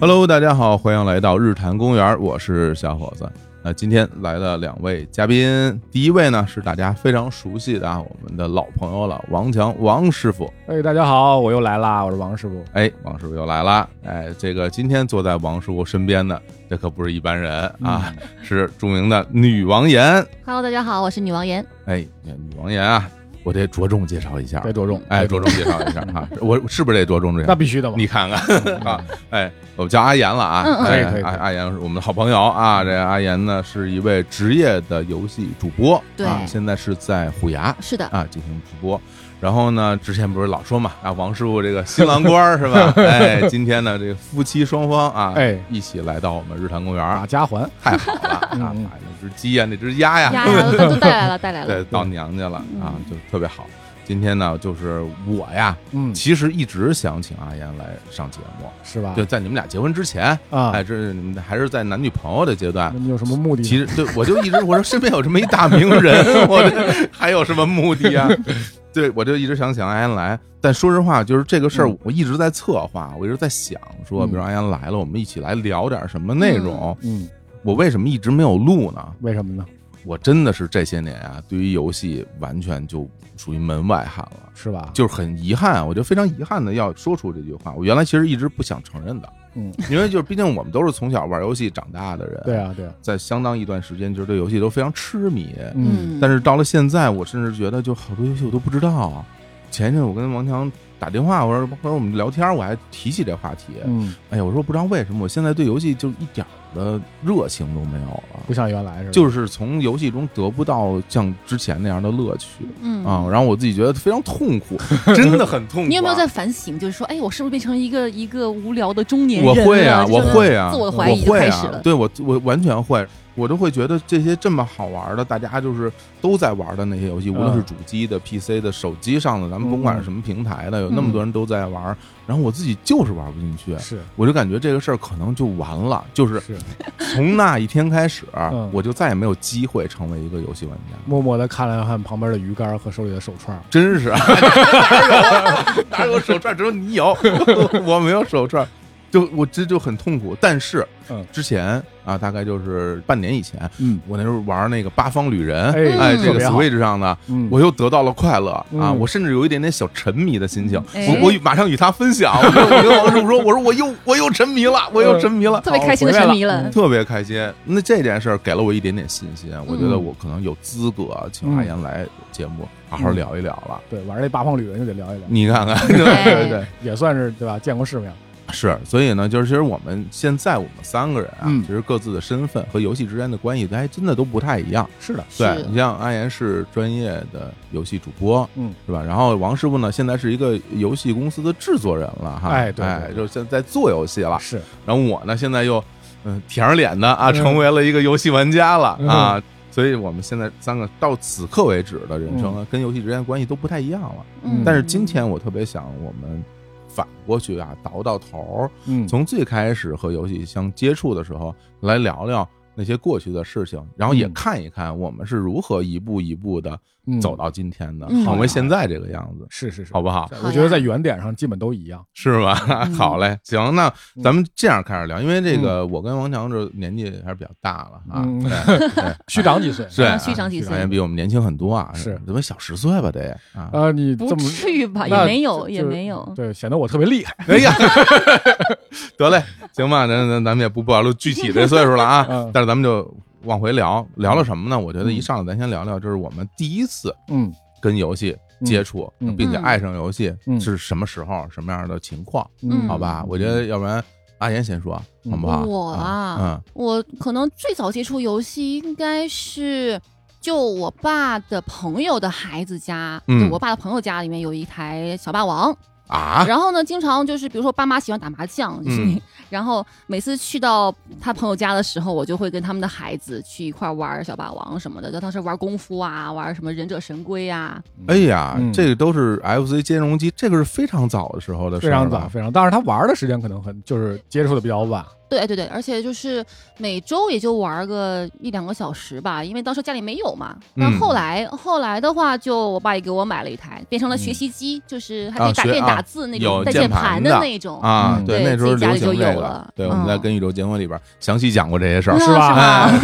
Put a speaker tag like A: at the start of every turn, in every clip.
A: Hello，大家好，欢迎来到日坛公园，我是小伙子。那今天来了两位嘉宾，第一位呢是大家非常熟悉的啊，我们的老朋友了，王强王师傅。
B: 哎，大家好，我又来啦，我是王师傅。
A: 哎，王师傅又来了。哎，这个今天坐在王师傅身边的，这可不是一般人啊，
B: 嗯
A: 是著名的女王岩。
C: Hello，大家好，我是女王岩。
A: 哎，女王岩啊，我得着重介绍一下
B: 该。着重，
A: 哎，着重介绍一下哈，我是不是得着重介绍
B: 那？必须的嘛。
A: 你看看啊，哎，我叫阿岩了啊，
C: 嗯嗯嗯
A: 哎
B: 可以可以
A: 阿
B: 可以
A: 阿岩是我们的好朋友啊。这阿岩呢是一位职业的游戏主播，
C: 对
A: 啊，现在是在虎牙
C: 是的，
A: 啊进行直播。然后呢，之前不是老说嘛，啊，王师傅这个新郎官儿是 吧？哎，今天呢，这个夫妻双方啊，
B: 哎
A: 一起来到我们日坛公园
B: 打
A: 儿，
B: 家环，
A: 太好了啊！
B: 嗯
A: 把那只鸡呀，那只鸭呀，
C: 呀， 都都带来了，带来了。
A: 啊对，到娘家了啊
C: 嗯，
A: 就特别好。今天呢，就是我呀，
B: 嗯，
A: 其实一直想请阿岩来上节目，
B: 是吧？
A: 啊就在你们俩结婚之前，
B: 啊，嗯
A: 哎，这是你们还是在男女朋友的阶段
B: 那。你有什么目的呢？
A: 其实，对我就一直我说身边有这么一大名人， 我这还有什么目的啊？ 对，我就一直想请阿岩来，但说实话，就是这个事儿
B: 嗯，
A: 我一直在策划，我一直在想说，
B: 嗯
A: 比如阿岩来了，我们一起来聊点什么内容。
B: 嗯，
A: 我为什么一直没有录呢？
B: 为什么呢？
A: 我真的是这些年啊，对于游戏完全就属于门外汉了，
B: 是吧？
A: 就是很遗憾，我就非常遗憾的要说出这句话。我原来其实一直不想承认的，
B: 嗯，
A: 因为就是毕竟我们都是从小玩游戏长大的人，
B: 对，啊，对啊，
A: 在相当一段时间就是对游戏都非常痴迷。
B: 嗯，
A: 但是到了现在，我甚至觉得就好多游戏我都不知道。啊前一阵我跟王强打电话，我说或者我们聊天，我还提起这话题。
B: 嗯，
A: 哎呀，我说不知道为什么我现在对游戏就一点儿的热情都没有了，
B: 不像原来是吧？
A: 就是是从游戏中得不到像之前那样的乐趣
C: 嗯
A: 啊。然后我自己觉得非常痛 苦，真的很痛苦啊。
C: 你有没有在反省？就是说，哎，我是不是变成一个一个无聊的中年人
A: 我
C: 了？
A: 会啊，
C: 这
A: 我
C: 种
A: 会啊，
C: 自我
A: 我
C: 的怀疑就
A: 会
C: 开
A: 啊
C: 始了。
A: 对我，我完全会，我都会觉得这些这么好玩的，大家就是都在玩的那些游戏，无论是主机的、PC 的、手机上的，咱们甭管是什么平台的，有那么多人都在玩，然后我自己就是玩不进去。
B: 是
A: 我就感觉这个事儿可能就完了，就是
B: 是，
A: 从那一天开始，
B: 嗯
A: 我就再也没有机会成为一个游戏玩家。
B: 默默的看了看旁边的鱼竿和手里的手串，
A: 真 是，哪有手串？只有你有， 我没有手串，就我这就很痛苦。但是，
B: 嗯
A: 之前啊，大概就是半年以前，
B: 嗯，
A: 我那时候玩那个《八方旅人》，
B: 哎
A: 哎，
C: 嗯
A: 这
B: 特
A: 个
B: 别好
A: Switch 上呢，
B: 嗯，
A: 我又得到了快乐啊！
B: 嗯
A: 我甚至有一点点小沉迷的心情，
C: 哎
A: 我我与马上与他分享。我跟我跟王师傅说，我说我又我又沉迷
B: 嗯
A: 了，我又沉迷了。
C: 特别开心的沉迷了。
A: 特别开心。那这件事儿给了我一点点信心，我觉得
B: 嗯
A: 我可能有资格请阿岩来节目好好聊一聊了。
B: 对玩那八方旅人就得聊一聊，
A: 你看 看，对嗯对对，
B: 也算是对吧？见过世面，
A: 是。所以呢，就是其实我们现在我们三个人啊，
B: 嗯
A: 其实各自的身份和游戏之间的关系，还真的都不太一样。
B: 是的，
A: 对
C: 是
A: 你像阿岩是专业的游戏主播，
B: 嗯，
A: 是吧？然后王师傅呢，现在是一个游戏公司的制作人了哈，
B: 哎对对
A: 哎，
B: 对
A: 就现在做游戏了。
B: 是
A: 然后我呢，现在又嗯舔着脸的啊，
B: 嗯
A: 成为了一个游戏玩家了
B: 嗯
A: 啊。所以我们现在三个到此刻为止的人生呢，啊跟游戏之间的关系都不太一样了。
B: 嗯
A: 但是今天我特别想我们。反过去啊，倒到头儿，
B: 嗯，
A: 从最开始和游戏相接触的时候，来聊聊那些过去的事情，然后也
B: 嗯
A: 看一看我们是如何一步一步的
B: 嗯
A: 走到今天的，
C: 嗯
A: 成为现在这个样子，
B: 是是是
A: 好，不好？
B: 我觉得在原点上基本都一样，
A: 是吧？
C: 嗯
A: 好嘞，行，那
B: 嗯
A: 咱们这样开始聊，因为这个我跟王强这年纪还是比较大了啊，
B: 嗯
A: 对对
B: 虚长几岁，
A: 是啊
C: 虚长几岁
A: 好像比我们年轻很多啊，
B: 是
A: 怎么小十岁吧得啊？
B: 啊，你
C: 不
B: 这么
C: 至于吧？也
B: 那
C: 没有，
B: 就
C: 也
B: 就
C: 没有。
B: 对，显得我特别厉害。
A: 哎呀， 得嘞，行吧，咱咱咱们也不暴露具体的岁数了啊
B: 嗯，
A: 但是咱们就往回聊，聊了什么呢？我觉得一上来咱先聊聊，就是我们第一次
B: 嗯
A: 跟游戏接触，
B: 嗯嗯
A: 并且爱上游戏
B: 嗯
A: 是什么时候、什么样的情况？
C: 嗯
A: 好吧，我觉得要不然阿岩先说，
B: 嗯
A: 好不好？
C: 我
A: 啊
C: 啊，
A: 嗯。
C: 我可能最早接触游戏应该是。就我爸的朋友的孩子家，
A: 嗯
C: 就我爸的朋友家里面有一台小霸王，
A: 啊，
C: 然后呢，经常就是比如说爸妈喜欢打麻将，就是
A: 嗯
C: 你， 然后每次去到他朋友家的时候，我就会跟他们的孩子去一块儿玩小霸王什么的，就当时玩功夫啊，玩什么忍者神龟啊，
A: 哎呀，
B: 嗯
A: 这个都是 FC 兼容机，这个是非常早的时候的事
B: 非
A: 儿
B: 常
A: 了
B: 早，非常，但是他玩的时间可能很就是接触的比较晚，
C: 对对对，而且就是每周也就玩个一两个小时吧，因为当时家里没有嘛。但
A: 嗯
C: 后来、后来的话，就我爸也给我买了一台，变成了学习机，就是还可以打
A: 啊学
C: 电
A: 啊
C: 打字那种
A: 有
C: 带
A: 键
C: 键
A: 盘
C: 盘
A: 的
C: 那种。
A: 啊，
B: 嗯
A: 对，
C: 对
A: 那时候
C: 自己家
A: 流行
C: 里就
A: 这
C: 有
A: 个
C: 了，
A: 对，我们在
C: 嗯
A: 跟宇宙结婚里边详细讲过这些事儿
C: 嗯，
B: 是吧
A: 哎，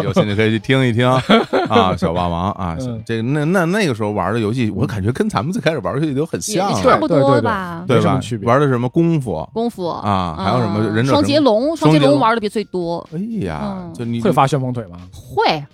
A: 是有兴趣可以去听一听 啊，小霸王啊
B: 嗯，
A: 这那那那个时候玩的游戏，我感觉跟咱们最开始玩的游戏都很
C: 也
A: 像
C: 也
B: 对
A: 啊，
C: 差不
B: 对对
C: 多
B: 对
C: 吧。
A: 对
B: 没什么
A: 吧
B: 区？别
A: 玩的什么功夫
C: 功夫
A: 啊还有什么忍者
C: 嗯双
A: 神
C: 截龙，
A: 双
C: 双截
A: 截
C: 龙
A: 龙
C: 玩的比最多。
A: 哎呀
C: 嗯，
A: 就你
B: 会发旋风腿吗？
C: 会，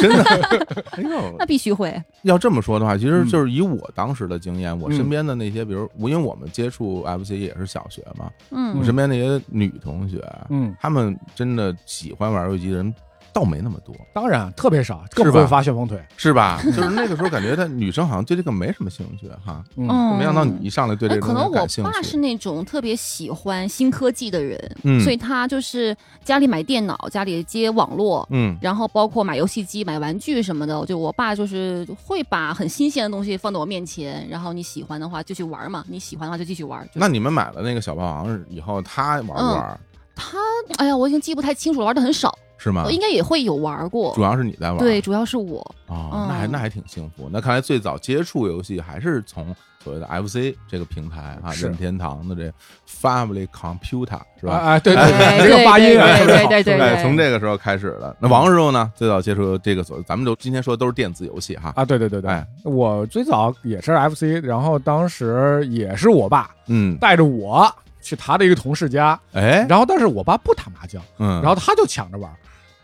A: 真 的，哎呦
C: 那，必须会。
A: 要这么说的话，其实
B: 嗯
A: 就是以我当时的经验，我身
B: 嗯
A: 边的那些，比如我因为我们接触 FC 也是小学嘛，我
C: 嗯
A: 身边那些女同学，
B: 嗯，
A: 她们真的喜欢玩游戏的人倒没那么多，
B: 当然啊特别少，更不
A: 吧
B: 会发旋风腿。
A: 是吧？就是那个时候感觉她女生好像对这个没什么兴趣哈，
B: 嗯，
C: 嗯，
A: 没想到你一上来对这
C: 哎
A: 个
C: 可
A: 东
C: 能
A: 西
C: 我
A: 感兴
C: 爸是
A: 趣。
C: 那种特别喜欢新科技的人，
A: 嗯
C: 所以他就是家里买电脑，家里接网络，
A: 嗯，
C: 然后包括买游戏机、买玩具什么的。就我爸就是会把很新鲜的东西放到我面前，然后你喜欢的话就去玩嘛，你喜欢的话就继续玩。就
A: 那你们买了那个小霸王以后，她玩不
C: 嗯
A: 玩？
C: 他，哎呀，我已经记不太清楚了，玩的很少，
A: 是吗
C: 我？应该也会有玩过
A: 主。啊要是你在玩。
C: 对，主要是我，
A: 哦，那还
C: 嗯
A: 那还挺幸福。那看来最早接触游戏还是从所谓的 FC 这个平台啊，
B: 是
A: 任天堂的这 Family Computer 是吧？
B: 哎哎，对
C: 哎
B: 对，这个
C: 对
B: 发音啊，
C: 对
B: 特别好
C: 对对
B: 特别
A: 哎，
B: 好
A: 从这个时候开始的。那王师傅呢？最早接触这个所，咱们都今天说的都是电子游戏哈。
B: 啊，对对对对
A: 哎，
B: 我最早也是 FC，然后当时也是我爸
A: 嗯，
B: 带着我去他的一个同事家，
A: 哎，
B: 然后但是我爸不打麻将，
A: 嗯，
B: 然后他就抢着玩，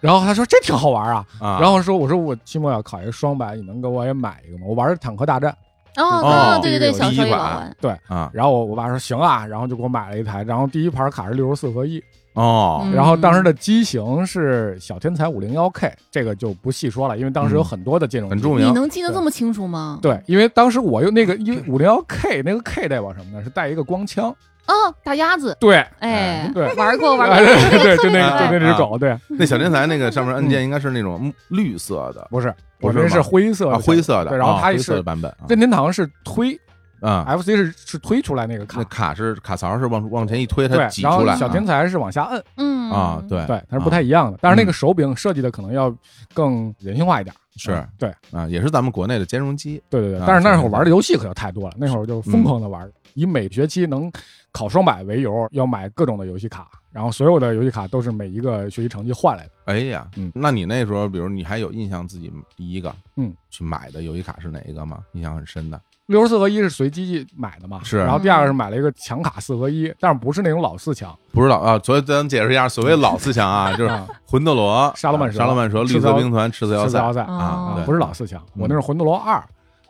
B: 然后他说这挺好玩啊，
A: 啊，
B: 然后说我说我期末要考一个双百，你能给我也买一个吗？我玩的坦克大战，
C: 哦，对对对，
B: 第一
C: 小时候也老
A: 款
C: 玩，
A: 啊，
B: 然后我我爸说行啊，然后就给我买了一台，然后第一盘卡是六十四合一，
A: 哦，
C: 嗯
B: 然后当时的机型是小天才五零幺 K，这个就不细说了，因为当时有
A: 嗯
B: 很多的这种
A: 很
B: 机
A: 重
C: 你
A: 要。
C: 能记得这么清楚吗？
B: 对，因为当时我用那个，因为五零幺 K 那个 K 代表什么呢？是带一个光枪。
C: 哦，打鸭子，
B: 对，
C: 哎，
B: 对
C: 玩过玩
B: 哎
C: 过，
B: 对对，就
A: 可
B: 那
A: 爱
B: 就那只狗，对，
A: 那小天才那个上面按
B: 嗯
A: 键应该是那种绿色的
B: 不是，
A: 不
B: 我
A: 是
B: 这是
A: 吗
B: 灰色
A: 啊，
B: 的，
A: 灰色的，
B: 对，然后
A: 啊
B: 它也
A: 灰色的
B: 是
A: 版本啊
B: 任天堂是推
A: 啊。
B: ，FC 是是推出来那个
A: 那
B: 卡，
A: 卡是卡槽是往往前一推，
B: 对
A: 它挤，
B: 然
A: 出
B: 后
A: 来。
B: 小天才是往下摁，
C: 嗯
A: 啊，，对
B: 对，它是不太一样的。但是那个手柄设计的可能要更人性化一点，嗯
A: 是
B: 对，
A: 啊，也是咱们国内的兼容机。
B: 对对对
A: 啊。
B: 但是那
A: 小
B: 会儿
A: 天才
B: 玩的游戏可就太多了，那会儿
A: 嗯
B: 就疯狂的玩，以每学期能考双百为由，要买各种的游戏卡，然后所有的游戏卡都是每一个学习成绩换来的。
A: 哎呀，
B: 嗯
A: 那你那时候，比如你还有印象自己第一个
B: 嗯
A: 去买的游戏卡是哪一个吗？印象很深的
B: 六十四合一是随机买的嘛，
A: 是
B: 然后第二个是买了一个强卡四合一，但是不是那种老四强，
A: 不知道啊，所以咱们解释一下，所谓老四强啊，就是
B: 啊
A: 魂斗罗、
B: 沙罗曼蛇
A: 沙罗曼蛇、
B: 赤
A: 绿色
B: 色
A: 兵团、赤色要
B: 是
A: 塞
B: 奥赛
A: 啊
B: 啊
C: 哦
A: 对，
B: 不是老四强，
A: 嗯
B: 我那是魂斗罗二，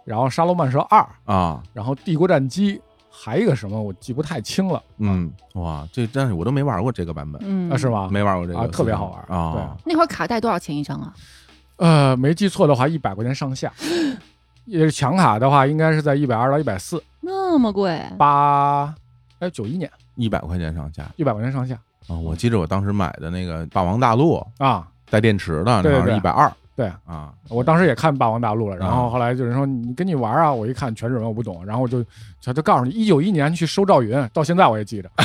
B: 然后沙罗曼蛇二，
A: 啊，
B: 然后帝国战机，还有一个什么我记不太清了啊
A: 嗯，哇，这但是我都没玩过这个版本，
C: 嗯
B: 啊，是？吗？
A: 没玩过这个
B: 啊
A: 四强，
B: 特别好玩
A: 啊，
C: 那会儿卡带多少钱一张啊？
B: 呃，没记错的话，一百块钱上下。也是强卡的话，应该是在一百二到一百四，
C: 那么贵？
B: 八，哎，九一年
A: 一百块钱上下
B: 一百块钱上下
A: 啊！我记着我当时买的那个《霸王大陆》
B: 啊。
A: 带电池的，
B: 对
A: 那好像是
B: 对
A: 一百二
B: 对
A: 啊，
B: 我当时也看《霸王大陆》了，然
A: 啊
B: 后后来有人说你跟你玩啊，我一看全日文我不懂，然后我就他就告诉你一九一年去收赵云，到现在我也记着。
A: 啊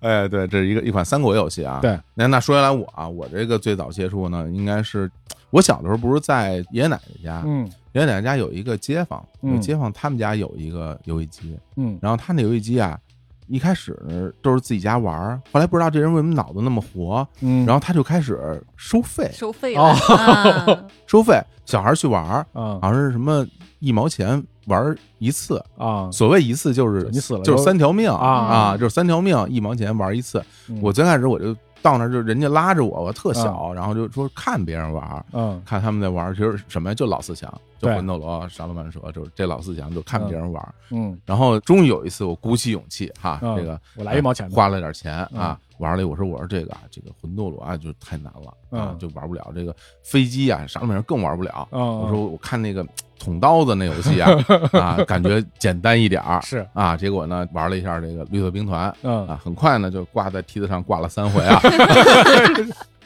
A: 哎，对，这是一个一款三国游戏啊。
B: 对，
A: 那那说回来我啊，我这个最早接触呢，应该是我小的时候不是在爷爷奶奶家，
B: 嗯
A: 爷爷奶奶家有一个街坊，
B: 嗯
A: 有街坊他们家有一个游戏机，
B: 嗯
A: 然后他那游戏机啊，一开始都是自己家玩儿，后来不知道这人为什么脑子那么活，
B: 嗯，
A: 然后他就开始收费，
C: 收费
B: 哦
C: 啊
A: 收费小孩儿去玩儿，
B: 后啊
A: 好像是什么一毛钱玩儿一次，
B: 啊，
A: 所谓一次就是
B: 你死了
A: 就是
B: 就
A: 三条命
B: 啊
A: 啊，就是三条命一毛钱玩儿一次。
B: 嗯啊
A: 我最开始我就到那儿，就人家拉着我，我特小，然后就说看别人玩儿，
B: 嗯
A: 看他们在玩儿，其实什么呀，就老四强，就
B: 对
A: 魂斗罗、沙罗曼蛇，就是这老四强，就看别人玩儿。
B: 嗯，
A: 然后终于有一次，我鼓起勇气哈，
B: 嗯
A: 这个哎
B: 我来一毛钱吧嗯
A: 花了点钱啊，玩了一，我说我说这个啊，这个魂斗罗啊就太难了啊
B: 嗯，
A: 就玩不了。这个飞机啊，沙罗曼蛇更玩不了。
B: 嗯
A: 我说我看那个捅刀子那游戏啊啊，感觉简单一点儿
B: 是
A: 啊，结果呢玩了一下这个绿色兵团，
B: 嗯
A: 啊，很快呢就挂在梯子上挂了三 回啊，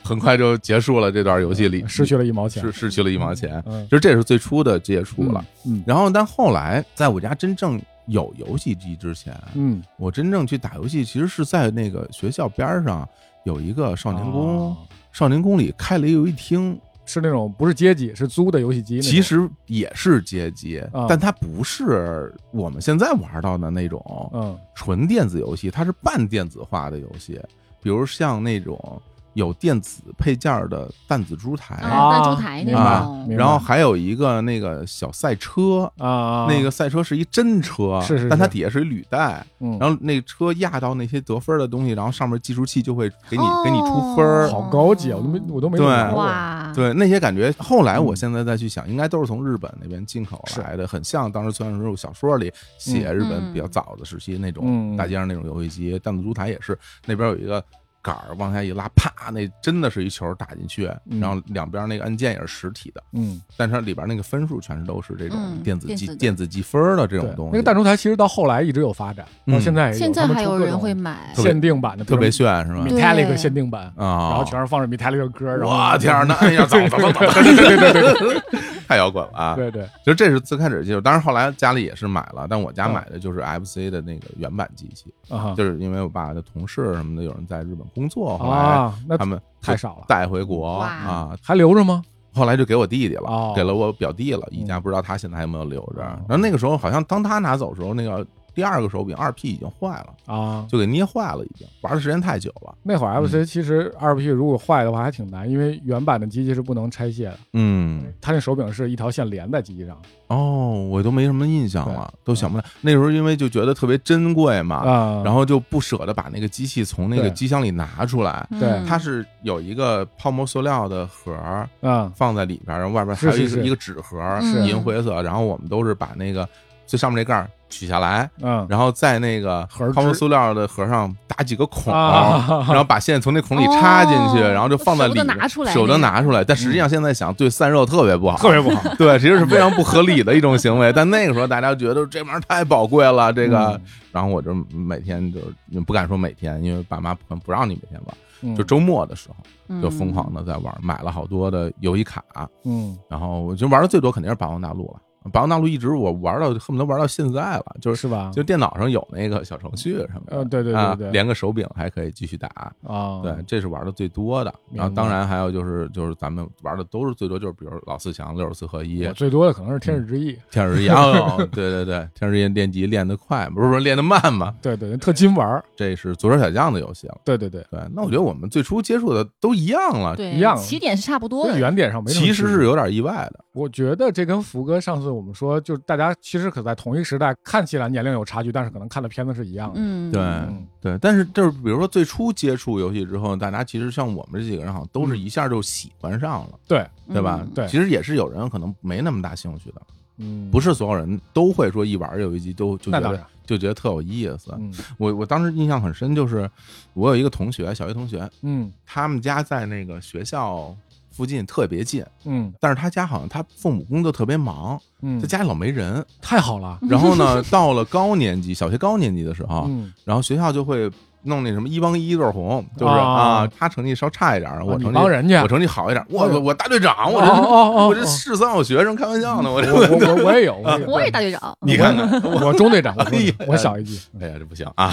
A: 很快就结束了这段游戏里
B: 嗯失去了一毛钱，
A: 失失去了一毛钱，
B: 嗯
A: 就这是最初的接触了。
B: 嗯
A: 然后但后来在我家真正有游戏机之前，
B: 嗯，
A: 我真正去打游戏，其实是在那个学校边儿上有一个少年宫，
B: 哦
A: 少年宫里开了一游戏厅，
B: 是那种不是街机，是租的游戏机那种。
A: 其实也是街机，
B: 啊
A: 但它不是我们现在玩到的那种
B: 嗯
A: 纯电子游戏，它是半电子化的游戏，比如像那种有电子配件儿的弹子珠台，
C: 啊弹珠台那
B: 明白
C: 种
B: 明白
A: 然后还有一个那个小赛车。
B: 啊啊，
A: 那个赛车是一真车，
B: 是是是
A: 但它底下是一履带，
B: 嗯，
A: 然后那车压到那些得分的东西，然后上面计数器就会给你、
C: 哦
A: 给你出分儿。
B: 好高级啊，我都没我都没
A: 对
B: 怎么玩过
C: 嗯哇，，
A: 对那些感觉，后来我
B: 嗯
A: 现在再去想，应该都是从日本那边进口来的，很像当时村上春树小说里写日本
C: 嗯
A: 比较早的时期那种、
B: 嗯
A: 大街上那种游戏机，弹子珠台也是，那边有一个杆儿往下一拉，啪，那真的是一球打进去，
B: 嗯
A: 然后两边那个按键也是实体的，
B: 嗯，
A: 但是它里边那个分数全是都是这种
C: 嗯
A: 电子
C: 电
A: 计、
C: 子的
A: 电子计分儿的这
B: 对
A: 种东西，
B: 那个弹珠台其实到后来一直有发展，
A: 嗯
B: 到现在也有
C: 现在
B: 他们
C: 还
B: 出
C: 有
B: 各
C: 人
B: 种
C: 会买，
B: 限定版的，
A: 特别炫是吧？
C: 对
B: Metallic 限定版，
A: 啊，
B: 然后全是放着 Metallic 的歌，然后
A: 我天儿，那哎呀，走走走走，对对对对，太摇滚了啊！
B: 对对，
A: 就这是最开始的接触，当然后来家里也是买了，但我家
B: 嗯
A: 买的就是 FC 的那个原版机器，
B: 啊
A: 就是因为我爸的同事什么的有人在日本工作，后来
B: 啊，那
A: 他们就
B: 太少了，
A: 带回国
C: 哇
A: 啊，
B: 还留着吗？
A: 后来就给我弟弟了
B: 哦，
A: 给了我表弟了，一家不知道他现在还有没有留着。
B: 嗯
A: 然后那个时候好像当他拿走的时候，那个第二个手柄二 P 已经坏了，
B: 啊，
A: 就给捏坏了，已经玩的时间太久了，
B: 那会儿 FC 其实二 P 如果坏的话还挺难，因为原版的机器是不能拆卸的，
A: 嗯。
B: 它那手柄是一条线连在机器上
A: 哦，我都没什么印象了，都想不来。那时候因为就觉得特别珍贵嘛，
B: 嗯啊，
A: 然后就不舍得把那个机器从那个
B: 对
A: 机箱里拿出来。
C: 嗯
B: 对
A: 它是有一个泡沫塑料的盒儿
B: 啊
A: 放在里边儿，然后外边还
B: 是
A: 有一
B: 是是
A: 一个纸盒儿，
C: 是
A: 银灰色。然后我们都是把那个最上面这盖儿取下来，
B: 嗯
A: 然后在那个
B: 盒儿
A: 泡沫
B: 支
A: 塑料的盒上打几个孔，
B: 啊
A: 然后把线从那孔里插进去，
C: 哦
A: 然后就放在里
C: 舍不得
A: 边，
C: 拿出来
A: 舍不得
C: 那个嗯
A: 拿出来。但实际上现在想，对散热特别不好，
B: 特别不好，
A: 对，其实是非常不合理的一种行为。但那个时候大家觉得这玩意儿太宝贵了，这
B: 嗯
A: 个，然后我就每天就是不敢说每天，因为爸妈不不让你每天玩，
B: 嗯
A: 就周末的时候
C: 嗯
A: 就疯狂的在玩，买了好多的游戏卡，
B: 嗯
A: 然后我就玩的最多肯定是《霸王大陆》了，《霸王大陆》一直我玩到恨不得玩到现在了，就是
B: 是吧？
A: 就电脑上有那个小程序什么的，
B: 呃对对对
A: 啊
B: 对
A: 连个手柄还可以继续打。
B: 啊，
A: 对，这是玩的最多的。
B: 明白
A: 然后当然还有就是就是咱们玩的都是最多就是比如老四强、六十四合一，
B: 我最多的可能是天使之翼，
A: 天使一 哦，对对对，天使一练级练得快，不是说练得慢嘛，
B: 对对，特金玩儿，
A: 这是左手小将的游戏了。
B: 对对对，
A: 对，那我觉得我们最初接触的都一样了，
C: 嗯对
B: 一样
C: 起点是差不多
B: 所以
C: 的，
B: 原点上没什么
A: 其实
B: 区别
A: 是有点意外的。
B: 我觉得这跟福哥上次我们说，就是大家其实可在同一时代看起来年龄有差距，但是可能看的片子是一样的。
C: 嗯，
A: 对、
B: 嗯
A: 对，但是就是比如说最初接触游戏之后，大家其实像我们这几个人好像都是一下就喜欢上了，
B: 对，
A: 对吧？
C: 嗯
B: 对
A: 其实也是有人可能没那么大兴趣的，
B: 嗯，
A: 不
B: 是，
A: 是所有人都会说一玩游戏机都就觉
B: 那当
A: 得
B: 然，
A: 就觉得特有意思。
B: 嗯
A: 我我当时印象很深，就是我有一个同学，小学同学，
B: 嗯
A: 他们家在那个学校附近特别近，
B: 嗯
A: 但是他家好像他父母工作特别忙，
B: 嗯，
A: 他家啊里老没人。
B: 太好了，
A: 然后呢，到了高年级，小学高年级的时候，
B: 嗯，
A: 然后学校就会弄那什么一帮一一对儿红，就是
B: 啊
A: 啊，他成绩稍差一点儿，我
B: 啊你
A: 成绩
B: 帮人家
A: 我成绩好一点儿，我
B: 哎呦
A: 我我大队长，我
B: 哦哦
A: 这
B: 哦哦，
A: 我这市三好学生，开玩笑呢，我这
B: 我我我我也有，
C: 我也
B: 大，
C: 大队长，
A: 你看看，
B: 我中队长，我中队
A: 哎呀
B: 长我小一级，
A: 哎呀，这不行 啊！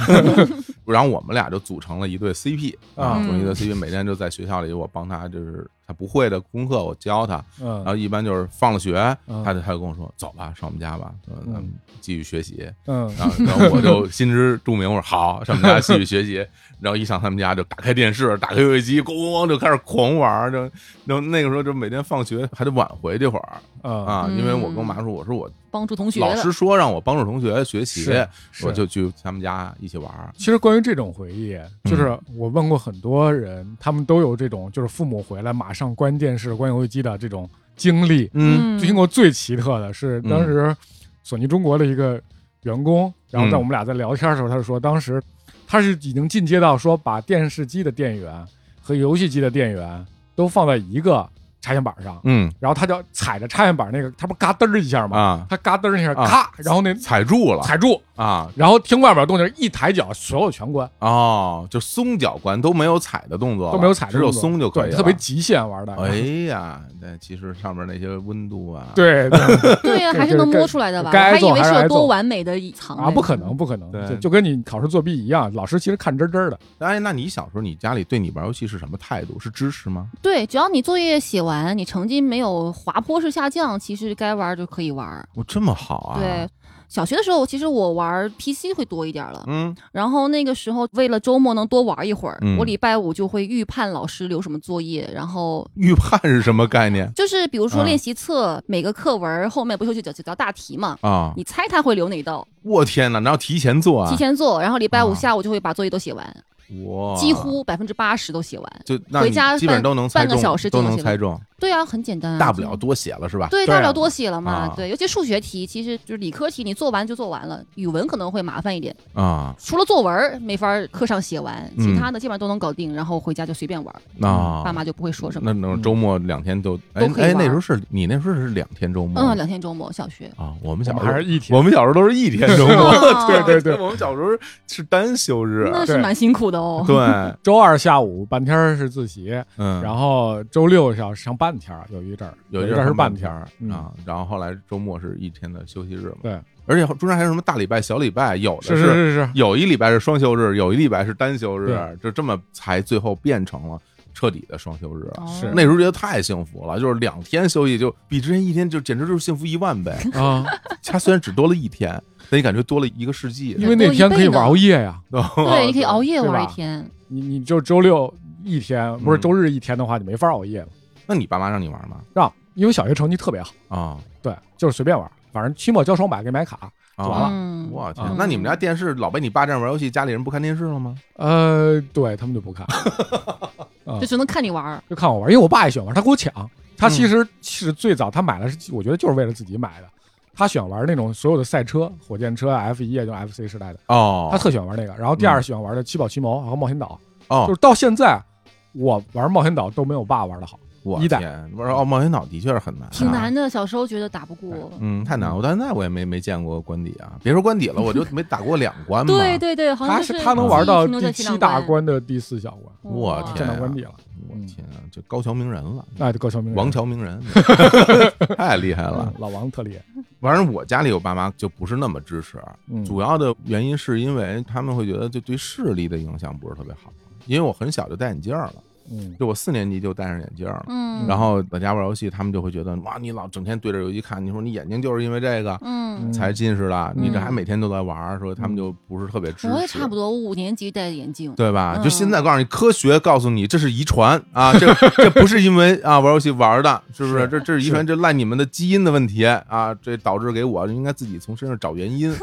A: 然后我们俩就组成了一对 CP 啊，
C: 嗯
A: 组成一对 CP，每天就在学校里，我帮他就是他不会的功课我教他，然
B: 嗯
A: 后一般就是放了学，
B: 嗯
A: 他就他就跟我说：“走吧，上我们家吧，说咱们
B: 嗯
A: 继续学习。”
B: 嗯
A: 然啊后然后我就心知肚明，我说：“好，上我们家继续学习。”然后一上他们家就打开电视，打开游戏机，咣咣咣就开始狂玩儿，就然后那个时候就每天放学还得晚回这会儿
B: 啊，
A: 啊，因为我跟我妈说，我说我
C: 帮助同学
A: 老
C: 的
A: 师说让我帮助同学学习，
B: 是是
A: 我就去他们家一起玩儿。
B: 其实关于这种回忆，
A: 嗯
B: 就是我问过很多人，他们都有这种，就是父母回来马上关电视、关游戏机的这种经历。
A: 嗯
B: 听过最奇特的是，
A: 嗯
B: 当时索尼中国的一个员工，然后在我们俩在聊天的时候，他就说，当时他是已经进阶到说把电视机的电源和游戏机的电源都放在一个插线板上，
A: 嗯
B: 然后他就踩着插线板那个，他不嘎噔儿一下吗？
A: 啊，
B: 他嘎噔儿一下，
A: 啊
B: 咔，然后那
A: 踩住了
B: 踩住，
A: 啊，
B: 然后听外边动静，一抬脚，所有全关，
A: 哦，就松脚关都没有踩的动作了，
B: 都没有踩着
A: 只有
B: 动作
A: 松就可以
B: 对
A: 了。
B: 特别极限玩的。
A: 哎呀，那其实上面那些温度啊，
B: 对对
C: 对呀、
B: 这
C: 还是能
B: 这
C: 摸出来的吧？我
B: 该
C: 还以
B: 做
C: 为
B: 还
C: 是
B: 是
C: 有
B: 该
C: 多
B: 做
C: 完美的隐藏
B: 啊，
C: 嘞
B: 不可能，不可能，
A: 对
B: 就就跟你考试作弊一样，老师其实看真真儿的。
A: 哎，那你小时候你家里对你玩游戏是什么态度？是支持吗？
C: 对，只要你作业写完，你成绩没有滑坡式下降，其实该玩儿就可以玩儿。
A: 我这么好啊？
C: 对，，小学的时候其实我玩儿 PC 会多一点儿了，
A: 嗯，
C: 然后那个时候为了周末能多玩儿一会儿，
A: 嗯
C: 我礼拜五就会预判老师留什么作业，然后。
A: 预判是什么概念
C: 就是比如说
A: 啊
C: 练习册，每个课文儿后面不是就叫就叫大题嘛？
A: 啊？
C: 你猜他会留哪道？
A: 我天哪，那要提前做啊？
C: 提前做，然后礼拜
A: 啊
C: 五下午就会把作业都写完，
A: 哇，
C: 几乎百分之八十都写完。
A: 就那
C: 回
A: 你
C: 家
A: 基本
C: 半
A: 都能猜
C: 半个
A: 中
C: 小时就
A: 都
C: 能
A: 能
C: 写
A: 猜
C: 完
A: 中，
C: 对啊，很简单啊，
A: 大不
C: 就
A: 了多写了是吧？
C: 对，
B: 对
C: 大
B: 啊
C: 不了多写了嘛。
A: 啊
C: 对，尤其数学题，其实就是理科题，你做完就做完了。语文可能会麻烦一点，
A: 啊
C: 除了作文儿没法儿课上写完，
A: 嗯
C: 其他的基本上都能搞定，然后回家就随便玩儿，
A: 啊，
C: 嗯爸妈就不会说什么。嗯
A: 那能周末两天都哎
C: 都可以
A: 哎，那
C: 玩
A: 时候是你那时哦候是两天周末
C: 嗯，两天周末小学。
A: 啊？我们
B: 我
A: 小
B: 们
A: 时候
B: 还是一天
A: 我，们小时候都是一天周末，
C: 啊
B: 对对 对
A: 我们小时候是啊单休日，啊
C: 那是
B: 对
C: 蛮辛苦的哦。
A: 对，
B: 周二下午半天儿是自习，
A: 嗯，
B: 然后周六要上半天儿，有一阵儿，
A: 有
B: 一
A: 一
B: 阵
A: 阵
B: 儿是
A: 半
B: 天儿
A: 儿啊，然后后来周末是一天的休息日嘛，
B: 对，
A: 而且中间还有什么大礼拜、小礼拜，有的
B: 是是是是，
A: 有一礼拜是双休日，有一礼拜是单休日
B: 对，
A: 就这么才最后变成了彻底的双休日。
C: 哦
B: 是
A: 那时候觉得太幸福了，就是两天休息就比之前一天就简直就是幸福一万 倍。
B: 啊，
A: 它虽然只多了一天，但你感觉多了一个世纪。
B: 因为那天可以玩熬夜呀，
C: 对，你可以熬夜
B: 对
C: 玩
B: 吧
C: 一天。
B: 你你就周六一天，不是
A: 嗯
B: 周日一天的话，你没法熬夜了。
A: 那你爸妈让你玩吗？
B: 让，因为小学成绩特别好，
A: 啊、
B: 对，就是随便玩，反正期末交双百给买卡。
A: 啊！
B: 完了
C: 嗯，
A: 我天
B: 嗯！
A: 那你们家电视老被你爸这样玩游戏，家里人不看电视了吗？
B: 呃，对他们就不看，
C: 就只能看你玩儿。
B: 就看我玩，因为我爸也喜欢玩，他给我抢。他
A: 嗯
B: 其实是最早他买的是，我觉得就是为了自己买的。他喜欢玩那种所有的赛车，火箭车、F 一啊，就是 FC 时代的，
A: 哦，嗯
B: 他特喜欢玩那个。然后第二喜欢玩的七宝奇谋和冒险岛，
A: 哦，
B: 就是到现在我玩冒险岛都没有我爸玩的好。
A: 我
B: 一代
A: 天，玩《哦冒险岛》的确是啊很难，
C: 挺难。的，小时候觉得打不过。
A: 嗯，太难了，我到现在我也没没见过关底啊！别说关底了，我就没打过两关嘛。
C: 对对对，好像
B: 他
C: 就是嗯
B: 他能
C: 记
B: 玩
C: 忆
B: 到
C: 停留
B: 第
C: 在
B: 七
C: 前两
B: 大关的第四小关，
A: 我
C: 哇
A: 天
B: 站
A: 啊
B: 到关底了，
A: 我天啊，这高桥名人了，
B: 哎，高桥名人
A: 王桥名 人，太厉害了
B: 嗯。老王特厉害，
A: 反正我家里我爸妈就不是那么支持，啊
B: 嗯，
A: 主要的原因是因为他们会觉得这对视力的影响不是特别好，因为我很小就戴眼镜儿了，
B: 嗯
A: 就我四年级就戴上眼镜儿了。
C: 嗯，
A: 然后在家玩游戏，他们就会觉得哇，你老整天对着游戏看，你说你眼睛就是因为这个
C: 嗯，
A: 才近视的，你这
C: 嗯
A: 还每天都在玩儿，说他们就不是特别支持。
C: 我也差不多，我五年级戴的眼镜。
A: 对吧？
C: 嗯
A: 就现在告诉你，科学告诉你这是遗传啊，这这不是因为啊玩游戏玩的，是不是？
B: 是
A: 这这是遗传，
B: 是
A: 这赖你们的基因的问题啊，这导致给我应该自己从身上找原 因，是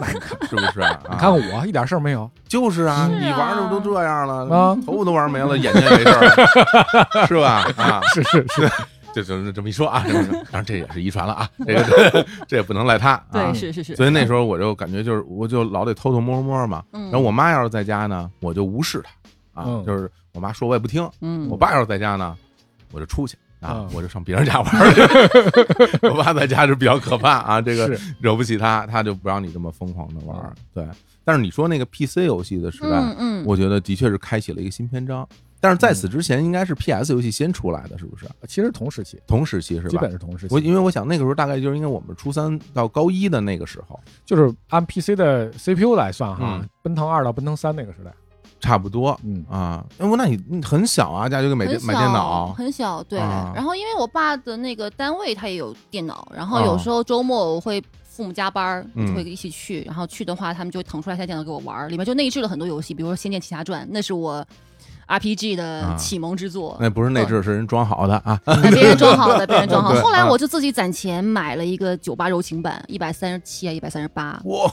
A: 不是？啊、
B: 你看看我一点事儿没有，
A: 就是啊，
C: 是啊
A: 你玩的都这样了，
B: 啊
A: 头发都玩没了，眼睛也没事儿了， 是吧？啊，
B: 是是 是，
A: 就就 这么一说啊，这么一说当然这也是遗传了啊，这 个这也不能赖他啊。
C: 对，是是是。
A: 所以那时候我就感觉就是，我就老得偷偷摸摸嘛。
C: 嗯
A: 然后我妈要是在家呢，我就无视她啊，
B: 嗯
A: 就是我妈说我也不听。
C: 嗯，
A: 我爸要是在家呢，我就出去啊
B: 嗯，
A: 我就上别人家玩儿去。 我爸在家就比较可怕啊，这个
B: 是
A: 惹不起他，他就不让你这么疯狂的玩儿。对，但是你说那个 PC 游戏的时代，
C: 嗯嗯，
A: 我觉得的确是开启了一个新篇章。但是
B: 嗯
A: 在此之前，应该是 PS 游戏先出来的，是不是？
B: 其实同时期，
A: 同时期是
B: 基
A: 吧
B: 本？是同时期。
A: 我因为我想那个时候大概就是应该我们初三到高一的那个时候，
B: 就是按 PC 的 CPU 来算哈，
A: 嗯
B: 奔腾二到奔腾三那个时代，
A: 差不多。
B: 嗯，
A: 啊，哎我那你你很小啊，家就给买
C: 很
A: 电买
C: 小
A: 电脑
C: 很小，对。
A: 啊
C: 然后因为我爸的那个单位他也有电脑，然后
A: 啊
C: 有时候周末我会。父母加班儿，我就
A: 嗯
C: 会一起去。然后去的话，他们就会腾出来一台电脑给我玩儿，里面就内置了很多游戏，比如说《仙剑奇侠传》，那是我 RPG
A: 啊
C: 的启蒙之作。
A: 那不是内置，是人装好的啊。
C: 哎别人装好的，别人装好
A: 对
C: 的。后来
A: 啊
C: 我就自己攒钱买了一个九八柔情版，一百三十七啊，一百三十八。
A: 哇，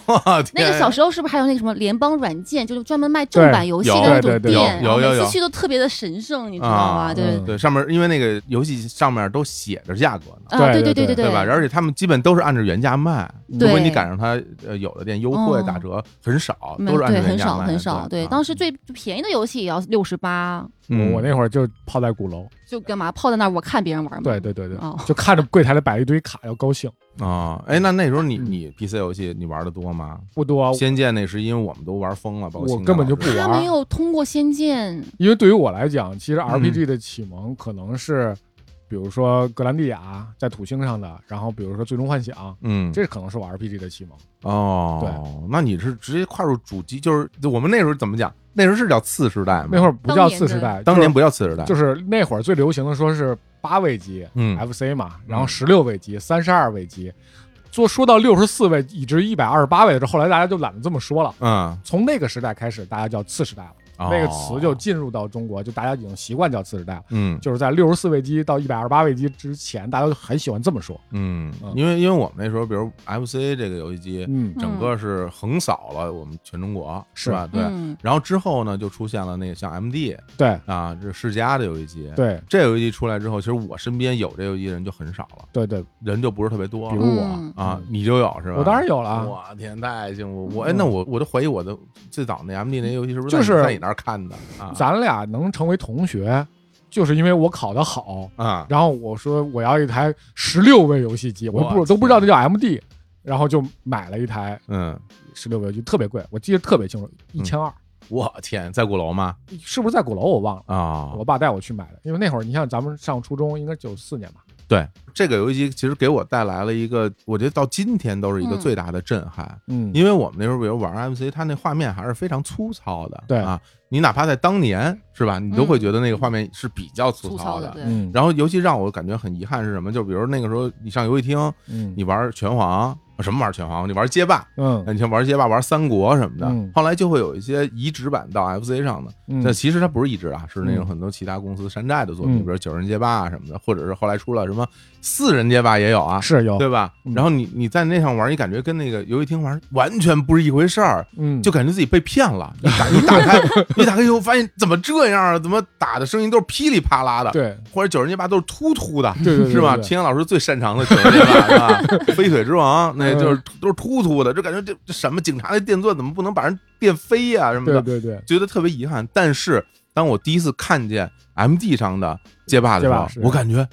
C: 那
A: 天
C: 个小时候是不是还有那个什么联邦软件，就是专门卖正版游戏的
A: 有
C: 那
B: 对
C: 种
B: 对对
C: 店，啊
A: 有有有
C: 然后每
A: 有
C: 次去都特别的神圣，你知道
A: 啊
C: 吗？对
B: 嗯
A: 对上面，因为那个游戏上面都写着价格呢，
C: 啊，
B: 对对
C: 对对
B: 对
A: 对吧？而且他们基本都是按照原价卖，除
C: 对
A: 非你赶上它呃有的店优惠
C: 嗯
A: 打折很少，
C: 没
A: 都是按照
C: 对，
A: 原
C: 很
A: 价
C: 少
A: 卖。
C: 很少。对，
A: 啊
C: 当时最便宜的游戏也要六十吧，
A: 嗯
B: 我那会儿就泡在鼓楼，
C: 就干嘛泡在那儿，我看别人
A: 嗯
C: 玩嘛。
B: 对对对对，
C: 哦
B: 就看着柜台里摆一堆卡，要高兴。
A: 啊，哎，那那时候你你 PC 游戏你玩的多吗？
B: 不多，啊
A: 仙剑那是因为我们都玩疯了，包括
B: 嗯我
A: 青
B: 根本
A: 岛
B: 就
A: 老师
B: 不
C: 他
B: 玩
C: 没有通过《仙剑》，
B: 因为对于我来讲，其实
A: 嗯
B: RPG 的启蒙可能是，比如说格兰蒂亚在土星上的，然后比如说最终幻想，
A: 嗯
B: 这可能是我 RPG 的启蒙。
A: 哦，那你是直接跨入主机，就是就我们那时候怎么讲？那时候是叫次时代吗？
B: 那会儿不叫次时代，
A: 当年
B: 不
A: 不叫次时代，
B: 就是是那会儿最流行的说是八位机
A: 嗯
B: FC 嘛，然后
A: 嗯
B: 十六位机、三十二位机，做说到六十四位以至一百二十八位的时候，后来大家就懒得这么说了。
A: 嗯，
B: 从那个时代开始，大家叫次时代了，
A: 哦
B: 那个词就进入到中国，就大家已经习惯叫次时代了。
A: 嗯
B: 就是在六十四位机到一百二十八位机之前，大家都很喜欢这么说。
A: 嗯
B: 嗯，
A: 因为因为我们那时候，比如 FC 这个游戏机，
B: 嗯
A: 整个是横扫了我们全中国，
B: 是
A: 吧？对。
C: 嗯，
A: 然后之后呢，就出现了那个像 MD
B: 对
A: 啊，这世嘉的游戏机。，
B: 对
A: 这游戏机出来之后，其实我身边有这游戏机的人就很少了，
B: 对对，
A: 人就不是特别多
B: 比
A: 了
B: 如我，
C: 嗯
A: 啊
B: 嗯。
A: 你就有是吧？
B: 我当然有了啊，
A: 我天，太幸福！我哎，
B: 嗯
A: 那我我都怀疑我的最早那 M D 那游戏是不是
B: 就
A: 在
B: 是
A: 在你那儿看的啊？
B: 咱俩能成为同学，就是因为我考得好。
A: 啊，
B: 然后我说我要一台十六位游戏机，我都
A: 我
B: 不都不知道那叫 MD，然后就买了一台
A: 嗯，
B: 十六位游戏，特别贵，我记得特别清楚，一千二，
A: 我天，在鼓楼吗？
B: 是不是在鼓楼我忘了。
A: 啊
B: 我，爸带我去买的，因为那会儿你像咱们上初中，应该九四年吧，
A: 对，这个游戏机其实给我带来了一个，我觉得到今天都是一个
C: 嗯
A: 最大的震撼。
B: 嗯，
A: 因为我们那时候，比如玩 MC，它那画面还是非常粗糙的，
B: 对
A: 啊，你哪怕在当年是吧，你都会
C: 嗯
A: 觉得那个画面是比较粗
C: 粗糙
A: 的。
C: 对，
B: 嗯，
A: 然后，尤其让我感觉很遗憾是什么？就比如那个时候，你上游戏厅，
B: 嗯
A: 你呃玩拳皇，什么玩拳皇？你玩街霸，
B: 嗯
A: 你像玩街霸、玩三国什么的，
B: 嗯
A: 后来就会有一些移植版到 FC 上的。
B: 嗯
A: 但其实它不是移植啊，是那种
B: 嗯
A: 很多其他公司山寨的作品，
B: 嗯
A: 比如九人街霸啊什么的，或者是后来出了什么四人街霸也有啊，
B: 是有，
A: 对吧？
B: 嗯
A: 然后你你在那上玩，你感觉跟那个游戏厅玩完全不是一回事儿，
B: 嗯，
A: 就感觉自己被骗了。你打你打 开你打开以后，发现怎么这样啊？怎么打的声音都是噼里啪啦的？
B: 对
A: 或者九人街霸都是突突的，
B: 对对对
A: 是吧？
B: 对
A: 秦阳老师最擅长的九 人街霸是吧？飞腿之王，那
B: 嗯
A: 就是都是突突的，就感觉这这什么警察那电钻怎么不能把人电飞呀、什么
B: 对
A: 的，
B: 对对，
A: 觉得特别遗憾。但是当我第一次看见 M D 上的街霸的时
B: 街
A: 候
B: 霸是，
A: 我感觉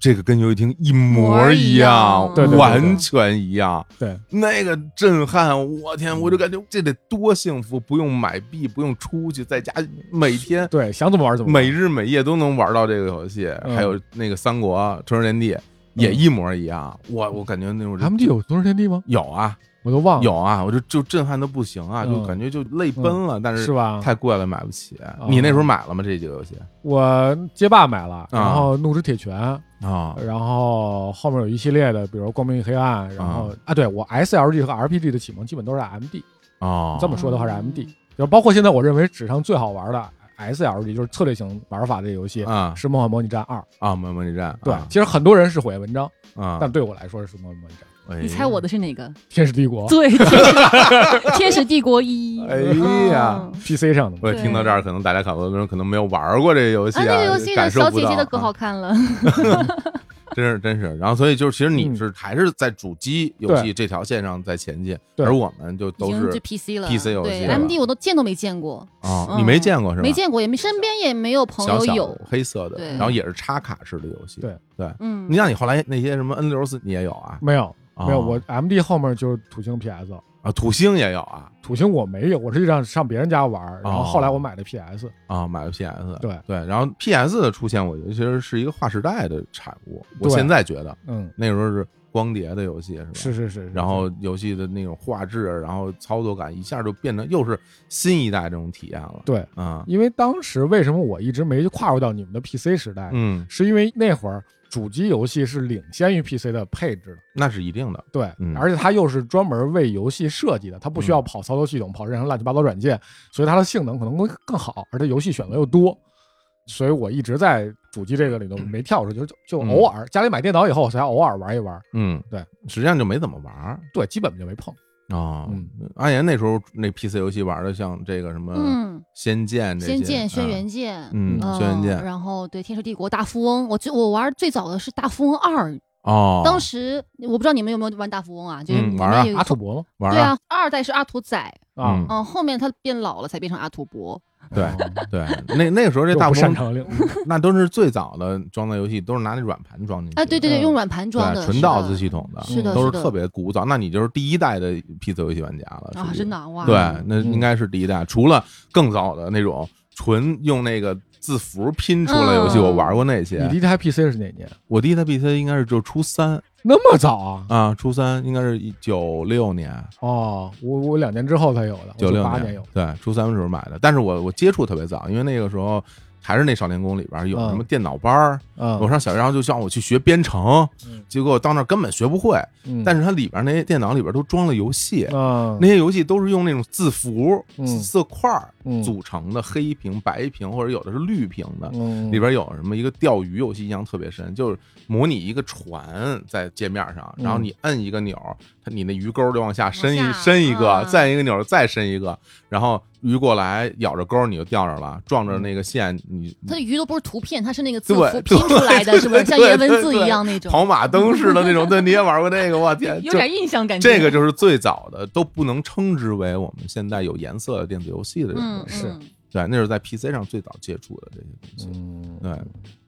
A: 这个跟游戏厅一模一样，
B: 对对对对
A: 完全一样。
B: 对，嗯
A: 那个震撼，我天！我就感觉这得多幸福，不用买币，不用出去，在家每天
B: 对，想怎么玩怎么玩
A: 每日每夜都能玩到这个游戏，
B: 嗯
A: 还有那个三国《春日天地》也一模一样。我我感觉那种
B: ，MD 有《多少天地》吗？
A: 有啊
B: 我都忘了，
A: 有啊，我就就震撼的不行啊，
B: 嗯
A: 就感觉就泪奔了。但
B: 是
A: 是
B: 吧？哦
A: 太贵了，买不起。你那时候买了吗？这几个游戏
B: 我街霸买了，然
A: 啊
B: 后怒之铁拳，
A: 啊
B: 然后后面有一系列的，比如光明与黑暗，然后啊，对我 SLG 和 RPG 的启蒙基本都是 MD，
A: 啊，
B: 这么说的话是 MD，就包括现在我认为史上最好玩的 SLG 就是策略型玩法的游戏
A: 啊
B: 是《梦幻模拟战二》。
A: 啊，模模拟战
B: 对
A: 啊，
B: 其实很多人是火焰文章，
A: 啊，
B: 但对我来说是《梦幻模拟战》《
A: 哎呀哦
C: 你猜我的是哪个？
B: 天使帝国
C: 对，天使天使帝国一。
A: 哎呀
C: 嗯，》
B: PC 上的嘛。
A: 我听到这儿，可能大家很多人可能没有玩过这个游戏
C: 啊，那个游戏的
A: 感受
C: 小
A: 不
C: 姐
A: 到
C: 姐的可
A: 啊
C: 好看了，
A: 真是真是，然后所以就是，其实你
B: 嗯
A: 是还是在主机游戏这条线上在前进，
B: 对
A: 而我们就
C: 已
A: 都
C: 经
A: 是
C: 是 PC 了
A: PC 游戏
C: 对
A: 了
C: ，MD 我都见都没见过，
A: 啊，
C: 嗯
A: 你没见过是吧？
C: 没见过，也没身边也没有朋
A: 小
C: 友
A: 小
C: 有
A: 的，黑色的，
C: 对
A: 然后也是插卡式的游戏。
B: 对
C: 嗯
A: 你，像你后来那些什么 N 六四，你也有啊？
B: 没有，嗯没有，
A: 啊
B: 我 MD 后面就是土星 PS，
A: 啊，土星也有啊
B: 土星我没有，我实际上上别人家玩，然后后来我买的 PS，
A: 啊，买了 PS。
B: 对，
A: 对，然后 PS 的出现，我觉得其实是一个划时代的产物。我
B: 对
A: 现在觉得
B: 嗯，
A: 那时候是光碟的游戏，是吧？
B: 是是是，是
A: 然后游戏的那种画质，然后操作感，一下就变成又是新一代这种体验了。
B: 对，
A: 啊，
B: 因为当时为什么我一直没跨入到你们的 PC 时代，
A: 嗯，
B: 是因为那会儿主机游戏是领先于 PC 的配置的，
A: 那是一定的。
B: 对，
A: 嗯
B: 而且它又是专门为游戏设计的，它不需要
A: 嗯
B: 跑操作系统，跑任何乱七八糟软件，所以它的性能可能会更好，而且游戏选择又多。所以我一直在主机这个里头没跳出去，就就就
A: 嗯
B: 偶尔、家里买电脑以后才偶尔玩一玩，
A: 嗯，
B: 对，
A: 实际上就没怎么玩儿
B: 对，基本就没碰。
A: 啊
B: 嗯，
A: 阿岩那时候那 PC 游戏玩的像这个什么《
C: 嗯，
A: 仙剑》这些，
C: 仙剑、轩
A: 啊，
C: 辕剑，
A: 嗯，
C: 嗯
A: 轩辕剑
C: 然后对《天使帝国》《大富翁》，我最我玩最早的是《大富翁二》，
A: 哦，
C: 当时我不知道你们有没有玩《大富翁》啊，就是
A: 嗯
C: 里
A: 玩啊
C: 面有一个
B: 阿土伯吗？
A: 玩
C: 对哦
A: 儿啊，
C: 啊，二代是阿图仔，
B: 啊，
A: 嗯
C: 嗯，后面他变老了才变成阿图伯，
A: 对
B: 哦
A: 对，那那个时候这
B: 又
A: 大
B: 不
A: 富
B: 擅
A: 翁
B: 长令，
A: 那都是最早的装的游戏，都是拿那软盘装进去
C: 啊，对对对，
B: 嗯
C: 用软盘装
A: 对
C: 的，
A: 纯
C: 是
A: 道
C: 的
A: 子系统的，
C: 是的，
A: 都
C: 是
A: 是
C: 的
A: 特别古早。那你就是第一代的 PC 游戏玩家了
C: 啊，
A: 属于
C: 真的啊哇，
A: 对，那
B: 嗯
A: 应该是第一代。除了更早的那种纯用那个字符拼出来游戏，
C: 嗯
A: 我玩过那
B: 你
A: 些
B: 第。一台 PC 是哪年？
A: 我第一台 PC 应该是就初三
B: 那么早啊？
A: 啊，初三应该是九六年，
B: 哦，我我两年之后才有的，
A: 九
B: 六
A: 六
B: 八年有。
A: 对，初三的时候买的。但是我我接触特别早，因为那个时候还是那少年宫里边有
B: 嗯
A: 什么电脑班儿，
B: 嗯，
A: 我上小学然后就叫我去学编程
B: 嗯，
A: 结果到那儿根本学不会。
B: 嗯，
A: 但是它里边那些电脑里边都装了游戏，
B: 嗯，
A: 那些游戏都是用那种字符、
B: 嗯
A: 色块儿
B: 嗯
A: 组成的，黑屏、白屏，或者有的是绿屏的。
B: 嗯
A: 里边有什么一个钓鱼游戏印象特别深，就是模拟一个船在界面上，
B: 嗯
A: 然后你摁一个钮儿，它你那鱼钩就往下伸一
C: 往下
A: 伸一个，
C: 啊
A: 再一个钮儿再伸一个，然后鱼过来咬着钩儿你就钓着了，撞着那个线你
C: 它的鱼都不是图片，它是那个字
A: 对
C: 符
A: 对
C: 拼出来的，
A: 对
C: 是不是
A: 对
C: 像
A: 对
C: 颜文字
A: 对
C: 一样那种？
A: 跑马灯似的那种，对，你也玩过 那个，我天，
C: 有
A: 就
C: 点印象感觉。
A: 这个就是最早的，都不能称之为我们现在有颜色的电子游戏的这种
C: 嗯
A: 东西。
B: 是
C: 嗯
A: 对，那是在 PC 上最早接触的这些东西。
B: 嗯
A: 对，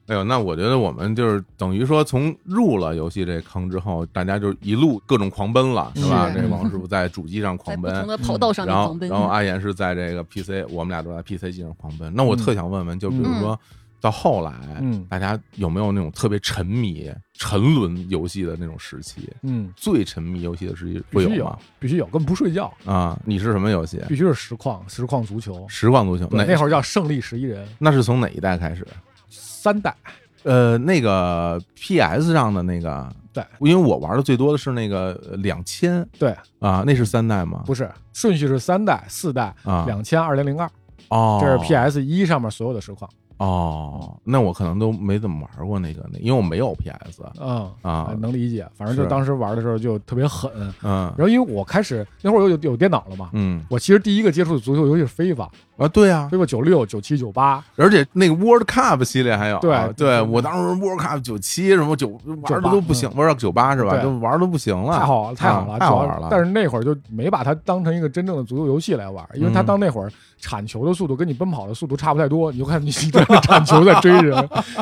A: 哎呦，那我觉得我们就是等于说从入了游戏这坑之后，大家就一路各种狂奔了，是吧？
C: 是
A: 这王师傅在主机上
C: 在
A: 狂
C: 不
A: 奔
C: 同，的跑道上面
A: 嗯然后
C: 狂奔，
A: 然后阿岩是在这个 PC，我们俩都在 PC 机上狂奔。那我特想问问，就比如说
C: 嗯
A: 到后来，
B: 嗯
A: 大家有没有那种特别沉迷、沉沦游戏的那种时期？
B: 嗯，
A: 最沉迷游戏的时期
B: 必
A: 会
B: 须
A: 有
B: 有
A: 吗？，
B: 必须有，根本不睡觉，
A: 啊，你是什么游戏？
B: 必须是实况，实况足球。
A: 实况足球
B: 对那会
A: 儿
B: 儿叫胜利十一人，
A: 那是从哪一代开始？
B: 三代。
A: 呃，那个 PS 上的那个，
B: 对，
A: 因为我玩的最多的是那个两千，
B: 对
A: 啊，那是三代吗？
B: 不是顺序是三代、四代、
A: 啊，
B: 两千、二零零二，
A: 哦，
B: 这是 PS 一上面所有的实况。
A: 哦，那我可能都没怎么玩过那个，那因为我没有 PS
B: 嗯
A: 啊，
B: 能理解。反正
A: 是
B: 就当时玩的时候就特别狠。
A: 嗯
B: 然后因为我开始那会儿有有有电脑了嘛，
A: 嗯
B: 我其实第一个接触的足球游戏是 FIFA，
A: 啊，对啊，
B: FIFA 九六、九七、九八，
A: 而且那个 World Cup 系列还有，啊
B: 对嗯
A: 对，我当时 World Cup 九七什么九玩的都不行，玩到九八是吧？
B: 对
A: 就玩的都不行了，
B: 太好了，太好
A: 啊
B: 了，
A: 太
B: 主要
A: 好玩了。
B: 但是那会儿就没把它当成一个真正的足球游戏来玩，因为它
A: 嗯
B: 到那会儿铲球的速度跟你奔跑的速度差不太多，你就看你 你在那铲球在追人，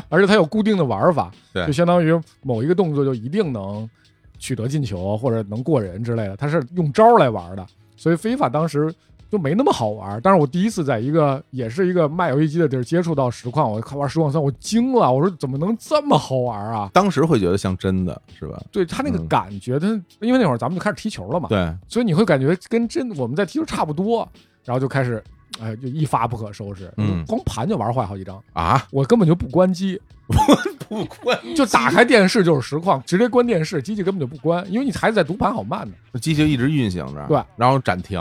B: 而且它有固定的玩法，
A: 对
B: 就相当于某一个动作就一定能取得进球或者能过人之类的，它是用招来玩的，所以非法当时。就没那么好玩，但是我第一次在一个也是一个卖游戏机的地儿接触到实况，我看玩实况三，我惊了，我说怎么能这么好玩啊？
A: 当时会觉得像真的是吧？
B: 对他那个
A: 嗯
B: 感觉，他、因为那会儿咱们就开始踢球了嘛，
A: 对，
B: 所以你会感觉跟真我们在踢球差不多，然后就开始，哎、就一发不可收拾，
A: 嗯
B: 光盘就玩坏好几张，
A: 啊，
B: 我根本就不关机，
A: 不关
B: 就打开电视就是实况，直接关电视，机器根本就不关，因为你还在读盘好慢呢，
A: 机器一直运行着，
B: 对，啊
A: 然后暂停，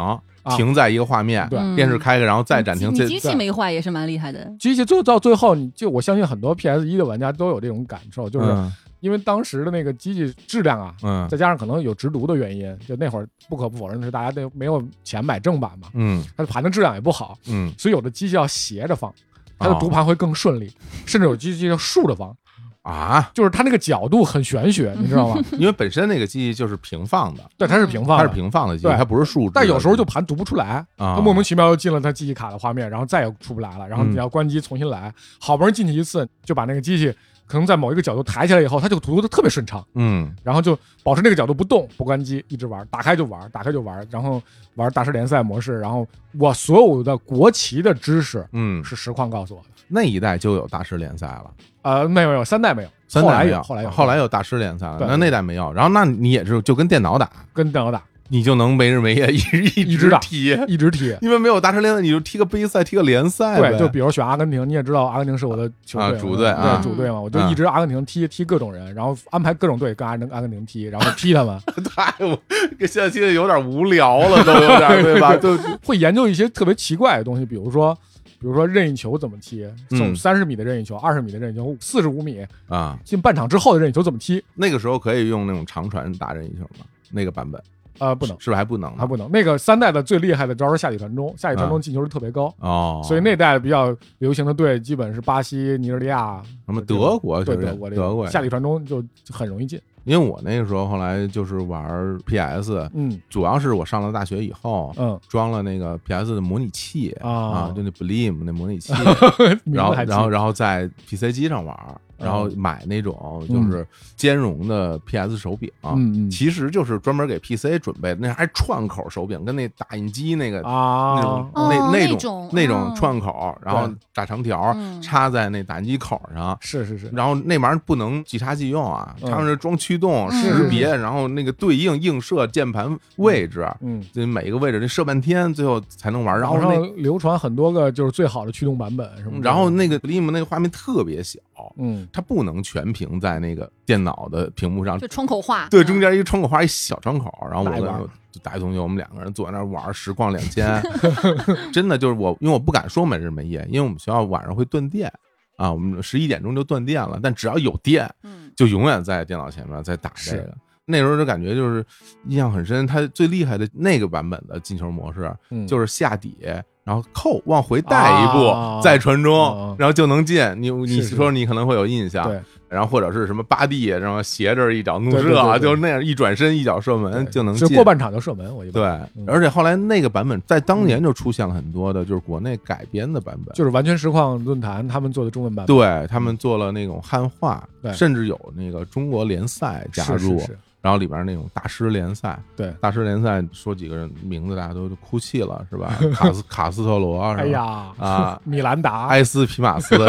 A: 停在一个画面，
B: 对
C: 嗯
A: 电视开开，然后再暂停，
C: 你
A: 这
C: 机器
B: 对
C: 没坏也是蛮厉害的。
B: 机器最后到最后，你就我相信很多 PS 一的玩家都有这种感受，就是
A: 嗯
B: 因为当时的那个机器质量啊。
A: 嗯
B: 再加上可能有直读的原因，就那会儿不可不否认的是，大家都没有钱买正版嘛，
A: 嗯
B: 它的盘的质量也不好，
A: 嗯，
B: 所以有的机器要斜着放，它的
A: 哦
B: 读盘会更顺利，甚至有机器要竖着放，
A: 啊，
B: 就是它那个角度很玄学，你知道 吗？
A: 因为本身那个机器就是平放的，
B: 对，它是平放
A: 它是
B: 的，
A: 平放的机器，
B: 啊对
A: 它不是竖直的。
B: 但有时候就盘读不出来，
A: 啊嗯
B: 它莫名其妙又进了它记忆卡的画面，然后再也出不来了，然后你要关机重新来，好不容易进去一次，就把那个机器可能在某一个角度抬起来以后，它就读的特别顺畅。
A: 嗯
B: 然后就保持那个角度不动，不关机，一直玩，打开就玩，打开就玩，然后玩大师联赛模式，然后我所有的国旗的知识
A: 嗯，
B: 是实况告诉我的，
A: 那一代就有大师联赛了，
B: 呃，没有没有三代没有，
A: 三
B: 后来
A: 代没
B: 有
A: 有，
B: 后来有
A: 后来有大师联赛了，
B: 对
A: 那那代没有。然后那你也是就跟电脑打，
B: 跟电脑打，
A: 你就能没日没夜一 直一
B: 一直打
A: 踢，
B: 一直踢。
A: 因为没有大师联赛，你就踢个杯赛，踢个联赛呗，
B: 对，就比如选阿根廷，你也知道阿根廷是我的球队
A: 哎啊
B: 嘛，
A: 主队啊
B: 对主队嘛，我就
A: 嗯
B: 一直阿根廷踢踢各种人，然后安排各种队跟阿根阿根廷踢，然后踢他们，
A: 太我现在现在有点无聊了，都有点对 吧？就
B: 会研究一些特别奇怪的东西，比如说，比如说任意球怎么踢，
A: 嗯
B: 三十米的任意球，二十米的任意球，四十五米
A: 啊，
B: 进半场之后的任意球怎么踢？
A: 那个时候可以用那种长传打任意球吗？那个版本
B: 呃，不能，
A: 是不是还不能呢？
B: 还不能。那个三代的最厉害的招是下底传中，下底传中
A: 嗯
B: 进球率特别高，
A: 哦，
B: 所以那代比较流行的队基本是巴西、尼日利亚、
A: 什么德国
B: 对
A: 就是
B: 国这
A: 德
B: 种
A: 国呀
B: 下底传中就就很容易进。
A: 因为我那个时候后来就是玩 PS，
B: 嗯
A: 主要是我上了大学以后。
B: 嗯
A: 装了那个 PS 的模拟器
B: 啊
A: 啊，就那 Blim 那模拟器，
B: 名字
A: 然后
B: 还记
A: 然后然后在 PC 机上玩儿，然后买那种就是兼容的 PS 手柄，
B: 嗯嗯
A: 其实就是专门给 PC 准备的，那还串口手柄，跟那打印机那个。那种
B: 啊
A: 那
C: 哦
A: 那
C: 那
A: 种
C: 种
A: 那种
C: 哦
A: 串口，然后
B: 对
A: 打长条
C: 嗯
A: 插在那打印机口上，
B: 是是是，
A: 然后那玩意儿不能即插即用啊，
B: 嗯
A: 他们是装驱动、
C: 嗯
A: 识别，然后那个对应映射键盘位置，
B: 嗯。
A: 这每一个位置得设半天，最后才能玩儿。然后
B: 网
A: 那嗯
B: 上嗯流传很多个就是最好的驱动版本什么的，
A: 然后那个 Lim 那个画面特别小，
B: 嗯
A: 它不能全屏在那个电脑的屏幕上
C: 就，窗口化，
A: 对，中间一个窗口画一小窗口，然后我
B: 来玩
A: 跟大学同学我们两个人坐在那儿玩实况两千， 真的就是我，因为我不敢说没日没夜，因为我们学校晚上会断电啊，我们十一点钟就断电了，但只要有电，
C: 嗯，
A: 就永远在电脑前面在打这个
B: 是。
A: 那时候就感觉就是印象很深，它最厉害的那个版本的进球模式
B: 嗯，
A: 就是下底，然后扣往回带一
B: 啊
A: 步，再传中
B: 啊，
A: 然后就能进。你你
B: 是是
A: 说你可能会有印象，
B: 对
A: 然后或者是什么八 D，然后斜着一脚怒
B: 对对
A: 射啊，
B: 对对
A: 就是那样一转身一脚射门
B: 对
A: 就能
B: 所
A: 进
B: 以。过半场就射门，我一
A: 对
B: 般，嗯
A: 而且后来那个版本在当年就出现了很多的，就是国内改编的版本，
B: 就是完全实况论坛他们做的中文版本
A: 对他们做了那种汉化，
B: 对
A: 甚至有那个中国联赛加
B: 是
A: 入，
B: 是是
A: 然后里边那种大师联赛，
B: 对
A: 大师联赛说几个人名字大家都哭泣了，是 吧？卡斯卡斯特罗，
B: 哎
A: 是吧？
B: 呀，
A: 啊，
B: 米兰达，
A: 埃斯皮马斯，是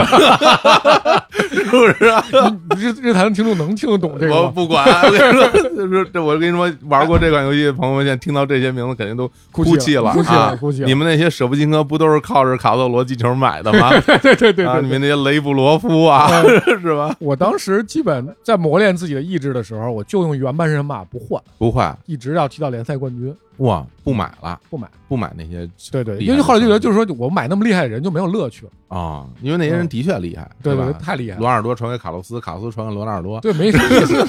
A: 不是啊？
B: 你日日坛的听众能听得懂这个
A: 我
B: 吗？
A: 不管，我跟你说，就是这，我跟你说，玩过这款游戏的朋友们，现在听到这些名字肯定都
B: 哭
A: 哭
B: 泣
A: 了
B: 了哭泣
A: 啊
B: 了！哭泣了
A: 你们那些舍不金科不都是靠着卡特罗进球买的吗？
B: 对对对
A: 啊，
B: 对
A: 你
B: 对。
A: 们那些雷布罗夫啊，是吧？
B: 嗯我当时基本在磨练自己的意志的时候，我就用原班人马不换，
A: 不会，
B: 一直要踢到联赛冠军，
A: 哇，不买了，
B: 不买。
A: 不买那些
B: 对对，
A: 厉害
B: 因为后来就觉得，就是说我买那么厉害的人就没有乐趣了。
A: 啊，因为那些人的确厉害，
B: 对
A: 吧
B: 对，对？太厉害
A: 罗
B: 了，
A: 纳尔多传给卡洛斯，卡洛斯传给罗纳尔多，
B: 对，没啥意思。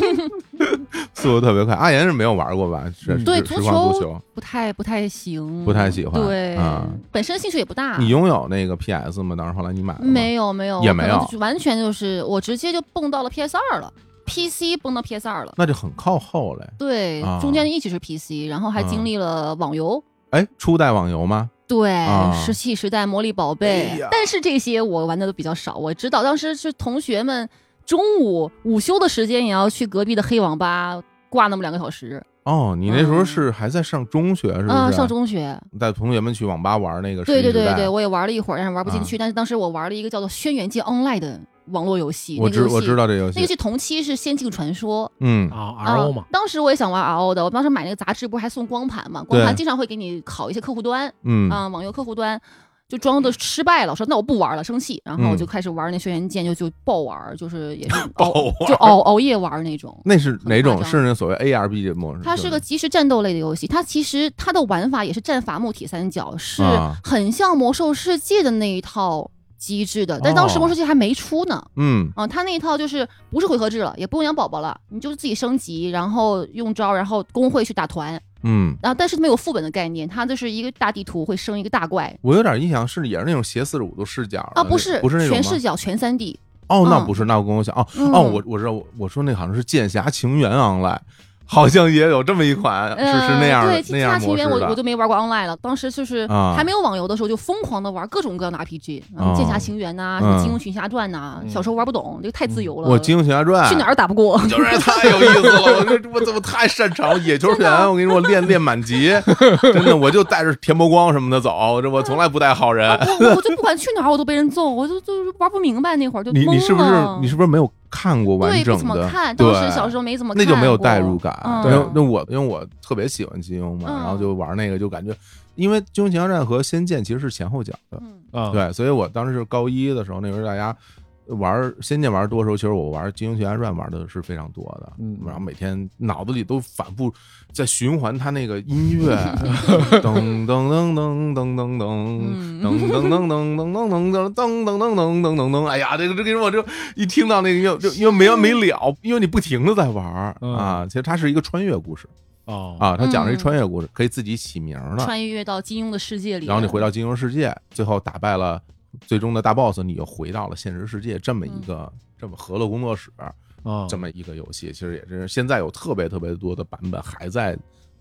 A: 速度特别快。阿岩是没有玩过吧？是
B: 嗯
A: 是
C: 对
A: 实
C: 足
A: 况
C: 球
A: 足球，
C: 不太不太行，
A: 不太喜欢
C: 对
A: 嗯，
C: 本身兴趣也不大，
A: 你拥有那个 PS 吗？当时后来你买了吗？
C: 没有没有
A: 也
C: 我
A: 没
C: 可能
A: 有
C: 就完全就是我直接就蹦到了 PS 二了，PC 蹦到 PS 二了。
A: 那就很靠后嘞。
C: 对
A: 啊，
C: 中间一直是 PC，然后还经历了网游，
A: 哎，初代网游吗？
C: 对，
A: 啊
C: 石器时代、魔力宝
A: 哎
C: 贝
A: 呀，
C: 但是这些我玩的都比较少。我知道当时是同学们中午午休的时间也要去隔壁的黑网吧挂那么两个小时，
A: 哦，你那时候
C: 嗯
A: 是还在上中学是不是？
C: 啊，上中学，
A: 带同学们去网吧玩那个
C: 对
A: 时
C: 对对
A: 代
C: 对，我也玩了一会儿，但是玩不进
A: 啊
C: 去。但是当时我玩了一个叫做《轩辕剑 Online》的网络游戏，
A: 我
C: 那个
A: 知
C: 游戏
A: 我知道这游
C: 那个
A: 戏，
C: 是同期是《仙境传说》
A: 嗯，
B: 啊
C: 啊
B: ，RO 嘛，
C: 当时我也想玩 RO 的，我当时买那个杂志不是还送光盘嘛？光
A: 对
C: 盘经常会给你拷一些客户端
A: 嗯
C: 啊、网游客户端。就装的失败了，说那我不玩了，生气，然后
A: 嗯
C: 我就开始玩那轩辕剑，就就爆玩，就是 也是
A: 爆
C: 熬
A: 玩
C: 就熬熬夜玩那种。
A: 那是哪
C: 很
A: 种？
C: 夸张
A: 是那所谓 ARB 的模式？
C: 它是个即时战斗类的游戏，它其实它的玩法也是战伐木铁三角，是
A: 啊
C: 很像魔兽世界的那一套机制的，但当
A: 哦
C: 时魔兽世界还没出呢。
A: 嗯
C: 啊，它那一套就是不是回合制了，也不用养宝宝了，你就是自己升级，然后用招，然后工会去打团，
A: 嗯，
C: 然后但是没有副本的概念，它就是一个大地图会升一个大怪
A: 我有点印象是也是那种斜四十五度视角的
C: 啊，
A: 那
C: 不是
A: 不是那种
C: 全
A: 吗
C: 视角全三 D，
A: 哦，那
C: 嗯
A: 不是，那我跟我想哦
C: 嗯
A: 哦，我我知道，我我说那好像是《剑侠情缘 Online》，好像也有这么一款是是那样
C: 呃对，
A: 那
C: 其
A: 样
C: 他
A: 模
C: 情
A: 式
C: 缘我我
A: 的
C: 都没玩过 online 了，当时就是
A: 啊
C: 还没有网游的时候，就疯狂的玩各种各样的 RPG，
A: 哦
C: 嗯，剑侠情缘呐，什
A: 嗯
C: 么金庸群侠传呐
B: 嗯，
C: 小时候玩不懂，这个太自由了，
A: 我《金庸群侠传》
C: 去哪儿打 不过，
A: 就是太有意思了，我这我怎么太擅长野球拳？我跟你说，我练练满 级，真的，我就带着田伯光什么的走，这我从来不带好人。
C: 我我我就不管去哪儿我都被人揍，我就就是玩不明白那会儿就
A: 你
C: 懵
A: 你是不是
C: 了
A: 你是不是没有看过完
C: 对不
A: 整
C: 怎么
A: 的？
C: 看，当
A: 对，
C: 时小时候没怎么
A: 那
C: 看
A: 就
C: 过，
A: 没有代入感。
C: 嗯
A: 因为
B: 对
A: 那我因为我特别喜欢金庸嘛，
C: 嗯
A: 然后就玩那个，就感觉因为《金庸群侠传》和《仙剑》其实是前后脚的，
C: 嗯
B: 啊，
A: 对，所以我当时是高一的时候，那时候大家。玩《仙剑》玩得多的时候，其实我玩《金庸群侠传》玩的是非常多的，
B: 嗯
A: 然后每天脑子里都反复在循环他那个音乐，噔噔噔噔噔噔噔噔
C: 嗯
A: 噔噔噔噔噔噔噔噔噔噔噔噔噔噔，哎呀，这个这个我就一听到那个又就又没完没了，因为你不停的在玩儿
B: 嗯
A: 啊，其实它是一个穿越故事
B: 哦
A: 啊，它讲了一
C: 嗯
A: 穿越故事，可以自己起名儿的，
C: 穿越到金庸的世界里，
A: 然后你回到金融世界，最后打败
C: 嗯
A: 了最终的大 boss，你又回到了现实世界，这么一个、这么和乐工作室。
B: 啊，
A: 这么一个游戏，其实也是现在有特别特别多的版本还在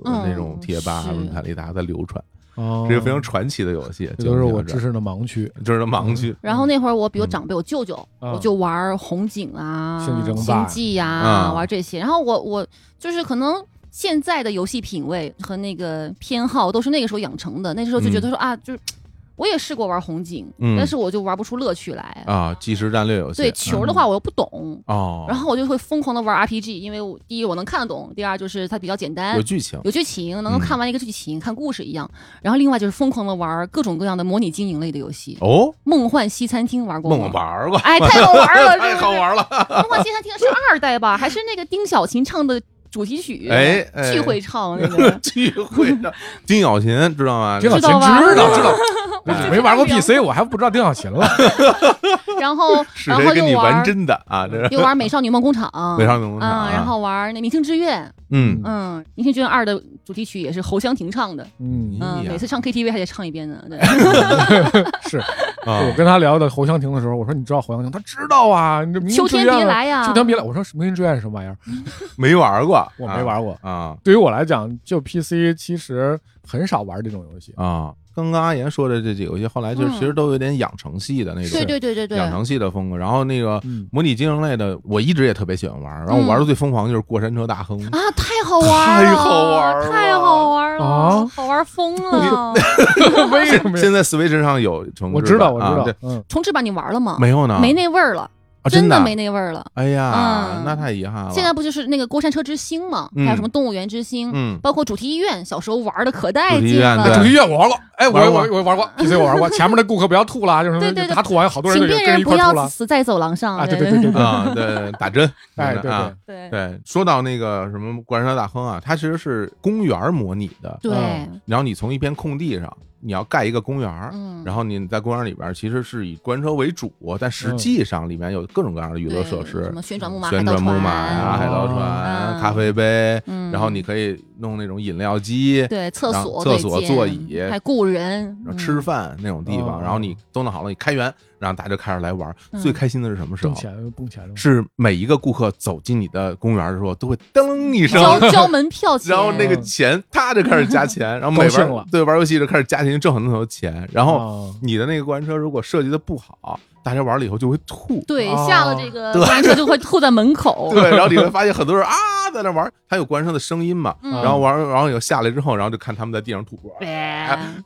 C: 嗯
A: 那种贴吧、
C: 是
A: 论坛里大家在流传，
B: 啊
A: 是一个非常传奇的游戏，
B: 这都是我
A: 知
B: 知识的盲区。
A: 这是盲区。
C: 然后那会儿我，比如
A: 嗯
C: 长辈，我舅舅，
B: 啊
C: 我就玩儿红警啊、
B: 星际争霸
C: 星际呀、
A: 啊
C: 玩这些。然后我我就是可能现在的游戏品味和那个偏好都是那个时候养成的，那时候就觉得说、啊，就是我也试过玩红警，
A: 嗯
C: 但是我就玩不出乐趣来。
A: 啊，即时战略游戏。
C: 对球的话，我又不懂。
A: 嗯哦，
C: 然后我就会疯狂的玩 RPG，因为我第一我能看得懂，第二就是它比较简单
A: 有，剧嗯情，
C: 有剧情，能够看完一个剧情，看故事一样。然后另外就是疯狂的玩各种各样的模拟经营类的游戏，
A: 哦，
C: 梦幻西餐厅》玩过吗？
A: 梦玩儿过，
C: 哎，太好玩 了，
A: 太
C: 是
A: 好
C: 不是？
A: 玩了，
C: 梦幻西餐厅》是二代吧？还是那个丁小琴唱的主题曲？
A: 哎哎。
C: 聚会唱那个
A: 聚会的丁小琴知道吗？
B: 丁小
C: 小
B: 琴
C: 琴知道吧
B: 知道知
C: 知道知
B: 道
C: 道，
B: 你没玩过 PC，我还不知道丁小琴了。
C: 然后，
A: 是
C: 然后
A: 谁跟
C: 又
A: 你玩
C: 玩
A: 真的啊？这是
C: 又玩《美少女梦工厂》。
A: 美少女梦工厂
C: 啊，
A: 啊
C: 然后玩那《明星志愿》。
A: 嗯，
C: 嗯，《明星志愿二》的主题曲也是侯湘婷唱的。
B: 嗯，
A: 哎
C: 嗯，
A: 呀
C: 每次唱 KTV 还得唱一遍呢。对，
B: 是我
A: 啊，
B: 跟他聊的侯湘婷的时候，我说你知道侯湘婷，他知道啊，你这明星
C: 秋
B: 志
C: 天
B: 愿
C: 别
B: 啊
C: 来呀！
B: 秋天别来，我说《明星志愿》是什么玩意儿？
A: 没玩过，
B: 我没玩过。
A: 啊
B: 对于我来讲，就 PC 其实很少玩这种游戏
A: 啊。啊。刚刚阿岩说的这几个游戏，后来就是
C: 嗯
A: 其实都有点养成系的那种，
C: 对对对对对，
A: 养成系的风格。然后那个
B: 嗯
A: 模拟经营类的，我一直也特别喜欢玩。然后我
C: 嗯
A: 玩的最疯狂的就是过山车大亨，
C: 啊，太好玩了，
A: 太好玩了
C: 太好玩了，
B: 啊
C: 好玩疯了！
B: 为什 么呀？
A: 现在 Switch 上有重置版，
B: 我知道，我知
A: 啊
B: 道
A: 这，
B: 嗯，
C: 重置版你玩了吗？
A: 没有呢，
C: 没那味儿了，
A: 啊
C: 真
A: 真的
C: 没。那味儿了。
A: 哎呀，
C: 嗯
A: 那太遗憾了。
C: 现在不就是那个过山车之星吗？
A: 嗯
C: 还有什么动物园之星？
A: 嗯，
C: 包括主题医院，小时候玩的可带
A: 主题医
C: 劲
A: 院
B: 主
A: 对
C: 了。
B: 题乐我玩过，哎，我
A: 玩过
B: 我我玩过 PC 我玩过，前面的顾客不要吐啦，就是什么
C: 对对对
B: 他吐完，好多人
C: 请
B: 就
C: 病
B: 跟着
C: 人
B: 一
C: 不
B: 块吐
C: 要
B: 了
C: 死在走廊上。
B: 啊！对对对对对，
A: 啊，对，打针，
B: 哎，
A: 真
B: 对
A: 的啊
B: 对，
C: 对
A: 对。说到那个什么过山车大亨啊，它其实是公园模拟的，
C: 对
B: 嗯
A: 然后你从一片空地上，你要盖一个公园儿，
C: 嗯，
A: 然后你在公园里边儿其实是以过山车为主，但实际上里面有各种各样的娱乐
C: 对
A: 设
C: 什
A: 施，
C: 么旋转木马、
A: 旋转木马
C: 呀
A: 呀、、海
B: 哦
A: 盗船、啊
C: 嗯
A: 咖啡杯，
C: 啊嗯，
A: 然后你可以弄那种饮料机，
C: 对厕
A: 然
C: 所
A: 后
C: 可以
A: 厕所
C: 建
A: 座椅
C: 还雇人嗯
A: 然后吃饭那种地
B: 哦
A: 方，然后你都弄好了，你开园，然后大家就开始来玩儿。
C: 嗯
A: 最开心的是什么时
B: 挣
A: 候？
B: 钱挣钱了，
A: 是每一个顾客走进你的公园的时候，都会噔一声，
C: 交交门票钱，
A: 然后那个钱他就开始加钱，然后每
B: 高兴了
A: 玩对玩游戏就开始加钱，挣很多钱。然后
B: 后
A: 你的那个过山车如果设计的不好，大家玩了以后就会吐。
C: 对
B: 哦
C: 下了这个
A: 对
C: 过山车就会吐在门口。
A: 对，然后你会发现很多人啊在那玩，他有过山车的声音嘛，
C: 嗯
A: 然 后玩，然后有下来之后，然后就看他们在地上吐，哎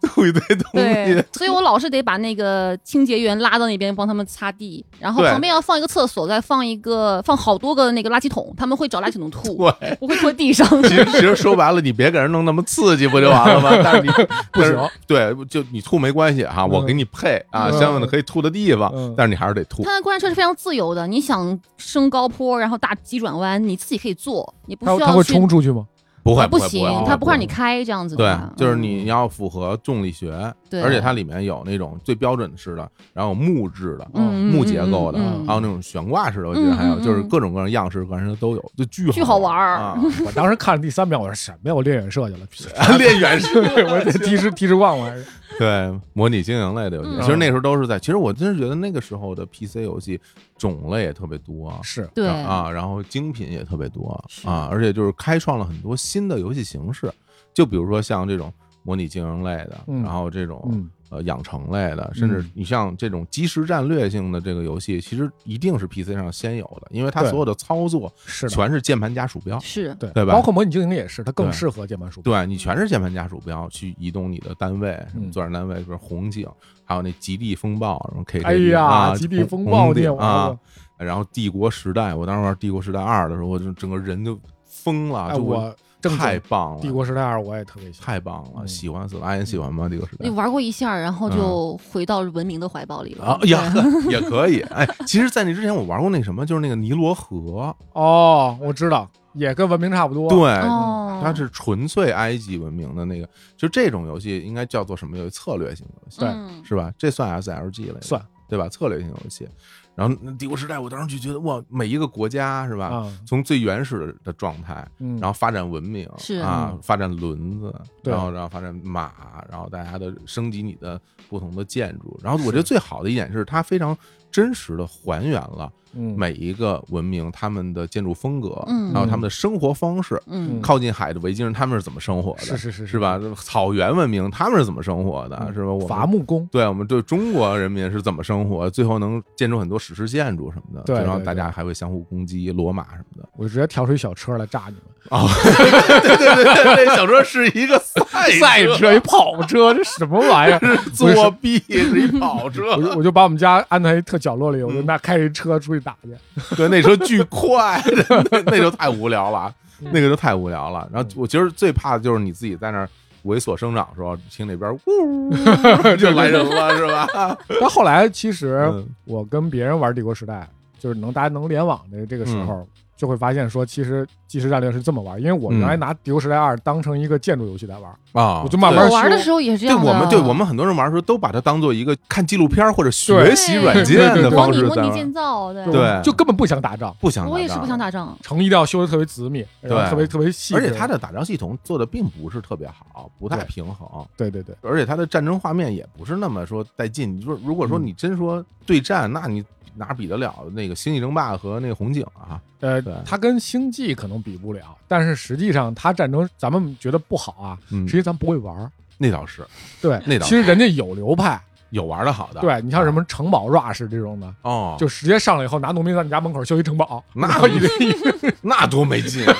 C: 对。
A: 吐一堆东西
C: 对，，所以我老是得把那个清洁员拉到那边帮他们擦地，然后
A: 对
C: 旁边要放一个厕所，再放一个放好多个那个垃圾桶，他们会找垃圾桶吐，
A: 对。
C: 不会拖地上。
A: 其实其实说白了，你别给人弄那么刺激不就完了 吗？但是你
B: 不行，
A: 对，就你吐没关系哈，我
B: 嗯
A: 给你配啊，
B: 嗯
A: 相应的可以吐的地方
B: 嗯，
A: 但是你还是得吐。
C: 它的过山车是非常自由的，你想升高坡，然后大急转弯，你自己可以做，你不
B: 他
C: 需
B: 他
C: 要
B: 会
C: 去
B: 冲。出去 吗？
A: 不会，
C: 啊不
A: 会
C: 行
A: 会，
C: 它不会让你
A: 会
C: 开这样子
A: 对
C: 的话。，
A: 就是
C: 嗯
A: 你要符合重力学，
C: 对
A: 而且它里面有那种最标准式的，然后有木质的。
C: 嗯
A: 木结构的，
C: 嗯嗯嗯
A: 还有那种悬挂式的，我记得还有
C: 嗯嗯
A: 就是
C: 嗯
A: 各种各样样式，反正都有，就巨
C: 巨
A: 好
C: 好玩儿
A: 啊！
B: 我当时看了第三秒，我说什么呀？我练远射去了，
A: 练远视，
B: 我得提示提示望我还 是
A: 对，模拟经营类的游戏，
C: 嗯
A: 其实那时候都是在。其实我真是觉得那个时候的 PC 游戏种类也特别多，
B: 是
C: 对
A: 啊，然后精品也特别多
C: 是
A: 啊，而且就是开创了很多新的游戏形式，就比如说像这种模拟经营类的，
B: 嗯
A: 然后这种、
B: 嗯
A: 呃养成类的，甚至
B: 嗯
A: 你像这种即时战略性的这个游戏，其实一定是 PC 上先有的，因为它
B: 对
A: 所有的操作
B: 是的，
A: 全是键盘加鼠标，
C: 是
B: 对
A: 对吧
B: 包括模拟经营也是，它更
A: 对
B: 适合键盘鼠标。
A: 对你全是键盘加鼠标去移动你的单位，什么
B: 嗯
A: 作战单位，比如红警，还有那极地风暴，什么 K，
B: 哎呀，
A: 啊、
B: 极地风
A: 红
B: 暴
A: 红
B: 你也
A: 警
B: 玩过
A: 啊，？然后帝国时代，我当时玩帝国时代二的时候，我就整个人就疯了，
B: 哎，
A: 就
B: 我正
A: 太
B: 经
A: 棒了，
B: 帝国时代二我也特别喜欢。
A: 太棒了，
B: 嗯
A: 喜欢死了！阿言喜欢吗？帝国时代
C: 你玩过一下，然后就回到文明的怀抱里了。
A: 嗯
B: 嗯
A: 啊呀，也可 以。哎，其实，在那之前我玩过那什么，就是那个尼罗河，
B: 哦，我知道，也跟文明差不多。，
C: 对
A: 对。
C: 哦，
A: 哎它是纯粹埃及文明的那个，就这种游戏应该叫做什么游戏？策略型游戏
B: 对
C: 嗯
A: 是吧？这算 SLG 类的
B: 算
A: 对吧？策略性游戏。然后那帝国时代，我当时就觉得哇，每一个国家是吧，
B: 啊，
A: 从最原始的状态，
B: 嗯，
A: 然后发展文明，
C: 是
A: 啊
B: 嗯，
A: 发展轮子，
B: 对
A: 然后然后发展马，然后大家的升级你的不同的建筑。然后我
B: 是
A: 觉得最好的一点是，它非常真实的还原了
B: 嗯
A: 每一个文明他们的建筑风格，
C: 嗯
A: 还有他们的生活方式。
C: 嗯
A: 靠近海的维京人他们是怎么生活的？
B: 是是是
A: 是吧？？草原文明他们是怎么生活的？
B: 嗯
A: 是吧？我
B: 伐
A: 们
B: 木工，
A: 对我们对中国人民是怎么生活，最后能建出很多史诗建筑什么的，
B: 对
A: 然后
B: 对
A: 大
B: 对
A: 家还会相互攻击罗马什么的。
B: 我直接调出一小车来炸你们，
A: 哦，对对对对，这小车是一个 赛
B: 赛车一跑车，这什么 玩意儿？
A: 哎作弊是一跑车
B: 我，就 我就把我们家安排一特角落里，我就
A: 嗯
B: 那开着一车出去打去。
A: 对，那车巨 快，那那时候太无聊了，那个就太无聊了。然后我其实最怕的就是你自己在那儿猥琐生长的时候，听那边呜 就来人了，是吧？
B: 但后来其实
A: 嗯
B: 我跟别人玩《帝国时代》，就是能大家能联网的这个时
A: 嗯
B: 候，就会发现说，其实即时战略是这么玩。因为我原
A: 嗯
B: 来拿《帝国时代二》当成一个建筑游戏来玩，
A: 啊，
B: 我就慢慢
C: 我玩的
B: 修
C: 时候也是这
A: 对
C: 样的。
A: 我们对我们很多人玩的时候，都把它当做一个看纪录片或者学
B: 对
A: 习软件的
C: 模
A: 方
C: 拟
A: 式
C: 模
A: 在
C: 拟
A: 玩，
C: 建造，对
A: 对啊
B: 就根本不想打仗，
A: 不想
C: 我也
A: 打
C: 是不
A: 仗
C: 想打仗，
B: 城一定要修的特别紧密，然后
A: 对
B: 特别特别细致。
A: 而且它的打仗系统做的并不是特别好，不太
B: 对
A: 平衡，
B: 对对对，
A: 而且它的战争画面也不是那么说带劲。你说，如果说
B: 嗯
A: 你真说对战，那你哪比得了那个《星际争霸》和那个《红警》啊？
B: 呃
A: 对，
B: 它跟星际可能比不了，但是实际上它战争咱们觉得不好啊，
A: 嗯
B: 实际咱们不会玩儿。
A: 那倒是啊
B: 对，
A: 那倒
B: 其实人家有流派，
A: 有玩的好的，
B: 对你像什么城堡 rush 这种的，
A: 哦，
B: 就直接上来以后拿农民在你家门口修一城堡，
A: 那
B: 然后一对一。
A: 那多没劲啊！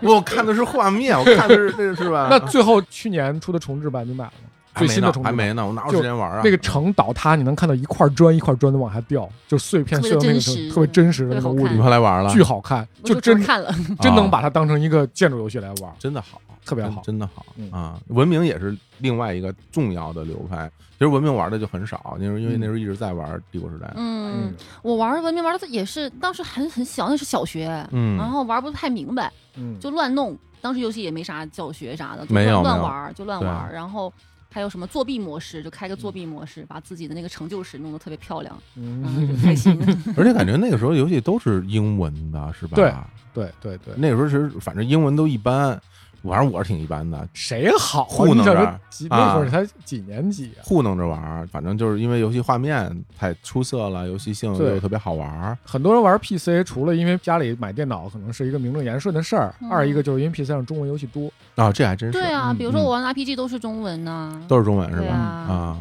A: 我看的是画面，我看的是这是吧？
B: 那最后去年出的重置版你买了吗？
A: 还
B: 最
A: 没
B: 新的
A: 呢，
B: 重
A: 还
B: 置版。
A: 没呢，我哪有
B: 就
A: 时间玩啊？
B: 那个城倒塌，你能看到一块砖一块砖的往下掉，就碎片
C: 特
B: 碎
C: 别
B: 到那个
C: 真
B: 城
C: 实
B: 特别真实的那
C: 特别
B: 个
C: 好
B: 屋
C: 看
A: 你
B: 里，
A: 快来玩了，
B: 巨好看，
C: 我就
B: 真
C: 只看了，
B: 真能
A: 啊
B: 把它当成一个建筑游戏来玩。
A: 真的好，
B: 特别
A: 真
B: 好
A: 真的好
B: 嗯
A: 啊！文明也是另外一个重要的流派，其实文明玩的就很少，那时候因为
B: 嗯
A: 那时候一直在玩帝国时代，
C: 嗯，我玩文明玩的也是当时很很小，那是小学，
A: 嗯
C: 然后玩不太明白，
B: 嗯，
C: 就乱弄。当时游戏也没啥教学啥的，就
A: 没有
C: 乱
A: 没有啊
C: 乱玩儿就乱玩儿。然后还有什么作弊模式，就开个作弊模式，把自己的那个成就值弄得特别漂亮，然后
B: 嗯，
C: 就开心。
A: 而且感觉那个时候游戏都是英文的，是吧？
B: 对 对对对，
A: 那个时候其实反正英文都一般，反正我是挺一般的，
B: 谁好啊？
A: 糊弄
B: 你想
A: 着
B: 说几那会
A: 啊
B: 儿才几年级啊？
A: 糊弄着玩儿，反正就是因为游戏画面太出色了，游戏性
B: 对
A: 又特别好玩儿，
B: 很多人玩 PC，除了因为家里买电脑可能是一个名正言顺的事儿，
C: 嗯
B: 二一个就是因为 PC 上中文游戏多。
A: 啊，这还真是
C: 对啊，
B: 嗯
C: 比如说我玩的 RPG 都是中文呐，
A: 都是中文是
C: 对
A: 吧？
C: 啊，
A: 啊，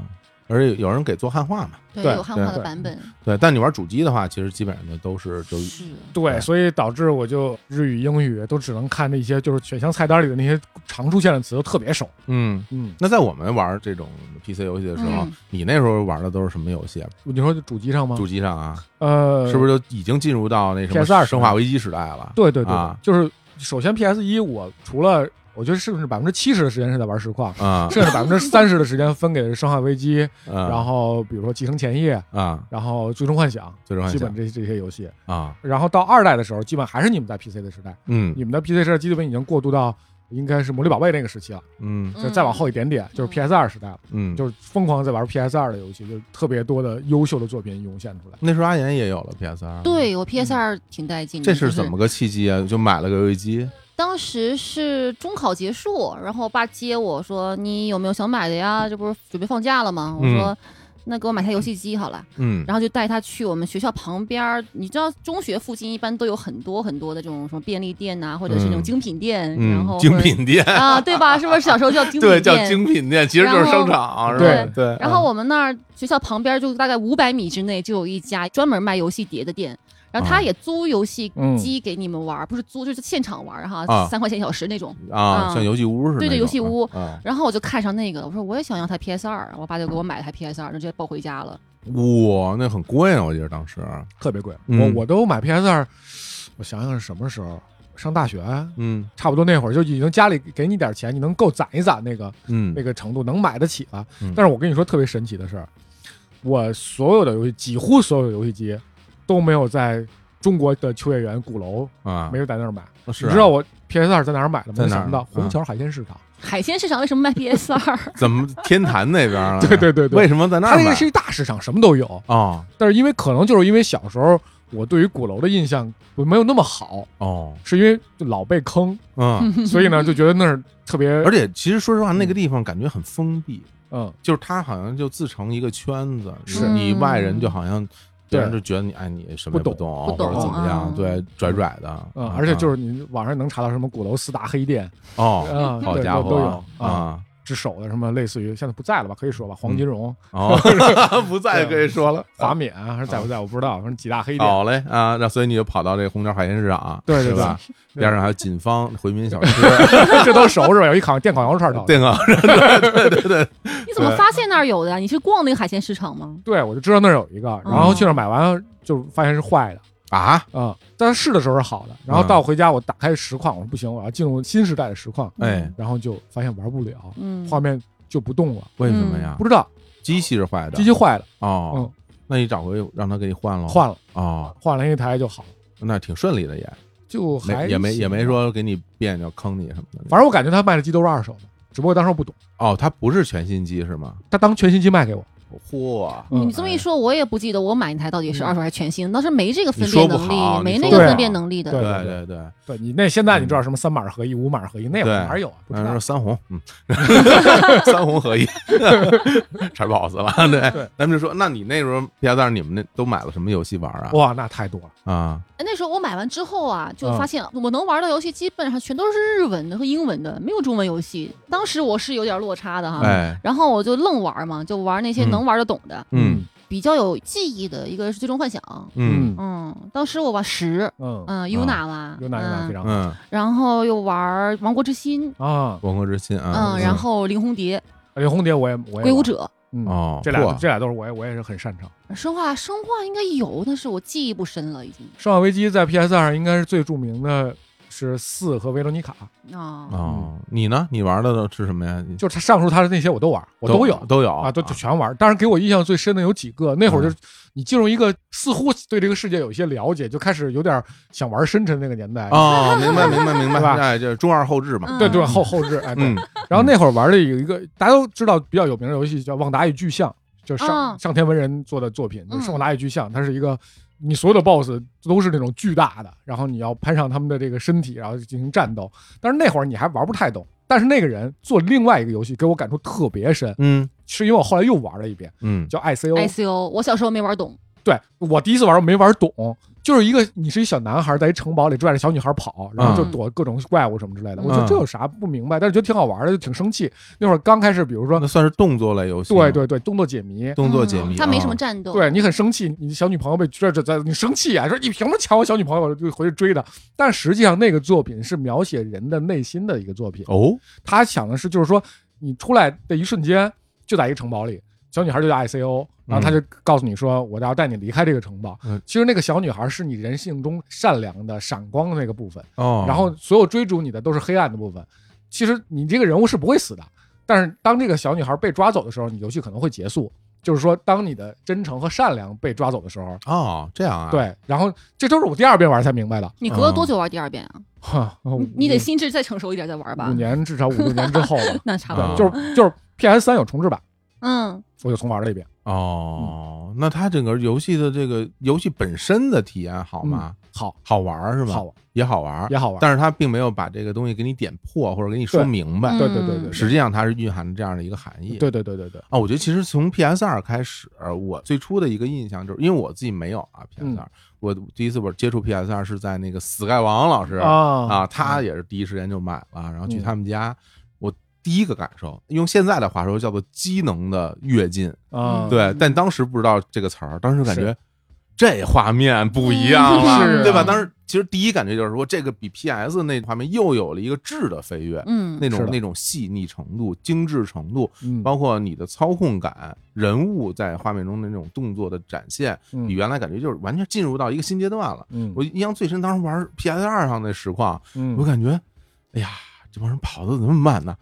A: 而且有人给做汉化嘛，
C: 对
B: 对
C: 有汉化
B: 对
C: 的版本，
A: 对，但你玩主机的话，其实基本上就都是就是
B: 对，
A: 对
B: 所以导致我就日语、英语都只能看那些就是选项菜单里的那些常出现的词都特别熟。
A: 嗯。
B: 嗯，
A: 那在我们玩这种 PC 游戏的时候，
C: 嗯
A: 你那时候玩的都是什么游戏啊？
B: 嗯你说主机上吗
A: 主？机上啊，
B: 呃，
A: 是不是就已经进入到那什么
B: PS2
A: 生化危机时代了？
B: 对对对，
A: 啊
B: 就是首先 PS 一，我除了我觉得是不是百分之七十的时间是在玩实况，
A: 啊，
B: 剩下百分之三十的时间分给《生化危机》 然
A: 然
B: 后比如说《继承前夜》，
A: 啊，
B: 然后《最终幻想
A: 最终》，幻
B: 基本
A: 想
B: 这这些游戏。
A: 啊，
B: 然后到二代的时候，基本还是你们在 PC 的时代，
A: 嗯
B: 你们的 PC 时代基本已经过渡到应该是《魔力宝贝》那个时期了，
A: 嗯
B: 就再往后一点点，就是 PS 二时代了，
A: 嗯，
B: 就是疯狂在玩 PS 二的游戏，就是特别多的优秀的作品涌现出来。
A: 那时候阿岩也有了 PS 二，，
C: 对我 PS 二挺带劲的。
A: 嗯这
C: 就是
A: 怎么个契机啊？就买了个游戏机，
C: 当时是中考结束，然后我爸接我说：“你有没有想买的呀？这不是准备放假了吗？”我说：“那给我买台游戏机好了。”
A: 嗯，
C: 然后就带他去我们学校旁边儿，你知道中学附近一般都有很多很多的这种什么便利店呐、或者是
A: 嗯
C: 那种精品店，
A: 嗯
C: 然后
A: 精
C: 或者
A: 品店，
C: 啊，对吧？是不是小 时候叫精品店？
A: 对，叫精品店，其实就是商场，啊是吧？
B: 对
A: 嗯对，
C: 然后我们那儿学校旁边就大概五百米之内就有一家专门卖游戏碟的店，然后他
A: 啊
C: 也租游戏机给你们玩儿，不是租就是现场玩儿哈
A: 啊，
C: 三、块钱一小时那种。
A: 啊，
C: 啊
A: 像游戏屋似的那种，
C: 对对游戏屋
A: 啊，
C: 然后我就看上那个了，我说我也想要台 PS 二，啊我爸就给我买了台 PS 二，就直接抱回家了。
A: 哇，那很贵啊，我记得当时，
B: 特别贵。
A: 嗯
B: 我我都买 PS 二，我想想是什么时候，上大学
A: 嗯
B: 差不多那会儿就已经家里给你点钱，你能够攒一攒那个
A: 嗯
B: 那个程度，能买得起了
A: 嗯。
B: 但是我跟你说特别神奇的事儿，我所有的游戏，几乎所有的游戏机都没有在中国的秋叶原鼓楼
A: 啊
B: 没，有在那儿买。
A: 那是
B: 你
A: 啊
B: 知道我 PS 二在哪儿买的吗？
A: 在哪儿
B: 想不到
A: 嗯
B: 虹桥海鲜市场。
C: 海鲜市场为什么卖 PS 二？
A: 怎么天坛那边啊？
B: 对对对对
A: 为什么在那
B: 它
A: 儿
B: 那
A: 买
B: 个是一大市场，什么都有。
A: 哦
B: 但是因为可能就是因为小时候我对于鼓楼的印象我没有那么好，
A: 哦，
B: 是因为就老被 坑，
A: 嗯，
B: 所以呢就觉得那儿特别
A: 而且其实说实话，那个地方感觉很封闭，
B: 嗯
A: 就是它好像就自成一个圈子，
B: 是
A: 你外人就好像。别人
B: 对
A: 就觉得你哎，你什么也
B: 不懂啊
A: 懂，
C: 不懂
A: 或者怎么样，
C: 嗯
A: 对，拽拽的啊
B: 嗯，而且就是是你网上能查到什么鼓楼四大黑店
A: 哦，
B: 啊，
A: 好
B: 对
A: 家
B: 都都
A: 伙
B: 有啊，
A: 啊，
B: 之首的什么类似于现在不在了吧，可以说吧，黄金荣、
A: 哦， 不再
B: 对
A: 可以说了，嗯
B: 华冕啊还是
A: 哦
B: 在不在我不知道，反正几大黑店。
A: 好嘞啊，那所以你就跑到这虹桥海鲜市场，啊
B: 对对
A: 是
B: 对
A: 吧？
B: 对
A: 边上还有锦芳回民小吃，
B: 这都熟是吧？有一烤电烤羊肉串儿
A: 对啊，
C: 你怎么发现那儿有的呀？你是逛那个海鲜市场吗？
B: 对，我就知道那儿有一个，然后去那儿买完就发现是坏的
A: 啊，
B: 啊、但是试的时候是好的，然
A: 嗯
B: 后到回家我打开实况，我说不行，我要进入新时代的实况，
A: 哎，
B: 然后就发现玩不了，
C: 嗯，
B: 画面就不动了，
A: 为什么呀
B: 不？知道
A: 机器是坏的
B: 机器坏了，
A: 哦，那你找回让他给你换了，
B: 嗯换了
A: 哦，
B: 换了一台就好了，
A: 那挺顺利的也，
B: 就还
A: 没也没
B: 行
A: 也没，说给你别扭坑你什么的。
B: 反正我感觉他卖的机都是二手的，只不过当时我不懂，
A: 哦，它不是全新机是吗？
B: 他当全新机卖给我，
A: 嚯，
B: 嗯
C: 你这么一说，我也不记得我买那台到底是二手还是全新，当时没这个分
A: 嗯你说
C: 辨
A: 不
C: 能
A: 好
C: 力，没
A: 你
C: 那
A: 说
C: 个
B: 不
C: 分
B: 好
C: 辨能力的。
B: 对
A: 对对对，
B: 对你那现在你知道什么三码合一、五码合一，
A: 嗯
B: 那会
A: 对
B: 儿哪有啊？不知
A: 嗯，
B: 道
A: 说。三红， 嗯，三红合一， 差点跑死了。 对
B: 对，
A: 咱们就说，那你那时候 PS 二你们那都买了什么游戏玩啊？
B: 哇，那太多了，
A: 啊，
C: 哎那时候我买完之后啊，就
B: 嗯
C: 发现我能玩的游戏基本上全都是日文的和英文的，没有中文游戏。当时我是有点落差的哈，
A: 哎，
C: 然后我就愣玩嘛，就玩那些
A: 嗯
C: 能玩得懂的，
A: 嗯
C: 比较有记忆的一个是《最终幻想》。
A: 嗯
C: 嗯，当时我玩十，
B: 嗯嗯，
C: 嗯，尤娜嘛，
B: 有哪有哪非
C: 嗯，
B: 常好
A: 嗯，
C: 然后又玩《王国之心》，
B: 啊，
A: 王国之心啊，
C: 嗯，然后《灵红蝶》
B: 李红蝶我也我
C: 《
B: 也
C: 鬼舞
B: 玩
C: 者
B: 嗯
A: 哦
B: 这俩
A: 嚯
B: 这俩都是我也我也是很擅长。》，
C: 生化生化应该有，但是我记忆不深了，已经
B: 《生化危机》在 PS 二应该是最著名的是四和维罗妮卡，
C: 啊。
A: 哦，你呢？你玩的都是什么呀？
B: 就是他上述他的那些我都玩，我都有
A: 都哦有
B: 啊，都就全玩。但是给我印象最深的有几个，那会儿
A: 嗯
B: 就是你进入一个似乎对这个世界有一些了解，就开始有点想玩深沉那个年代。
A: 哦，明白明白明
B: 是
A: 白，
B: 吧
A: 哎，这中二后置嘛，
C: 嗯
B: 对对，后后置哎，对
A: 嗯，
B: 然后那会儿玩的有一个大家都知道比较有名的游戏叫《旺达与巨像》，就是上、
C: 嗯
B: 上天文人做的作品，就是
C: 嗯
B: 《旺达与巨像》，它是一个你所有的 BOSS 都是那种巨大的，然后你要攀上他们的这个身体，然后进行战斗。但是那会儿你还玩不太懂。但是那个人做另外一个游戏给我感触特别深，
A: 嗯
B: 是因为我后来又玩了一遍，
A: 嗯，
B: 叫 ICO。
C: ICO，我小时候没玩懂，
B: 对我第一次玩我没玩懂，就是一个你是一小男孩在一城堡里拽着小女孩跑，然后就
C: 嗯
B: 躲各种怪物什么之类的。
C: 嗯
B: 我觉得这有啥不明白，但是觉得挺好玩的，就挺生气。那会儿刚开始，比如说
A: 那算是动作类游戏，
B: 对，对对，动作解谜。
A: 动作解
C: 嗯
A: 谜，啊
C: 它没什么战斗。
B: 对你很生气，你小女朋友被这这这，你生气啊？说你凭什么抢我小女朋友？就回去追的。但实际上，那个作品是描写人的内心的一个作品。
A: 哦，
B: 他想的是，就是说你出来的一瞬间，就在一个城堡里，小女孩就叫 ICO，然后他就告诉你说，我要带你离开这个城堡
A: 嗯。
B: 其实那个小女孩是你人性中善良的、闪光的那个部分，
A: 哦，
B: 然后所有追逐你的都是黑暗的部分。其实你这个人物是不会死的，但是当这个小女孩被抓走的时候，你游戏可能会结束。就是说，当你的真诚和善良被抓走的时候，
A: 哦，这样啊，，
B: 对，然后这都是我第二遍玩才明白的。
C: 你隔了多久玩第二遍啊？
B: 哈，
C: 你你
A: 嗯
C: 得心智再成熟一点再玩吧。
B: 五。年至少五六年之后吧
C: 那差不
A: 啊
C: 多。
B: 对，就是就是 PS 三有重置版，
C: 嗯，
B: 我就重玩了一遍，嗯
A: 哦，那它整个游戏的这个游戏本身的体验好吗？
B: 好
A: 好玩儿是吧？
B: 嗯好玩
A: 也好玩儿，
B: 也好玩。
A: 但是它并没有把这个东西给你点破或者给你说
B: 对
A: 明白
C: 嗯，
B: 对对对对，
A: 实际上它是蕴含着这样的一个含义，
B: 对对对对对，
A: 啊，我觉得其实从 PS 二开始，我最初的一个印象就是，因为我自己没有啊
B: 嗯
A: PS 二、我第一次我接触 PS 二是在那个 Sky 王老师
B: 啊
A: 他也是第一时间就买了，然
B: 嗯
A: 后去他们家，我第一个感受，用现在的话说叫做机能的跃进，
B: 啊，
A: 对，但当时不知道这个词儿，当时感觉
B: 是
A: 这画面不一样了，
B: 是啊
A: 对吧？当时其实第一感觉就是说，这个比 PS 那画面又有了一个质的飞跃，
C: 嗯，
A: 那种
B: 是的
A: 那种细腻程度、精致程度，
B: 嗯，
A: 包括你的操控感、人物在画面中的那种动作的展现，
B: 嗯
A: 你原来感觉就是完全进入到一个新阶段了。
B: 嗯
A: 我印象最深，当时玩 PS 二上那实况，我
B: 嗯，
A: 感觉，哎呀，这帮人跑的怎么那么慢呢？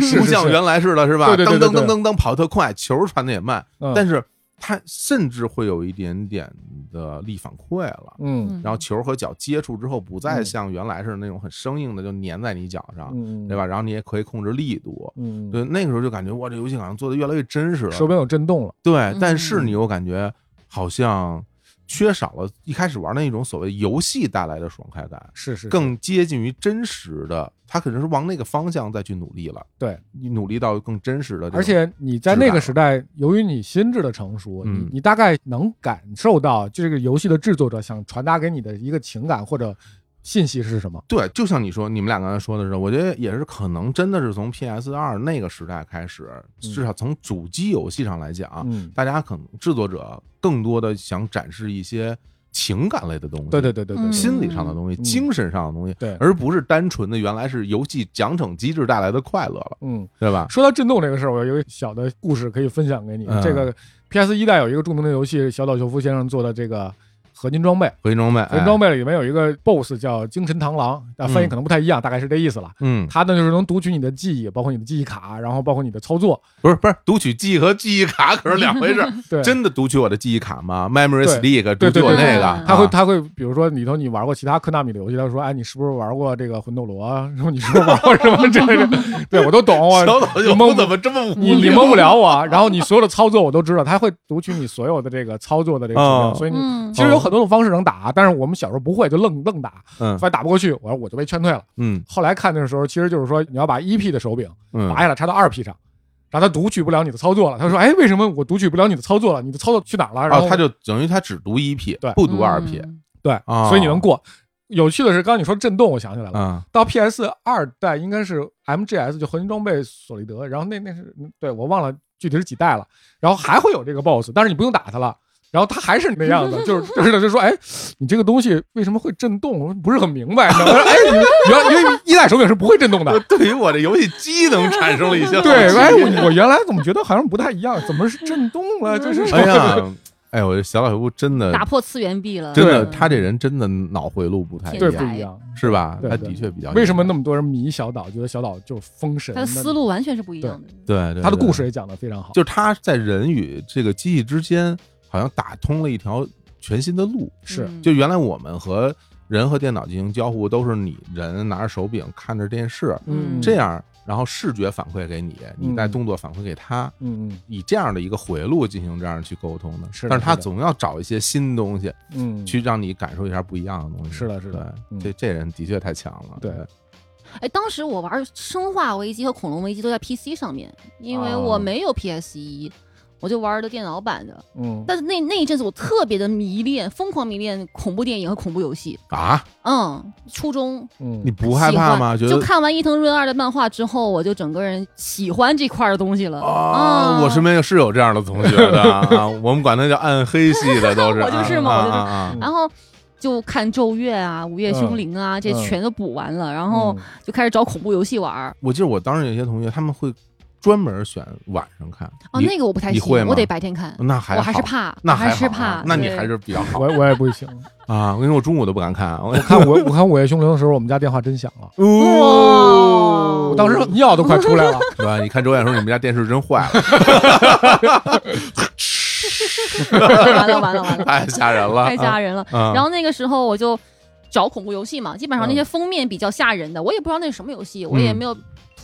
B: 是
A: 不像原来似的，是吧？
B: 对对
A: 噔
B: 对
A: 噔
B: 对
A: 噔
B: 对
A: 噔噔跑得特快，球传的也慢，
B: 嗯
A: 但是它甚至会有一点点的力反馈了。
B: 嗯
C: 嗯
A: 然后球和脚接触之后，不再
B: 嗯
A: 像原来似的那种很生硬的就粘在你脚上，
B: 嗯，
A: 对
B: 吧？
A: 吧？然后你也可以控制力度。
B: 嗯，
A: 对，那个时候就感觉哇，这游戏好像做的越来越真实了。
B: 手柄有震动了，
A: 对，但是
C: 嗯
A: 你又感觉好像缺少了一开始玩那种所谓游戏带来的爽快感，
B: 是是是
A: 更接近于真实的。他可能是往那个方向再去努力了，
B: 对，
A: 你努力到更真实的这种。
B: 而且你在那个时代，由于你心智的成熟，
A: 嗯
B: 你你大概能感受到这个游戏的制作者想传达给你的一个情感或者信息是什么。
A: 对，就像你说，你们俩刚才说的是，我觉得也是可能真的是从 PS 二那个时代开始，
B: 嗯
A: 至少从主机游戏上来讲，
B: 嗯，
A: 大家可能制作者更多的想展示一些情感类的东西。
B: 对对对对对，
C: 嗯
A: 心理上的东西、
B: 嗯
A: 精神上的东西，
B: 对
A: 而不是单纯的原来是游戏奖惩机制带来的快乐了，
B: 嗯，
A: 对吧？
B: 说到震动这个事儿，我有一个小的故事可以分享给你。
A: 嗯
B: 这个 PS 一代有一个著名的游戏，小岛秀夫先生做的这个合金装备。
A: 合金装备，
B: 合金装备里面有一个 BOSS 叫精神螳螂，啊，翻译
A: 嗯
B: 可能不太一样，大概是这意思了。
A: 哎，嗯，
B: 它呢就是能读取你的记忆，包括你的记忆卡，然后包括你的操作。
A: 不是不是，读取记忆和记忆卡可是两回事儿。
B: 对，
A: 真的读取我的记忆卡吗？Memory
B: 对
A: Stick 读
B: 对
A: 取
B: 对
A: 我
C: 对
A: 那
C: 对
A: 个，
B: 他会
A: 啊
B: 他会，比如说里头你玩过其他科纳米的游戏，他说，哎，你是不是玩过这个魂斗罗？啊 然后你是不是玩过什么这个？ 对我都懂，我
A: 小岛秀
B: 蒙
A: 夫怎么这么无
B: 你你
A: 聊
B: 蒙不了我。然后你所有的操作我都知道，他会读取你所有的这个操作的这个指
A: 哦
B: 令，所以你
C: 嗯，
B: 其实有很多种方式能打，但是我们小时候不会就愣愣打，
A: 嗯
B: 发现打不过去，我我就被劝退了。
A: 嗯
B: 后来看的时候，其实就是说你要把一 P 的手柄 拔
A: 嗯，
B: 下来插到二 P 上。然后他读取不了你的操作了，他说：“哎，为什么我读取不了你的操作了？你的操作去哪儿了？”然后
A: 哦，他就等于他只读一 P，
B: 对
A: 不读二 P
C: 嗯
B: 对
A: 啊，
B: 所以你能过。有趣的是，刚刚你说震动，我想起来了，
A: 啊，
B: 到 PS 二代应该是 MGS 就合金装备索利德，然后那那是对我忘了具体是几代了，然后还会有这个 BOSS，但是你不用打他了。然后他还是那样的，就是就是就说，哎，你这个东西为什么会震动？我不是很明白。你知道吗我说，哎，你原因为一代手柄是不会震动的
A: 我，对于我这游戏机能产生了 一些好奇
B: 对，哎，我我原来怎么觉得好像不太一样，怎么是震动了？这是什么
A: 哎呀，哎，我这小岛秀夫真的
C: 打破次元壁了，
A: 呃真的，
C: 嗯
A: 他这人真的脑回路不太一
B: 对，
A: 样
B: 不，一样。
A: 是吧？
B: 对
A: 他
B: 对
A: 的确比较
B: 为什么那
A: 么
B: 么多人迷小岛，觉得小岛就是封神？
C: 他的思路完全是不一样的。
A: 对对对
B: 他的故事也讲得非常好。
A: 就是他在人与这个机器之间好像打通了一条全新的路。
B: 是
C: 嗯
A: 就原来我们和人和电脑进行交互，都是你人拿着手柄看着电视
B: 嗯，
A: 这样，然后视觉反馈给你，你再
B: 嗯
A: 动作反馈给他。
B: 嗯嗯
A: 以这样的一个回路进行这样去沟通的，
B: 是的
A: 但是他
B: 是的
A: 总要找一些新东西
B: 嗯，
A: 去让你感受一下不一样的东西。
B: 是的是的
A: 对
B: 嗯
A: 这这人的确太强了。
B: 对
C: 哎，当时我玩《生化危机》和《恐龙危机》都在 PC 上面，因为
A: 哦
C: 我没有 PS 一、我就玩的电脑版的。
B: 嗯，
C: 但是那那一阵子我特别的迷恋，疯狂迷恋恐怖电影和恐怖游戏。
A: 啊，
C: 嗯，初中
B: 嗯
A: 你不害怕吗？
C: 喜
A: 觉
C: 欢
A: 得
C: 就看完伊藤润二的漫画之后，我就整个人喜欢这块儿的东西了。嗯
A: 啊，我身
C: 没。
A: 边是有这样的同学 的啊，我们管他叫暗黑系的，都是。
C: 我就是嘛
A: 啊
C: 我就
A: 啊啊
C: 是
A: 啊
C: 然后就看《咒怨》啊，《午夜凶铃》啊，这
B: 嗯
C: 全都补完了，然
A: 嗯
C: 后就开始找恐怖游戏玩儿。
A: 我记得我当时有些同学他们会专门选晚上看
C: 哦，
A: 你
C: 那个我不太
A: 你
C: 行
A: 会，吗
C: 我得白天看，
A: 那还
C: 我还是
A: 好，
C: 怕，
A: 那
C: 我还是
A: 好啊
C: 怕。
A: 那你
C: 对
A: 还是比较好
B: 我我也不行。
A: 啊！因为我中午都不敢看， 我
B: 看我我看《午夜凶铃》的时候，我们家电话真响了，
A: 嗯
C: 哇
A: 哦
B: 我当时尿都快 出来了。
A: 对吧？你看周眼的时候，你们家电视真坏了，
C: 完了完了完了，
A: 太吓人了，啊
C: 太吓人了。
A: 人了
C: 然后那个时候我就找恐怖游戏嘛，基本上那些
B: 嗯
C: 封面比较吓人的，我也不知道那是什么游戏，我也
A: 嗯
C: 没有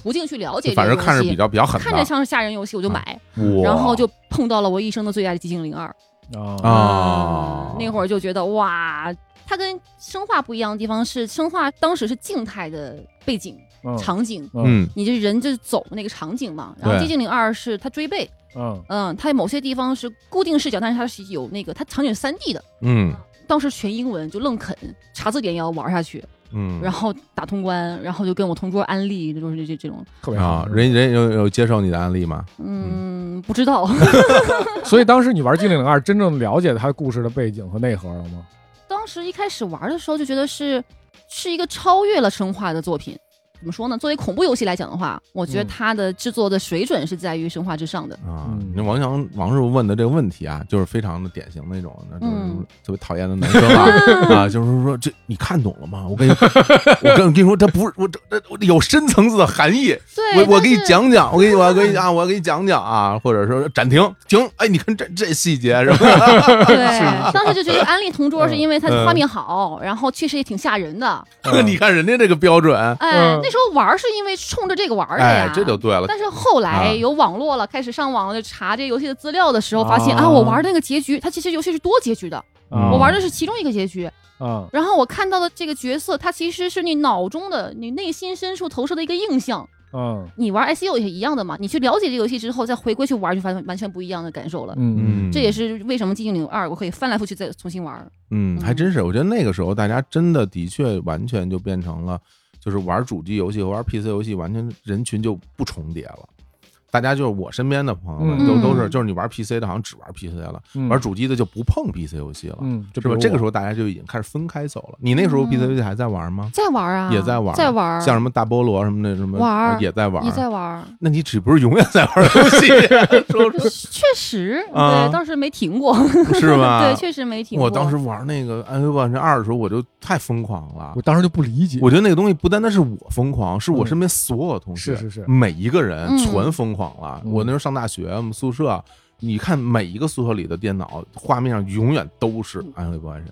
C: 途径去了解这
A: 反
C: 个
A: 正看着
C: 游
A: 比
C: 戏。
A: 较比较狠
C: 看着
A: 的，
C: 像是吓人游戏，我就买，
A: 哇
C: 然后就碰到了我一生的最爱的《寂静岭二》
B: 啊
A: 啊
C: 嗯，那会儿就觉得哇，它跟生化不一样的地方是，生化当时是静态的背景、
B: 嗯
C: 场景，
A: 嗯
C: 你这人就是走那个场景嘛。然后
A: 对
C: 《寂静岭二》是它追背，
B: 嗯
C: 嗯，它某些地方是固定视角，但是它是有那个它场景是三 D 的。
A: 嗯
C: 当时全英文就愣啃，查字典也要玩下去，
A: 嗯，
C: 然后打通关，然后就跟我同桌安利，就是这这这种，
B: 特别嗯
A: 啊
B: 好，。
A: 人人有有接受你的案例吗？
C: 嗯，不知道，
B: 所以当时你玩《精灵二》，真正了解它故事的背景和内核了吗？
C: 当时一开始玩的时候就觉得是是一个超越了生化的作品，怎么说呢？作为恐怖游戏来讲的话，我觉得
B: 嗯
C: 它的制作的水准是在于《生化》之上的。
A: 啊
B: 嗯，
A: 那王翔王师傅问的这个问题啊，就是非常的典型那种，那就是
C: 嗯
A: 特别讨厌的男生啊， 啊，就是说这你看懂了吗？我跟你，我跟我跟你说，它不是我这这我有深层次的含义，
C: 对，
A: 我我给你
C: 但是，
A: 讲讲，我给你我要给你啊，我要给你讲讲啊，或者说暂停停，哎，你看这这细节是 吧？
C: 对， 当时就觉得《安利同桌》是因为它
A: 嗯
C: 画面好，然后确实也挺吓人的。
B: 嗯
A: 你看人家这个标准，
C: 哎
B: 嗯，
C: 那时候玩儿是因为冲着这个玩儿的
A: 哎
C: 呀，，
A: 这就对了。
C: 但是后来
A: 啊
C: 有网络了，开始上网就查这游戏的资料的时候，发现
B: 啊
C: 啊，我玩那个结局，它其实游戏是多结局的，
A: 嗯
C: 我玩的是其中一个结局。
B: 啊
C: 然后我看到的这个角色，它其实是你脑中的、你内心深处投射的一个印象。
B: 嗯
C: 你玩 ICU 也是一样的嘛，你去了解这个游戏之后，再回归去玩，就发现完全不一样的感受了。
B: 嗯
C: 这也是为什么《寂静岭二》我可以翻来覆去再重新玩。
A: 嗯，还真是，我觉得那个时候大家真的的确完全就变成了，就是玩主机游戏和玩 PC 游戏完全人群就不重叠了。大家就是我身边的朋友们，
B: 嗯
A: 都都是
C: 嗯
A: 就是你玩 PC 的，好像只玩 PC 了；
B: 嗯
A: 玩主机的就不碰 PC 游戏了，
B: 嗯，
A: 是吧？这个时
B: 候
A: 候大家就已经开始分开走了。你那个时候
C: 嗯
A: PC 游戏还在玩吗？
C: 在玩啊，
A: 也在玩
C: 在玩，
A: 像什么大菠萝什么的什么，
C: 玩儿
A: 也在玩
C: 也。在玩，
A: 那你岂不是永远在玩游戏？啊 说
C: 确实，
A: 啊
C: 对，当时没停过，
A: 是吧？
C: 对，确实没停过。
A: 我当时玩那个《暗黑破坏神二》的时候，我就太疯狂了
B: 我。当时就不理解，
A: 我觉得那个东西不单单是我疯狂，是我
B: 嗯
A: 身边所有同学，
B: 是是是
A: 每一个人
C: 嗯
A: 全疯狂了。
B: 嗯
A: 我那时候上大学，我们宿舍，你看每一个宿舍里的电脑画面上永远都是《暗黑破坏神》，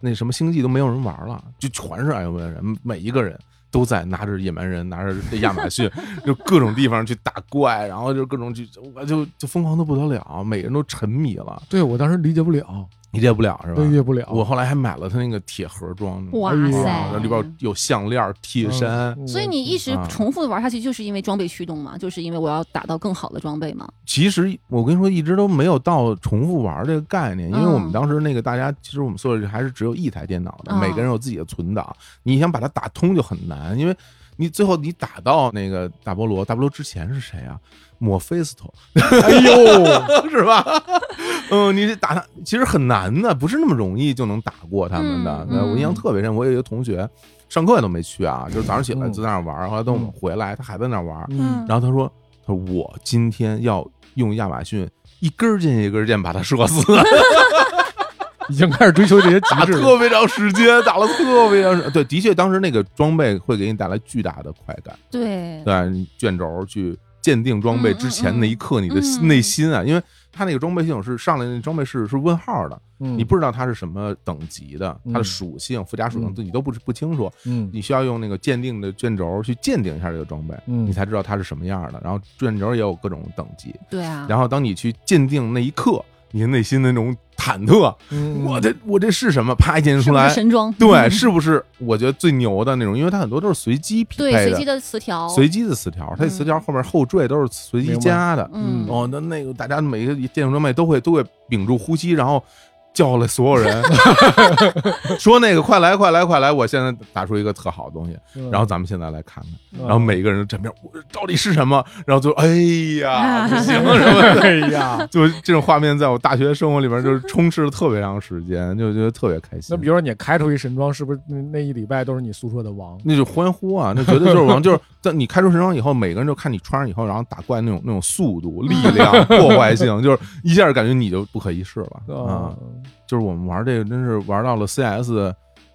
A: 那什么星际都没有人玩了，就全是《暗黑破坏神》，每一个人。都在拿着野蛮人，拿着这亚马逊，就各种地方去打怪，然后就各种去，我就就疯狂的不得了，每个人都沉迷了，
B: 对我当时理解不了，
A: 理解不了是吧？
B: 理解不了。
A: 我后来还买了他那个铁盒装，
C: 哇
B: 哎呦
C: 塞，
A: 然后里边有项链、替身。
B: 嗯
C: 所以你一直
A: 啊
C: 重复的玩下去，就是因为装备驱动嘛，就是因为我要打到更好的装备嘛。
A: 其实我跟你说，一直都没有到重复玩这个概念，因为
C: 嗯
A: 我们当时那个大家，其实我们宿舍里还是只有一台电脑的，
C: 嗯
A: 每个人有自己的存档，你想把它打通就很难，因为你最后你打到那个大菠萝，大菠萝之前是谁啊？莫菲斯 托
B: 哎呦，
A: 是吧？嗯，你得打他其实很难的，不是那么容易就能打过他们的。
C: 嗯
A: 那我印象
B: 嗯
A: 特别深，我有一个同学上课都没去啊，就是早上起来
B: 嗯
A: 就在那玩，后来等我们回来，他还在那玩。
B: 嗯
A: 然后他说：“他说我今天要用亚马逊一根箭一根箭把他射死，
B: 已经开始追求这些极
A: 打
B: 致了。嗯
A: 特别长时间，打了特别长时间。对，的确，当时那个装备会给你带来巨大的快感。
C: 对，
A: 对，啊你卷轴去鉴定装备之前那一刻，你的
C: 嗯嗯
A: 内心啊，因为他那个装备系统是上来那装备是是问号的，
B: 嗯
A: 你不知道它是什么等级的，它的
B: 嗯
A: 属性、附加属性
B: 嗯
A: 自己都不不清楚，
B: 嗯
A: 你需要用那个鉴定的卷轴去鉴定一下这个装备，
B: 嗯
A: 你才知道它是什么样的。然后卷轴也有各种等级，
C: 对啊，
A: 然后当你去鉴定那一刻，你内心的那种忐忑，
B: 嗯
A: 我这我这是什么？啪一鉴定
C: 是
A: 出
C: 不是
A: 来，
C: 神装？
A: 对，
C: 嗯
A: 是不是我觉得最牛的那种？因为它很多都是随机匹
C: 对，
A: 配
C: 随
A: 的
C: 机，的词条，
A: 随机的词条，它的词条后面后缀都是随机
B: 明白
A: 加的。
C: 嗯，
A: 哦，那那个大家每个电影装备都会都会屏住呼吸，然后叫了所有 人， 说那个快来快来快来！我现在打出一个特好的东西，
B: 嗯
A: 然后 咱们现在来看看，
B: 嗯
A: 然后每个人都站边，我到底是什么？然后就哎 呀，不行什么的。
B: 哎呀，
A: 就这种画面，在我大学生活里面就是充斥了特别长时间，就觉得特别开心
B: 那比。如说你开出一神装，是不是那那一礼拜都是你宿舍的王？
A: 那就欢呼啊！那绝对就是王，就是在你开出神装以后，每个人就看你穿上以后，然后打怪那种那种速度、力 量、破坏性，就是一下感觉你就不可一世了啊！就是我们玩这个，真是玩到了 CS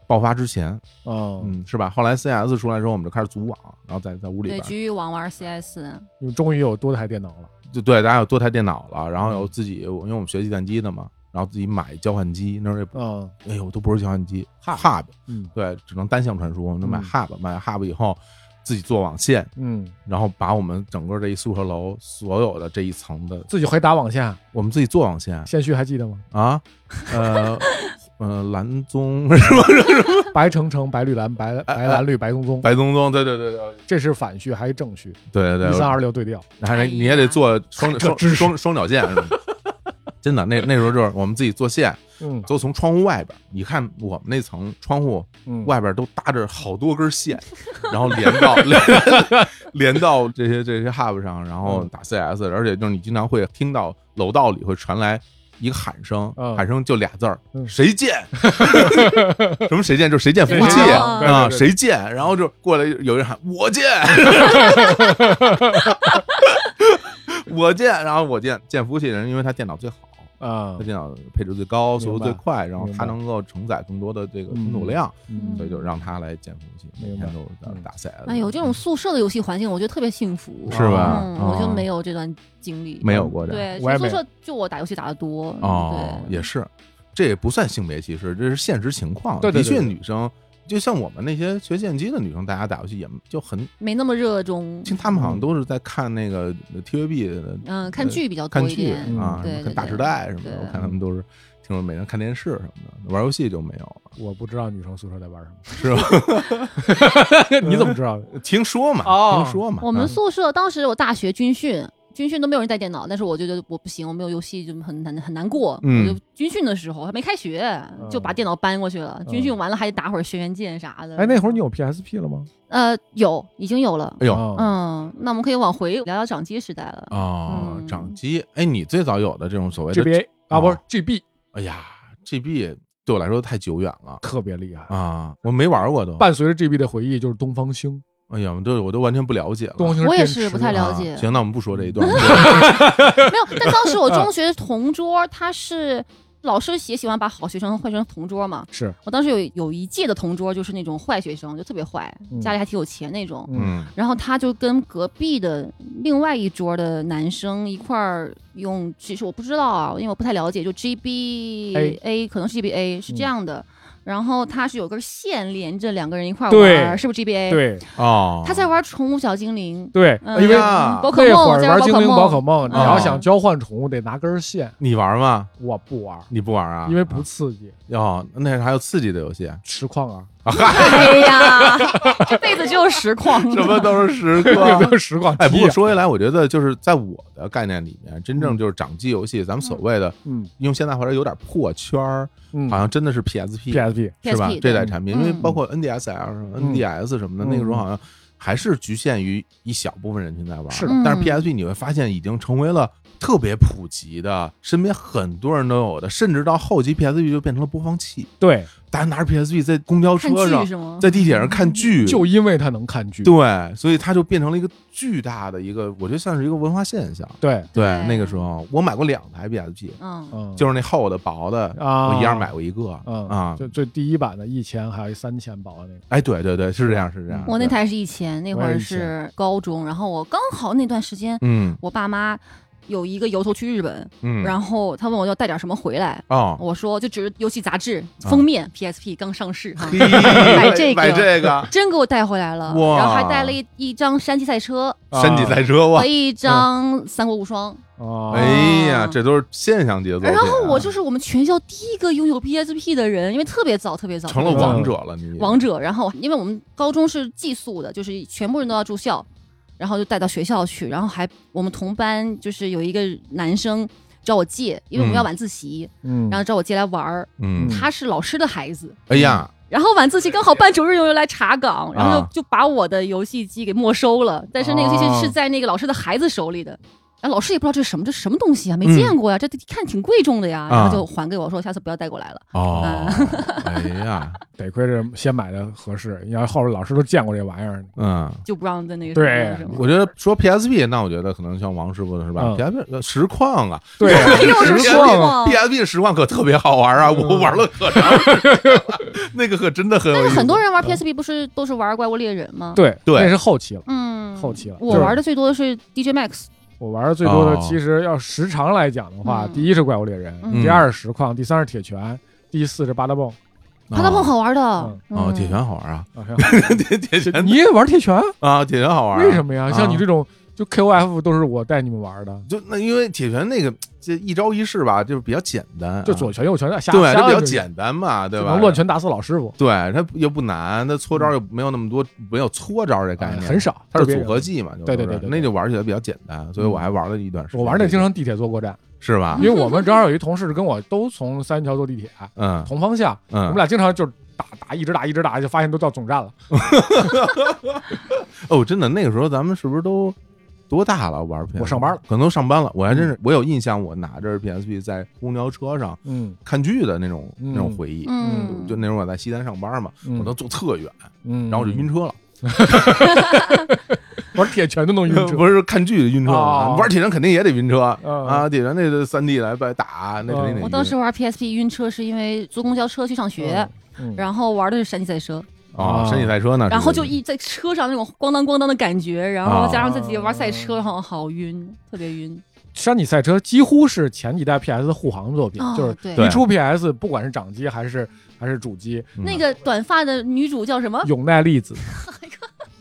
A: 爆发之前，
B: 啊，
A: 嗯，是吧？后来 CS 出来之后，我们就开始组网，然后在在屋里
C: 对，
A: 边，嗯
C: 局域网玩 CS，
B: 你们终于有多台电脑了。
A: 就对，大家有多台电脑了，然后有自己，因为我们学计算机的嘛，然后自己买交换机，那时候也不
B: 嗯
A: 哎呦都不是交换机
B: Hub
A: ，Hub，
B: 嗯
A: 对，只能单向传输，那买
B: 嗯
A: Hub，买 Hub 以后自己做网线，
B: 嗯，
A: 然后把我们整个这一宿舍楼所有的这一层的，
B: 自己会打网线，啊
A: 我们自己做网线
B: 线序还记得吗？
A: 啊，呃呃，蓝棕是吧？
B: 白橙橙，白绿蓝，
A: 哎
B: 白白蓝绿，白棕棕，
A: 白棕棕，对对对对
B: 这是反序还是正序？
A: 对对
B: 一三
A: 对，
B: 二六对调。
A: 还是你也得做双
B: 这
A: 双
B: 知识
A: 双双脚线是吧？真的，那那时候就是我们自己做线，
B: 嗯
A: 都从窗户外边。你看我们那层窗户
B: 嗯，
A: 外边都搭着好多根线，然后连到连连到这
B: 嗯
A: 些这些 hub 上，然后打 CS，而且就是你经常会听到楼道里会传来一个喊声
B: 嗯，
A: 喊声就俩字儿，
B: 嗯
A: 谁见？什 么谁见？就是谁见夫
C: 谁
A: 妻
C: 见
A: 啊，
B: 对对对
A: 谁见？然后就过来有人喊我 见，我见，然后我见见夫妻人，因为他电脑最好。
B: 啊
A: 他，电脑配置最高，速度最快，然后
B: 明白
A: 他能够承载更多的这个存储量，
B: 嗯
A: 所以就让他来建服务器，每
B: 明白
A: 天都打
B: 嗯
A: 打赛。
C: 哎呦，这种宿舍的游戏环境，我觉得特别幸福。
A: 是吧？
C: 嗯，我就
A: 啊
C: 没有这段经历。
A: 没有过这样
C: 对，
B: 我也
C: 宿
B: 没
C: 舍就我打游戏打的多。
A: 哦，
C: 对
A: 也是，这也不算性别歧视，这是现实情况。
B: 对对对
A: 的确，
B: 对
A: 女生就像我们那些学剑击的女生，大家打游戏也就很，
C: 没那么热衷。
A: 听她们
B: 嗯
A: 好像都是在看那个 TVB 的
C: 嗯，看剧比较
A: 呃看
C: 多一
A: 剧
C: 点。
B: 嗯
A: 啊，
C: 对
A: 什么看
C: 对
A: 《大
C: 对
A: 时代》什么的，
C: 对啊
A: 我看他们都是听说每天看电视什么的，玩游戏就没有了，
B: 我不知道女生宿舍在玩什
A: 是吧？
B: 么， 你怎么知道的？
C: 嗯
A: 听说嘛，
B: 哦
A: 听说嘛，
C: 我们
A: 啊
C: 宿舍当时我大学军训，军训都没有人带电脑，但是我就觉得我不行，我没有游戏就很难很难过。
A: 嗯
C: 我就军训的时候还没开学，就把电脑搬过去
A: 嗯
C: 了。军训完了还得打会儿轩辕剑啥的。
B: 哎，那会儿你有 PSP 了吗？
C: 呃有已经有了，
A: 哎呦。
B: 啊，
C: 嗯，那我们可以往回聊聊掌机时代了。
A: 哦，
C: 嗯
A: 掌机，哎，你最早有的这种所谓的
B: GBA 啊，不是 GB，
A: 哎呀，GB 对我来说太久远了
B: 特别厉害。
A: 啊，我没玩过都。
B: 伴随着 GB 的回忆就是东方星，
A: 哎呀，我都我都完全不了解了。
B: 东嗯方星
C: 我也
B: 电
C: 是
B: 池
C: 不太
A: 啊
C: 了解
A: 行，那我们不说这一段了。
C: 没有，但当时我中学同桌他是老师也喜欢把好学生换成同桌嘛。
B: 是，
C: 我当时有有一届的同桌就是那种坏学生，就特别坏，
B: 嗯
C: 家里还挺有钱那种。
B: 嗯
A: 嗯，
C: 然后他就跟隔壁的另外一桌的男生一块儿用，其实我不知道啊，因为我不太了解，就 G B A 可能是 G B
B: 嗯
C: A 是这样的。然后他是有根线连着两个人一块儿玩，
B: 对
C: 是不是 G B A？，
B: 对
A: 哦，
C: 他在玩宠物小精灵，
B: 对，
C: 哎嗯
B: 因为
A: 呀
C: 宝可
B: 那会
C: 梦，
B: 儿
C: 在玩
B: 玩精灵宝可
C: 梦，
B: 梦，你
A: 啊
B: 要想交换宠物得拿根线，
A: 你玩吗？
B: 我不玩，
A: 你不玩啊？
B: 因为不刺激，
A: 哦，那还有刺激的游戏，
B: 实况啊，
C: 哎呀， 这辈子只有实况，
A: 什么都是时
B: 没
A: 刻。
B: 有实况机啊。
A: 哎，不过说回来，我觉得就是在我的概念里面，真正就是掌机游戏，咱们所谓的
B: 嗯
A: 用现在话说有点破圈儿，
B: 嗯
A: 好像真的是 PSP。
B: ，PSP
A: 是吧
C: PSP？
A: 这
C: 对
A: 代产品，因为
C: 嗯
A: 包括 NDSL 啊什么、
B: 嗯
A: NDS 什么的，
B: 嗯
A: 那个时候好像还是局限于一小部分人群在玩。
B: 是
C: 的
A: 但是
C: 嗯
A: PSP 你会发现已经成为了特别普及的，身边很多人都有的，甚至到后期 PSP 就变成了播放器，
B: 对，
A: 大家拿着 PSP 在公交
C: 看
A: 车
C: 剧
A: 上、
C: 是吗？嗯
A: 在地铁上看剧，
B: 就因为它能看剧，
A: 对，所以它就变成了一个巨大的一个，我觉得像是一个文化现象。
B: 对，
A: 对，
C: 对
A: 那个时候我买过两台 PSP，
C: 嗯，
B: 嗯，
A: 就是那厚的、薄的，
B: 啊，
A: 我一样买过一个
B: 嗯
A: 啊。
B: 就最第一版的一千，还有一三千薄的那个，
A: 哎，对对对，是这样，是这样。
C: 我那
A: 对，
C: 台是以前，那会
B: 我也
C: 儿
B: 以前
C: 是高中，然后我刚好那段时间，
A: 嗯
C: 我爸妈有一个由头去日本，
A: 嗯，
C: 然后他问我要带点什么回来，
A: 哦，
C: 我说就只是游戏杂志
A: 啊
C: 封面、PSP 刚上市哈，
A: 买
C: 这个
A: 买这 个
C: 真给我带回来了，
A: 哇
C: 然后还带了一一张山鸡赛车
B: 啊
A: 山脊赛车哇嗯
C: 和！一张三国无双，
B: 啊，
A: 哎呀，这都是现象级的作品啊。
C: 然后我就是我们全校第一个拥有 PSP 的人，因为特别早，特别早
A: 成了王者了，你
C: 王者，然后因为我们高中是寄宿的，就是全部人都要住校，然后就带到学校去，然后还我们同班就是有一个男生找我借，因为我们要晚自习，
B: 嗯，
C: 然后找我借来玩儿。
A: 嗯，
C: 他是老师的孩子，
A: 哎呀，
C: 然后晚自习刚好班主任又来查岗，然后就、
A: 啊
C: 就把我的游戏机给没收了，但是那个游戏
B: 哦
C: 机是在那个老师的孩子手里的。然后老师也不知道这是什么，这是什么东西啊？没见过呀、这一看挺贵重的呀，然
A: 啊
C: 后就还给我说，下次不要带过来了。
A: 哦， 哎呀，
B: 得亏是先买的合适，你要后边老师都见过这玩意儿，
A: 嗯。
C: 就不让在那个
B: 对
C: 什么
A: 我觉得说 PSP，那我觉得可能像王师傅的是吧
B: 嗯
A: ？PSP 呃实况啊，
B: 对啊，嗯
C: 又是
B: 实
C: 实
B: 况啊，
C: 况
A: PSP 实况可特别好玩啊，我玩了可长时间了， 那个可真的很有
C: 但
A: 意
C: 是
A: 思。
C: 很多人玩 PSP 不是都是玩怪物猎人吗？，
B: 嗯对，
A: 对
B: 那是后期了。
C: 嗯，
B: 后期了
C: 我
B: 就是
C: 玩的最多的是 DJ Max，
B: 我玩的最多的
A: 哦，
B: 其实要时长来讲的话，
C: 嗯
B: 第一是怪物猎人，
C: 嗯
B: 第二是实况，第三是铁拳，第四是八达蹦。
C: 它都很好玩的。
B: 啊嗯
A: 啊，
C: 嗯
A: 铁拳好玩啊，
B: 啊还有
A: 铁铁拳
B: 你也玩铁拳？
A: 啊，铁拳好玩啊。
B: 为什么呀？像你
A: 啊
B: 这种就 KOF 都是我带你们玩的，
A: 就那因为铁拳那个这一招一式吧，就是比较简单啊，
B: 就左拳右拳瞎
A: 对，
B: 瞎
A: 就比较
B: 就是
A: 简单嘛，对
B: 只
A: 吧？
B: 能乱拳打死老师傅，
A: 对，它又不难，它搓招又没有那么多，没有搓招这概
B: 哎
A: 念，
B: 很。少，
A: 它是
B: 特别
A: 组合
B: 人。
A: 技嘛，就
B: 对
A: 是
B: 对对对对嗯
A: 那就玩起来比较简单，所以我还玩了一段时间。
B: 我玩那经常地铁坐过站，
A: 是吧
B: 因？为我们正好有一同事跟我都从三元桥坐地铁，
A: 嗯
B: 同方向，我们
A: 嗯，
B: 俩经常就是打打一直打一直打，就发现都到总站了。
A: 哦，真的，那个时候咱们是不是都多大了玩 PS？
B: 我上班了，
A: 可能上班了。我还真是，我有印象，我拿着 PSP 在公交车上
B: 嗯
A: 看剧的那种
B: 嗯
A: 那种回忆。
C: 嗯，
A: 就那会儿我在西单上班嘛，
B: 嗯
A: 我都坐特远，
B: 嗯，
A: 然后我就晕车了。
B: 玩铁拳都能晕 车，
A: 不是看剧晕车
B: 哦
A: 嘛，玩铁人肯定也得晕车
B: 嗯
A: 啊！铁人那三 D 来被打，那肯定得
B: 嗯
A: 晕。
C: 我当时玩 PSP 晕车是因为坐公交车去上学，
B: 嗯，
C: 然后玩的是山地赛车，
A: 啊，山地赛车呢，
C: 然后
A: 是
C: 就一在车上那种咣当咣当的感觉，然
A: 啊
C: 后加上自己玩赛车，然后好晕，特别晕。
B: 山体赛车几乎是前几代 PS 的护航作品，
C: 啊
B: 就是
C: 对
A: 对
B: 一出 PS，不管是掌机还是还是主机，
A: 嗯
C: 那个短发的女主叫什么？
B: 永濑粒子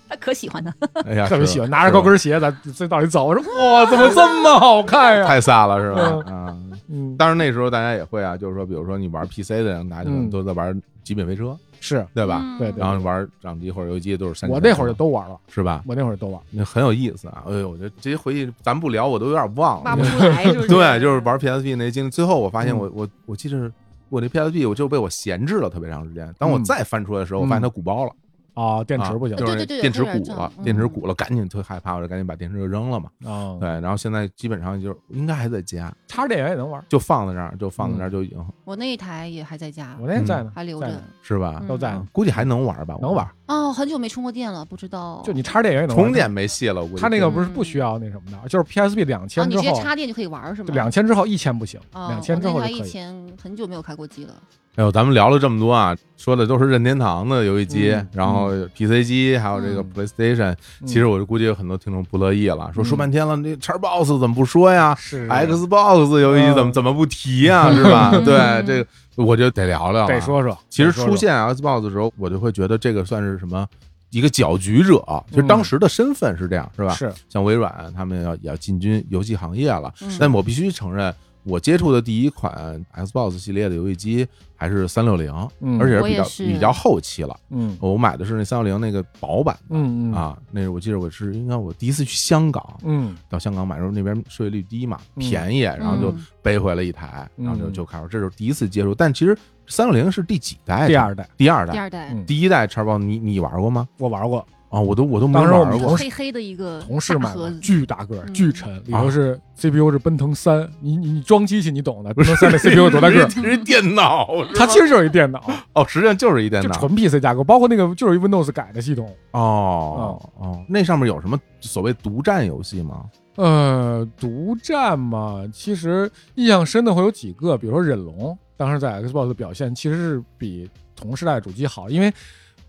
C: 她可喜欢她，
A: 哎呀，
B: 特
A: 是
B: 别
A: 的
B: 喜欢，拿着高，跟鞋咱这到底走，我说哇，怎么这么好看
A: 是的
B: 呀？
A: 太飒了是吧？啊，
B: 嗯，
A: 当然那时候大家也会啊，就是说，比如说你玩 PC 的人，大家可能
B: 嗯
A: 都在玩极品飞车，
B: 是
A: 对吧？
C: 嗯
B: 对对
A: 然后玩掌机或者游戏机都是山地
B: 我
A: 赛车。
B: 那会儿就都玩了，
A: 是吧？
B: 我那会儿都玩，
A: 那很有意思啊！哎呦，我觉得这些回忆咱不聊，我都有点忘
C: 挖
A: 了
C: 不。出来，是不是？
A: 对，就是玩 PSP 那经历。最后我发现
B: 嗯
A: 我，我我记得是我那 PSP 我就被我闲置了特别长时间。当我
B: 嗯
A: 再翻出来的时候，我发现它鼓包了，
B: 啊，电池不行
A: 啊就是
C: 对对对
A: 电池
C: 有点
A: 鼓
C: 这
A: 了
C: 样，嗯嗯
A: 电池鼓了，赶紧特害怕，我就赶紧把电池就扔了嘛。
B: 啊
A: 对，，然后现在基本上就应该还在家，
B: 插着电源也能玩，
A: 就放在那儿，就放在那
B: 嗯
A: 儿就已经
C: 我那一台也还在家，
B: 我那在呢，
C: 还留
B: 在
C: 着嗯
B: 呢。
A: 是吧？
B: 都在呢
A: 啊，估计还能玩吧，
B: 能玩，
C: 哦，很久没充过电了，不知道。哦
B: 就你插着电源也能玩
A: 嗯充。电没戏了，我估计
B: 它那个不是不需要那什么的，就是 PSP 两
C: 啊，
B: 千
C: 嗯你
B: 之
C: 直接
B: 后，
C: 插电就可以玩是吗？
B: 两千之后一千不行，
C: 哦
B: 两千之后
C: 我
B: 就
C: 那台
B: 可
C: 以
B: 以。嗯
C: 前很久没有开过机了。
A: 哎呦，咱们聊了这么多啊，说的都是任天堂的游戏机，
B: 嗯
A: 然后 PC 机，还有这个
B: 嗯
A: PlayStation、
B: 嗯
A: 其实我就估计有很多听众不乐意了，说
B: 嗯
A: 说半天了，那 Xbox 怎么不说呀
B: 是
A: ？Xbox 游戏机怎么
B: 嗯
A: 怎么不提呀？是 吧？
C: 嗯
A: 对，这个我就得聊聊了。
B: 得，说说。
A: 其实
B: 得说说
A: 出现 Xbox 的时候，我就会觉得这个算是什么一个搅局者。啊其实当时的身份是这样，是吧？
B: 嗯是
A: 像微软他们要也要进军游戏行业了，
C: 嗯
A: 但我必须承认，我接触的第一款 Xbox 系列的游戏机还是三六零，
B: 嗯
A: 而且是
C: 我
A: 比
C: 也
A: 较
C: 是
A: 比较后期了。
B: 嗯
A: 我买的是那三六零那个薄版
B: 嗯嗯
A: 啊，那是我记得我是应该我第一次去香港，
B: 嗯
A: 到香港买的时候那边税率低嘛，
B: 嗯
A: 便宜，哎然后就背回了一台，然后就
B: 嗯
A: 就开始，这就是第一次接触。但其实三六零是第几代？
B: 第二代
A: 第二
C: 第
A: 代，
C: 二代
B: 嗯，
A: 第一代叉 box 你你玩过吗？
B: 我玩过，
A: 啊，我都我都没
B: 当时我
A: 玩
B: 们
A: 过。
C: 就
B: 同事
C: 黑黑的一个
B: 同事
C: 大
B: 买的，
C: 盒子，
B: 巨大个儿，
C: 嗯
B: 巨沉，里头
A: 啊
B: 是 CPU 是奔腾三，你你你装机器你懂的，奔腾 三的 CPU 有多大个儿？
A: 这是电脑，
B: 它其实就是一电脑，
A: 哦，实际上就是一电
B: 就
A: 脑，
B: 纯 PC 架构，包括那个就是一 Windows 改的系统。
A: 哦
B: 嗯
A: 哦，那上面有什么所谓独占游戏吗？
B: 呃，独占嘛，其实印象深的会有几个，比如说忍龙，当时在 Xbox 的表现其实是比同时代的主机好，因为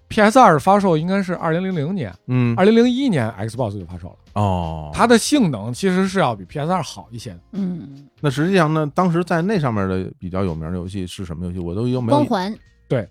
B: PS 二发售应该是二零零零年，
A: 嗯，
B: 二零零一年 Xbox 就发售了，
A: 哦，
B: 它的性能其实是要比 PS 二好一些的。
C: 嗯，
A: 那实际上呢，当时在那上面的比较有名的游戏是什么游戏？我都已经没有
C: 光环，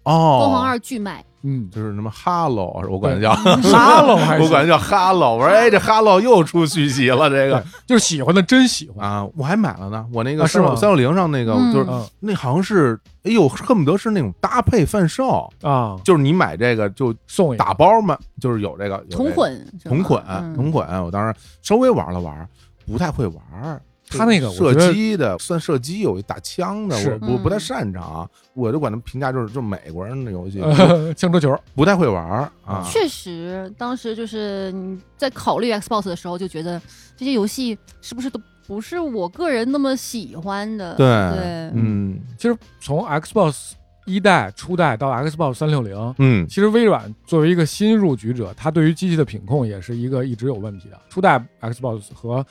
A: 哦，
C: 光环二巨卖，
B: 嗯，
A: 就是什么哈喽，我管它叫
B: 沙龙还
A: 我管它
B: 是
A: 叫哈喽。我说哎，这哈喽又出续集了，这个
B: 就是喜欢的真喜欢，
A: 啊，我还买了呢。我那个
B: 啊是吗
A: 三六零上那个
C: 嗯
A: 就是
B: 嗯
A: 那好像是，哎呦，恨不得是那种搭配贩售，
B: 啊，
A: 就是你买这个就
B: 送一个
A: 打包嘛，就是有这个有这个
C: 同混是吧
A: 同捆
C: 嗯
A: 同捆，我当时稍微玩了玩，不太会玩儿。
B: 他那个我
A: 射
B: 觉得
A: 击的算射击，有一打枪的，
B: 是
A: 我不
C: 嗯
A: 不太擅长，我就管他们评价就是就是美国人的游 戏，
B: 呃枪车球，
A: 不太会玩儿啊。
C: 确实，当时就是你在考虑 Xbox 的时候，就觉得这些游戏是不是都不是我个人那么喜欢的。
A: 对
C: 对，
A: 嗯
B: 其实从 Xbox 一代初代到 Xbox 三六零。
A: 嗯
B: 其实微软作为一个新入局者，它对于机器的品控也是一个一直有问题的。初代 Xbox 和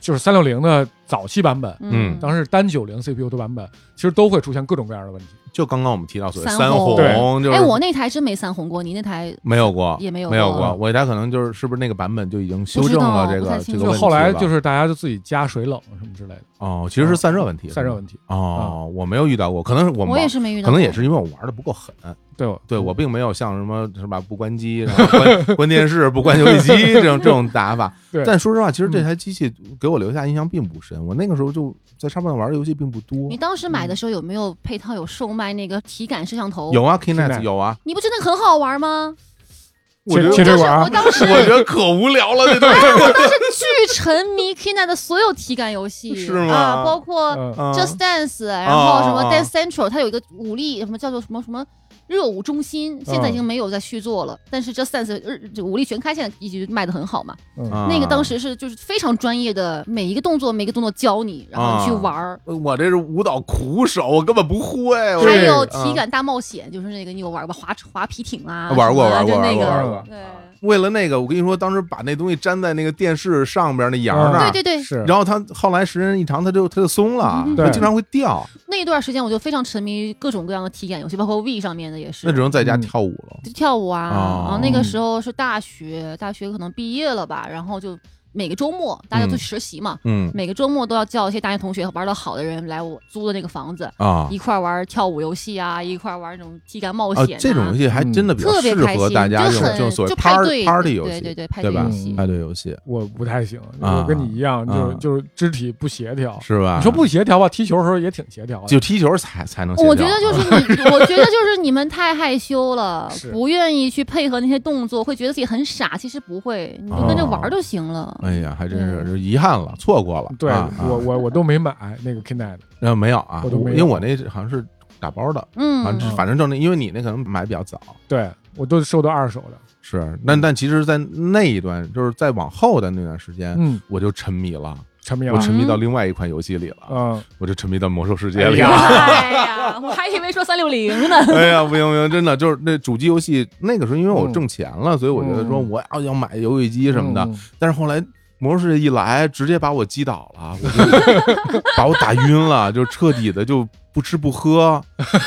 B: 就是三六零的早期版本，
A: 嗯
B: 当时单九零 CPU 的版本，其实都会出现各种各样的问题。
A: 就刚刚我们提到所谓
C: 三
A: 三
C: 红
A: 红，就
C: 哎，
A: 是
C: 我那台真没三红过，你那台
A: 没有过，
C: 也没有
A: 没有
C: 过啊
A: 过，我一台可能就是是不是那个版本就已经修正了
C: 不
A: 这
C: 知道不
A: 个
C: 太
A: 这
C: 清楚
A: 个
B: 就
A: 问题
B: 后来
A: 了
B: 就是大家就自己加水冷什么之类的，
A: 哦，其实是散热问题，
B: 嗯散热问题。嗯
A: 哦，我没有遇到过，可能是我
C: 我
A: 忙
C: 也是没遇到
A: 可
C: 过，
A: 能也是因为我玩的不够狠，
B: 对，
A: 对我并没有像什么是吧不关机， 然后关关电视不关游戏机 这种这种打法
B: 对。嗯
A: 但说实话，其实这台机器给我留下印象并不深。我那个时候就在上面玩的游戏并不多
C: 你，当时买的时候有没有配套有售卖那个体感摄像头？
A: 有啊 k i n e t
B: Kinect
A: 有啊，
C: 你不觉得那个很好玩吗？
A: 我觉得
B: 切啊
C: 就
B: 水
C: 是
B: 管
C: 我
B: 儿，
C: 当时，
A: 啊 我觉得可无聊了，这都
C: 啊巨沉迷 Kina 的所有体感游戏，
A: 是吗
C: 啊，包括
B: 嗯，
A: 啊
C: Just Dance，、然后什么
A: 啊啊
C: Dance Central，它有一个武力什么叫做什么什么热舞中心，现在
A: 嗯
C: 已经没有在续作了。但是 Just Dance 日就武力全开现在一直卖的很好嘛。
B: 嗯
A: 啊
C: 那个当时是就是非常专业的，每一个动作每一个动作教你，然后
A: 嗯
C: 你去玩儿。
A: 我这是舞蹈苦手，我根本不会。我
C: 还
B: 对
C: 有
A: 啊
C: 体感大冒险，就是那个你有玩过滑滑皮艇啊？
A: 玩过
C: 什
A: 玩
C: 么的
A: 过
C: 就
A: 玩
C: 那
A: 过
C: 个
A: 玩过。
C: 对
A: 为了那个，我跟你说，当时把那东西粘在那个电视上边那沿儿
B: 嗯
A: 那儿，
C: 对对对，
B: 是，
A: 然后它后来时间一长，它就它就松了，
C: 嗯
A: 它
B: 对
A: 经常会掉，
C: 那一段时间我就非常沉迷于各种各样的体感游戏，包括 V 上面的也是。
A: 那只能在家
B: 嗯
A: 跳舞了。
C: 就跳舞啊，
A: 哦
C: 然后那个时候是大学，大学可能毕业了吧，然后就每个周末大家都去实习嘛，
A: 嗯
C: 每个周末都要叫一些大学同学玩的好的人来我租的那个房子，
A: 啊
C: 一块玩跳舞游戏啊，一块玩那种体感冒
A: 啊
C: 险、，
A: 这种游戏还真的比较
C: 嗯特别
A: 适
C: 开
A: 合
C: 心，
A: 大家
C: 就
A: 用，
C: 很
A: 就是所谓
C: 派
A: party
C: 对
A: party 游
C: 对对
A: 戏，
C: 对，派
A: 对
C: 对嗯
A: 吧嗯
C: 游戏。
A: 派对游戏
B: 我不太行，
A: 啊
B: 我跟你一样，就是
A: 啊
B: 就是肢体不协调。
A: 是吧？
B: 你说不协调吧，踢球的时候也挺协调的，
A: 就踢球才才能协调？啊
C: 我觉得就是你，我觉得就是你们太害羞 了
B: 是，
C: 不愿意去配合那些动作，会觉得自己很傻。其实不会，你就跟着玩儿就行了。
A: 哎呀，还真是这遗憾了，错过了。
B: 对
A: 啊啊
B: 我我我都没买那个 Kinect，
A: 呃没有啊，
B: 我都没有
A: 因为我那好像是打包的，
C: 嗯，
A: 反 正反正就那，因为你那可能买比较早。
B: 对我都收到二手的。
A: 是，那
C: 嗯
A: 但其实，在那一段，就是在往后的那段时间，
B: 嗯，
A: 我就沉迷了，
B: 沉迷
A: 我
B: 了。
A: 沉迷到另外一款游戏里了，
B: 嗯，
A: 我就沉迷到魔兽世界里
B: 哎
A: 了。
C: 嗯哎呀，我还以为说三六零呢。
A: 哎呀，不行不行，真的就是那主机游戏，那个时候因为
C: 嗯
A: 我挣钱了，所以我觉得说
B: 嗯
A: 我要要买游戏机什么的。
B: 嗯，
A: 但是后来魔兽世界一来，直接把我击倒了，我就把我打晕了，就彻底的就不吃不喝，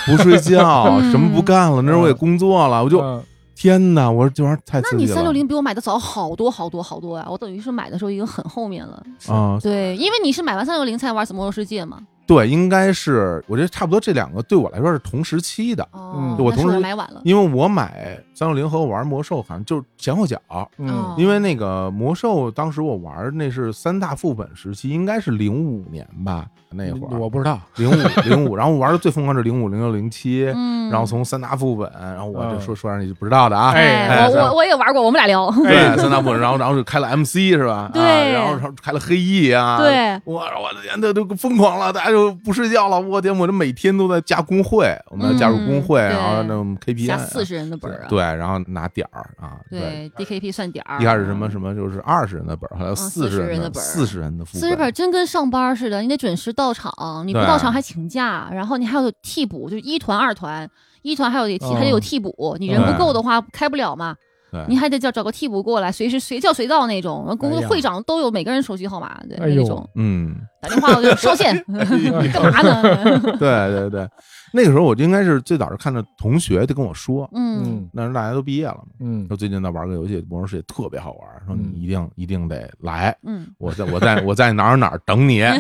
A: 不睡觉，
C: 嗯
A: 什么不干了。那时候我也工作了，我就
B: 嗯
A: 天哪，我说这玩意儿太
C: 那
A: 刺
C: 你
A: 激了。
C: 三六零比我买的早好多好多好多呀、我等于是买的时候已经很后面了。
A: 啊、
C: 对，因为你是买完三六零才玩《魔兽世界》嘛。
A: 对，应该是我觉得差不多这两个对我来说是同时期的，
C: 哦
B: 嗯，
A: 我
C: 那是
A: 同时
C: 买晚了。
A: 因为我买三六零和我玩魔兽好像就是前后脚。
B: 嗯
C: 哦
A: 因为那个魔兽，当时我玩儿那是三大副本时期，应该是零五年吧，那会儿
C: 嗯
B: 我不知道。
A: 零五零五，05然后我玩的最疯狂是零五零六零七，
C: 嗯，
A: 然后从三大副本，然后我
B: 嗯
A: 这说说让你就不知道的啊，
B: 哎
C: 哎，我
A: 哎
C: 我我也玩过，我们俩聊。
A: 对三大副本，然后然后就开了 MC 是吧？
C: 对
A: 啊然后然后开了黑翼啊，。
C: 对，
A: 我我的天，那都疯狂了，大家就不睡觉了。我天，我这每天都在加工会，我们要加入工会，
C: 嗯对
A: 然后那我们 KPI
C: 下
A: 啊
C: 四十人的本儿啊。
A: 对，然后拿点儿啊，
C: 对，DKP 算点儿。
A: 一开始什么什么就是二十人的本儿，后来四十
C: 40人的本儿
A: 四十人的副
C: 嗯四十本真跟上班似的，你得准时到场，你不
A: 对啊
C: 到场还请假，然后你还有替补，就是一团、二团，一团还有得替，
B: 嗯
C: 还得有替补，你人不够的话开不了嘛，
A: 啊对啊
C: 你还得叫找个替补过来，随时随叫随到那种。然后
B: 哎
C: 公
B: 呀
C: 会长都有每个人手机号码，对
B: 哎呦
C: 那种
A: 嗯，
C: 打电话我就上线，干嘛呢？
A: 对对对，那个时候我就应该是最早是看着同学就跟我说，
C: 嗯
B: 嗯
A: 那时候大家都毕业了嘛，
B: 嗯
A: 说最近在玩个游戏《魔兽世界》特别好玩，说你
B: 嗯
A: 一定一定得来，
C: 嗯
A: 我在我在我在哪儿哪儿等你， 哪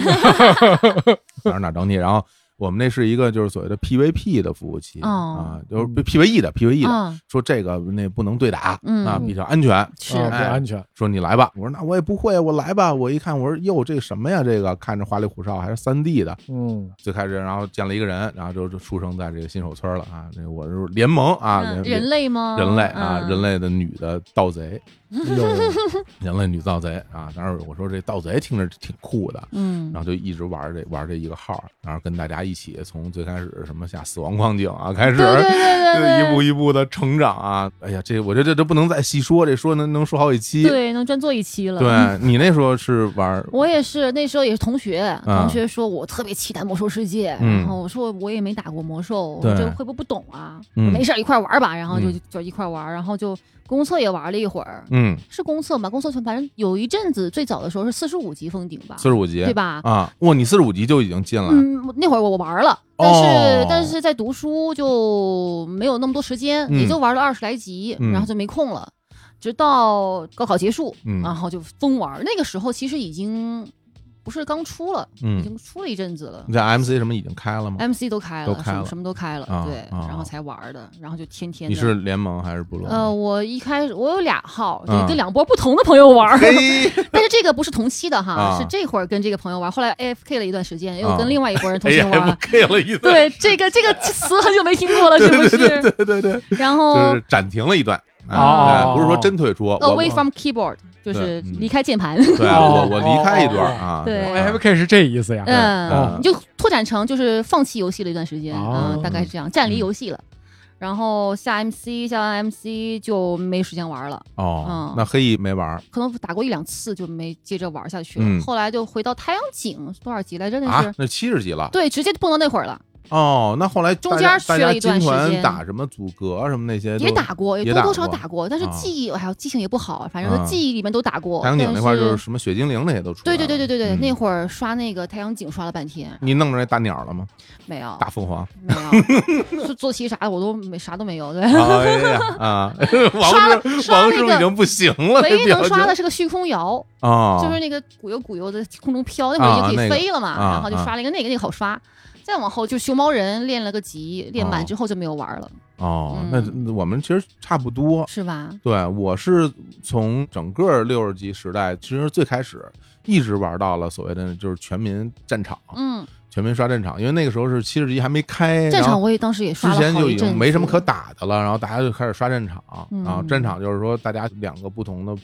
A: 儿哪儿等你，然后。我们那是一个就是所谓的 PVP 的服务器、
C: 哦
A: 啊，就是 PVE 的 PVE 的，
C: 啊
A: 说这个那不能对打、
C: 嗯
A: 啊，比较安全。
C: 是
B: 啊
A: 哎
B: 不安全。
A: 说你来吧，我说那我也不会，我来吧。我一看，我说哟，这什么呀？这个看着花里胡哨，还是三 D 的。
B: 嗯，
A: 最开始，然后见了一个人，然后就就出生在这个新手村了啊。这我是联盟啊，
C: 嗯
A: 联
C: 人类吗？
A: 人类啊，
C: 嗯
A: 人类的女的盗贼，
B: 有
A: 人类女盗贼啊。当时我说这盗贼听着挺酷的，
C: 嗯
A: 然后就一直玩这玩这一个号，然后跟大家一起从最开始什么下死亡矿井啊开始，
C: 对对 对对
A: 一
C: 对。
A: 步一步的成长啊。哎呀，这我觉得这这不能再细说，这说能能说好几期。
C: 对，能专做一期了。
A: 对你那时候是玩
C: 我也是，那时候也是同学，同学说我特别期待魔兽世界，
A: 啊嗯
C: 然后我说我也没打过魔兽，
A: 对
C: 我这会不会不懂啊？
A: 嗯
C: 我没事儿一块儿玩儿吧，然后就、
A: 嗯
C: 就一块儿玩儿，然后就公测也玩了一会儿，
A: 嗯
C: 是公测嘛？公测反正有一阵子最早的时候是四十五级封顶吧，
A: 四十五级
C: 对吧？
A: 啊，哇，你四十五级就已经进了，
C: 嗯，那会儿我我玩儿了，但是、
A: 哦
C: 但是在读书就没有那么多时间，
A: 嗯
C: 也就玩了二十来集，
A: 嗯
C: 然后就没空了，直到高考结束，
A: 嗯
C: 然后就疯玩儿。那个时候其实已经不是刚出了，已
A: 嗯，
C: 经出了一阵子了。
A: 你在 MC 什么已经开了吗？
C: MC 都开
A: 都
C: 了，
A: 开
C: 什么
A: 了
C: 什么都开了，
A: 啊
C: 对，
A: 啊
C: 然后才玩儿的，然后就天天
A: 你
C: 的
A: 是联盟还是部落？
C: 呃，我一开始我有俩号，就
A: 啊
C: 跟两波不同的朋友玩儿，
A: 嘿，
C: 但是这个不是同期的哈，
A: 啊
C: 是这会儿跟这个朋友玩儿，后来 AFK 了一段时间，又
A: 啊
C: 跟另外一拨人
A: 哎
C: 同
A: 呀
C: 行玩儿。
A: ，K 了一段，
C: 对，这个这个词很久没听过了，是不是？
A: 对对对，
C: 然
A: 就
C: 后
A: 是暂停了一段，哎
B: 哦
A: 哎不是说真退出，我
C: away from keyboard 就是
A: 嗯
C: 离开键盘，
A: 对啊
B: 哦
A: 我我离开一段啊，
C: 对
B: 哦 AFK 是这意思呀？
C: 嗯
A: 哦，
C: 你就拓展成就是放弃游戏了一段时间，
B: 哦
C: 嗯，大概是这样，暂离游戏了。然后下 MC，下完 MC 就没时间玩了，
A: 哦
C: 嗯，
A: 那黑翼没玩儿
C: 可能打过一两次就没接着玩下去
A: 嗯
C: 了。后来就回到太阳井多少级来着？那
A: 啊
C: 是，
A: 那七十级了，
C: 对，直接蹦到那会儿了，
A: 哦，那后来
C: 中
A: 大家
C: 间
A: 大
C: 缺
A: 家
C: 了一段
A: 军
C: 时
A: 团
C: 间
A: 打什么阻隔什么那些
C: 也
A: 都
C: 打过，
A: 也
C: 多
A: 打
C: 多少
A: 过
C: 打过，但是
A: 啊
C: 记忆哎呀记性也不好，反
A: 啊
C: 正记忆里面都打过。
A: 太阳井那块儿
C: 但
A: 就是什么雪精灵那些都出来了，
C: 对对对对对对，
A: 嗯
C: 那会儿刷那个太阳井刷了半天，
A: 你弄着那大鸟了吗？
C: 没有
A: 大凤凰，
C: 没有，坐坐骑啥的我都没啥都没有，对。
A: 哎呀啊，
C: 刷
A: 王
C: 了
A: 师
C: 刷
A: 王
C: 那
A: 师傅
C: 个
A: 已经不行了，
C: 唯
A: 这
C: 一能
A: 表情
C: 刷的是个虚空摇，
A: 啊，
C: 就是那个鼓悠鼓悠的空中飘，那
A: 啊
C: 会儿就可
A: 那
C: 以
A: 个
C: 飞了嘛，
A: 啊
C: 然后就刷了一个那个，那个好刷。再往后就熊猫人练了个级，练
A: 哦
C: 满之后就没有玩了，
A: 哦，那
C: 嗯
A: 那我们其实差不多。
C: 是吧？
A: 对，我是从整个六十级时代，其实最开始一直玩到了所谓的就是全民战场，
C: 嗯，
A: 全民刷战场，因为那个时候是七十级还没开，
C: 战
A: 哦然
C: 场
A: 后
C: 我也当时也刷
A: 之
C: 了好一
A: 前
C: 阵
A: 就已经没什么
C: 子
A: 可打的了，然后大家就开始刷战场，
C: 嗯
A: 然后战场就是说大家两个不同的。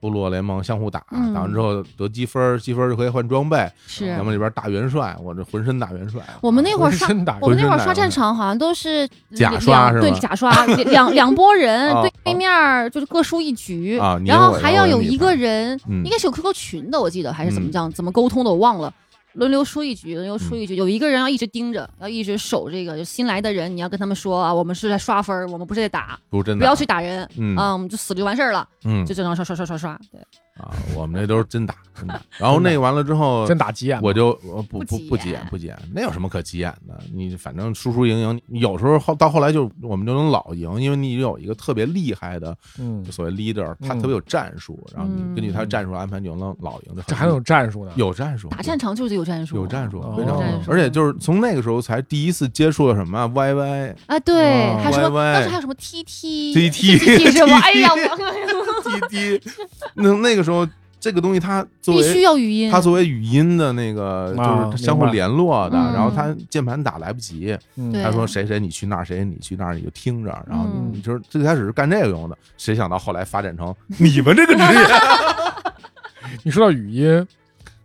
A: 部落联盟相互打，
C: 嗯
A: 打完之后得积分，积分就可以换装备。
C: 是
A: 咱。们里边大元帅，我这浑身大元帅。
C: 我们那会儿
B: 是
C: 刷，
B: 真打
C: 我们那会
A: 浑身
C: 儿
A: 奶
C: 刷
A: 油
C: 战场好像都是
A: 假
C: 两
A: 刷是
C: 对
A: 吧
C: 假刷，两两两拨 人
A: 哦
C: 对对面儿就是各输一局，
A: 啊你
C: 然
A: 有
C: 后
A: 我
C: 还
A: 有
C: 要
A: 我有
C: 有
A: 你
C: 一
A: 吧
C: 个人，
A: 嗯
C: 应该是有 QQ 群的，我记得还是怎么
A: 嗯
C: 讲，怎么沟通的我忘了。轮流输一局，轮流输一局，有一个人要一直盯着，要一直守这个。就新来的人，你要跟他们说啊，我们是在刷分儿，我们不是在打，
A: 不是真
C: 不
A: 的，
C: 要去打人，
A: 嗯
C: 啊，我们就死了就完事儿了，
A: 嗯
C: 就正常刷刷刷刷刷。对，
A: 啊，我们这都是真打真打。然后那个完了之后，
B: 真打急眼吗，
A: 我就我不不
C: 不急
A: 不急眼
C: 眼
A: 不急眼，那有什么可急眼的？你反正输输赢赢，你有时候后到后来就我们就能老赢，因为你有一个特别厉害的
B: 嗯，
A: 所谓 leader，他
B: 嗯
A: 特别有战术，然后你根据他的
B: 嗯
A: 战术安排，你就能老赢。就
B: 这
A: 很
B: 还能有战术呢？
A: 有战术，
C: 打战场就是有战术，
A: 有战术
B: 哦，
A: 非常
B: 有
A: 好
B: 战。术
A: 而且就是从那个时候才第一次接触了什么 YY
C: 啊，对，还有什么
A: 歪歪
C: 当时还有什么 TT
A: TT
C: TT 什么？哎呀，我
A: 滴滴，那那个时候这个东西它作
C: 必
A: 为
C: 须要嗯语音，
A: 它作为语音的那个
B: 啊
A: 就是相互
B: 明白
A: 联络的，
C: 嗯
A: 然后它键盘打来不及，
B: 嗯
C: 对啊
A: 他说谁谁你去那儿，谁谁你去那儿，你就听着，然后
C: 嗯
A: 你就是最开始是干这个用的，谁想到后来发展成你们这个职 业？
B: 你说到语音，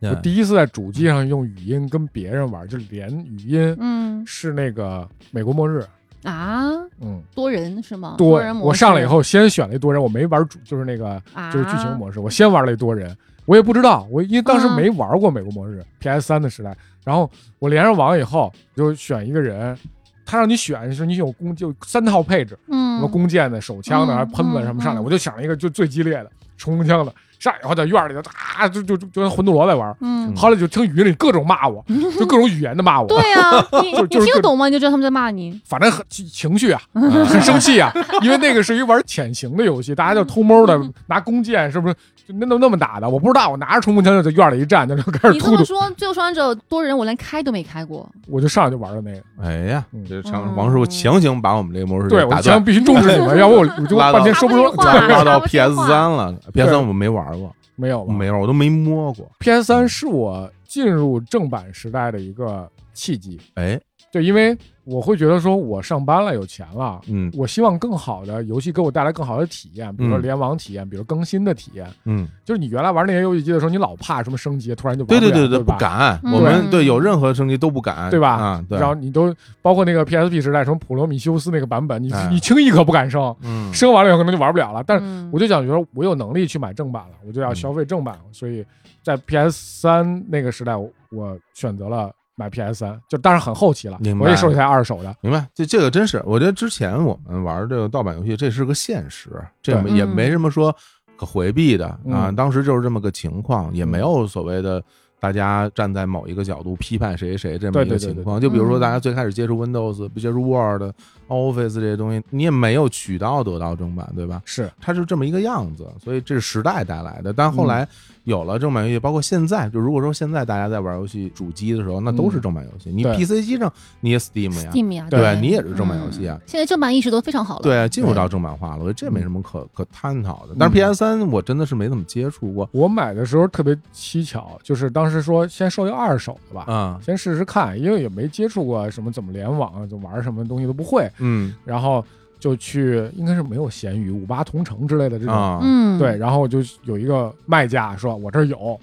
B: 我
A: 嗯
B: 第一次在主机上用语音跟别人玩，就连语音
C: 嗯
B: 是那个美国末日，
C: 啊，
B: 嗯，
C: 多人是吗？
B: 多
C: 多人模式。
B: 我上来以后先选了一多人，我没玩主，就是那个
C: 啊，
B: 就是剧情模式，我先玩了一多人，我也不知道，我因为当时
C: 嗯
B: 没玩过美国末日 PS 三的时代，然后我连上网以后就选一个人。他让你选，是你有弓，就三套配置，什
C: 嗯
B: 么弓箭的、手枪的，
C: 嗯
B: 还有喷子什么上来，
C: 嗯嗯
B: 我就想了一个就最激烈的冲锋枪的，上来以后在院里头啊，就就就就跟魂斗罗在玩，
C: 嗯，
B: 后来就听语音里各种骂我，就各种语言的骂我，
C: 对呀，你
B: 就就
C: 你
B: 是
C: 听
B: 各
C: 得懂吗？你就知道他们在骂你。
B: 反正很情情绪啊，很生气啊，因为那个是一玩潜行的游戏，大家就偷摸的拿弓箭，是不是？就那那那么打的，我不知道，我拿着冲锋枪就在院里一站，就就开始
C: 你这
B: 突
C: 么
B: 突，
C: 说，《最后生还者》多人我连开都没开过，
B: 我就上来就玩了那个。
A: 哎呀
B: 嗯，
A: 这常王师傅强行把我们这个模式
B: 对，
A: 给
B: 我
A: 打
B: 强
A: 断，
B: 必须重视你们，要不我我就
A: 拉倒
B: 半天说不出
C: 插不进话
A: 拉到
C: 插不进
A: PS 三了，PS
B: 对
A: 三我们没玩过，
B: 没有吧？
A: 没玩，我都没摸过。
B: PS 三是我进入正版时代的一个契机，
A: 哎，
B: 对，因为我会觉得说我上班了，有钱了，
A: 嗯
B: 我希望更好的游戏给我带来更好的体验，比如说
A: 嗯
B: 联网体验，比如更新的体验。
A: 嗯，
B: 就是你原来玩那些游戏机的时候，你老怕什么升级，突然就玩
A: 对
B: 不
A: 对
B: 了
A: 对
B: 对，
A: 不。敢，
C: 嗯
A: 我们
C: 对
A: 对有任何升级都不敢，
B: 对吧
A: 啊，对
B: 然，后你都包括那个 PSP 时代，什么普罗米修斯那个版本，你
A: 哎
B: 你轻易可不敢升，
A: 嗯，
B: 升完了以后可能就玩不了了。但是
C: 嗯
B: 我就想觉得我有能力去买正版了，我就要
A: 嗯
B: 消费正版，所以在 PS 三那个时代，我我选择了买 PS 三，就当然很后期了
A: 明，白
B: 我也收一台二手的。
A: 明白，这这个真是，我觉得之前我们玩这个盗版游戏，这是个现实，这
B: 对
A: 也
C: 嗯
A: 没什么说可回避的啊。
B: 嗯
A: 当时就是这么个情况，也没有所谓的大家站在某一个角度批判谁谁谁这么
B: 对
A: 一个
B: 对对
A: 情况。就比如说
C: 嗯
A: 大家最开始接触 Windows、接触 Word、Office 这些东西，你也没有渠道得到正版，对吧？
B: 是，
A: 它是这么一个样子，所以这是时代带来的。但后
B: 嗯
A: 来有了正版游戏，包括现在，就如果说现在大家在玩游戏主机的时候，那都是正版游戏。你
B: 嗯对
A: PC 机上你也 Steam 呀。
C: Steam 呀，
A: 对吧你也是正版游戏啊
C: 嗯啊现在正版意识都非常好了。
A: 对，啊进入到正版化了，我觉得这没什么可可探讨的。但是 PS 三我真的是没怎么接触过，
B: 我买的时候特别蹊跷，就是当时说先收一个二手的吧，
A: 啊，
B: 先试试看，因为也没接触过什么怎么联网啊，就玩什么东西都不会。
A: 嗯
B: 然后就去应该是没有闲鱼、五八同城之类的这种，
A: 啊，
C: 嗯，
B: 对，，然后我就有一个卖家说，我这儿有，我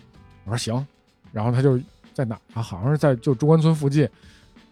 B: 说行，然后他就在哪啊？好像是在就中关村附近，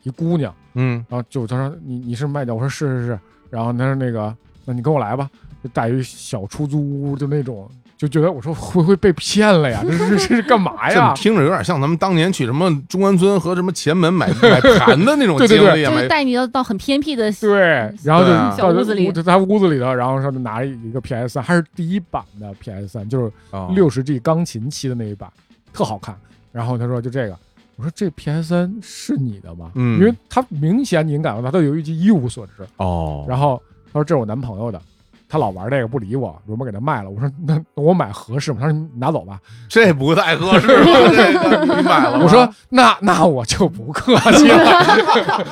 B: 一姑娘，
A: 嗯
B: 然后就他说你你是卖家，我说是是是，然后他说那个那你跟我来吧，就带一小出租屋，就那种就觉得我说会不会被骗了 呀？这是这是干嘛
A: 这
B: 呀
A: 么？听着有点像咱们当年去什么中关村和什么前门买买盘的那种
B: 对
A: 经
B: 对
A: 历
B: 对
A: 啊，
C: 就
A: 买
C: 是带你到到很偏僻的，
B: 对，然后就
A: 对啊
B: 到
C: 小屋子里
B: 他屋子里头，然后上就拿一个 PS 三，还是第一版的 PS 三，就是
A: 哦
B: 六十 G 钢琴期的那一版，特好看。然后他说就这个，我说这 PS 三是你的吗？
A: 嗯
B: 因为他明显你能感觉到他对游戏机一无所知。
A: 哦，
B: 然后他说这是我男朋友的，他老玩这个不理我，我们给他卖了。我说那那我买合适吗？他说你拿走吧。
A: 这不太合适 吧，这个你买了吗啊
B: 我说那那我就不客气了，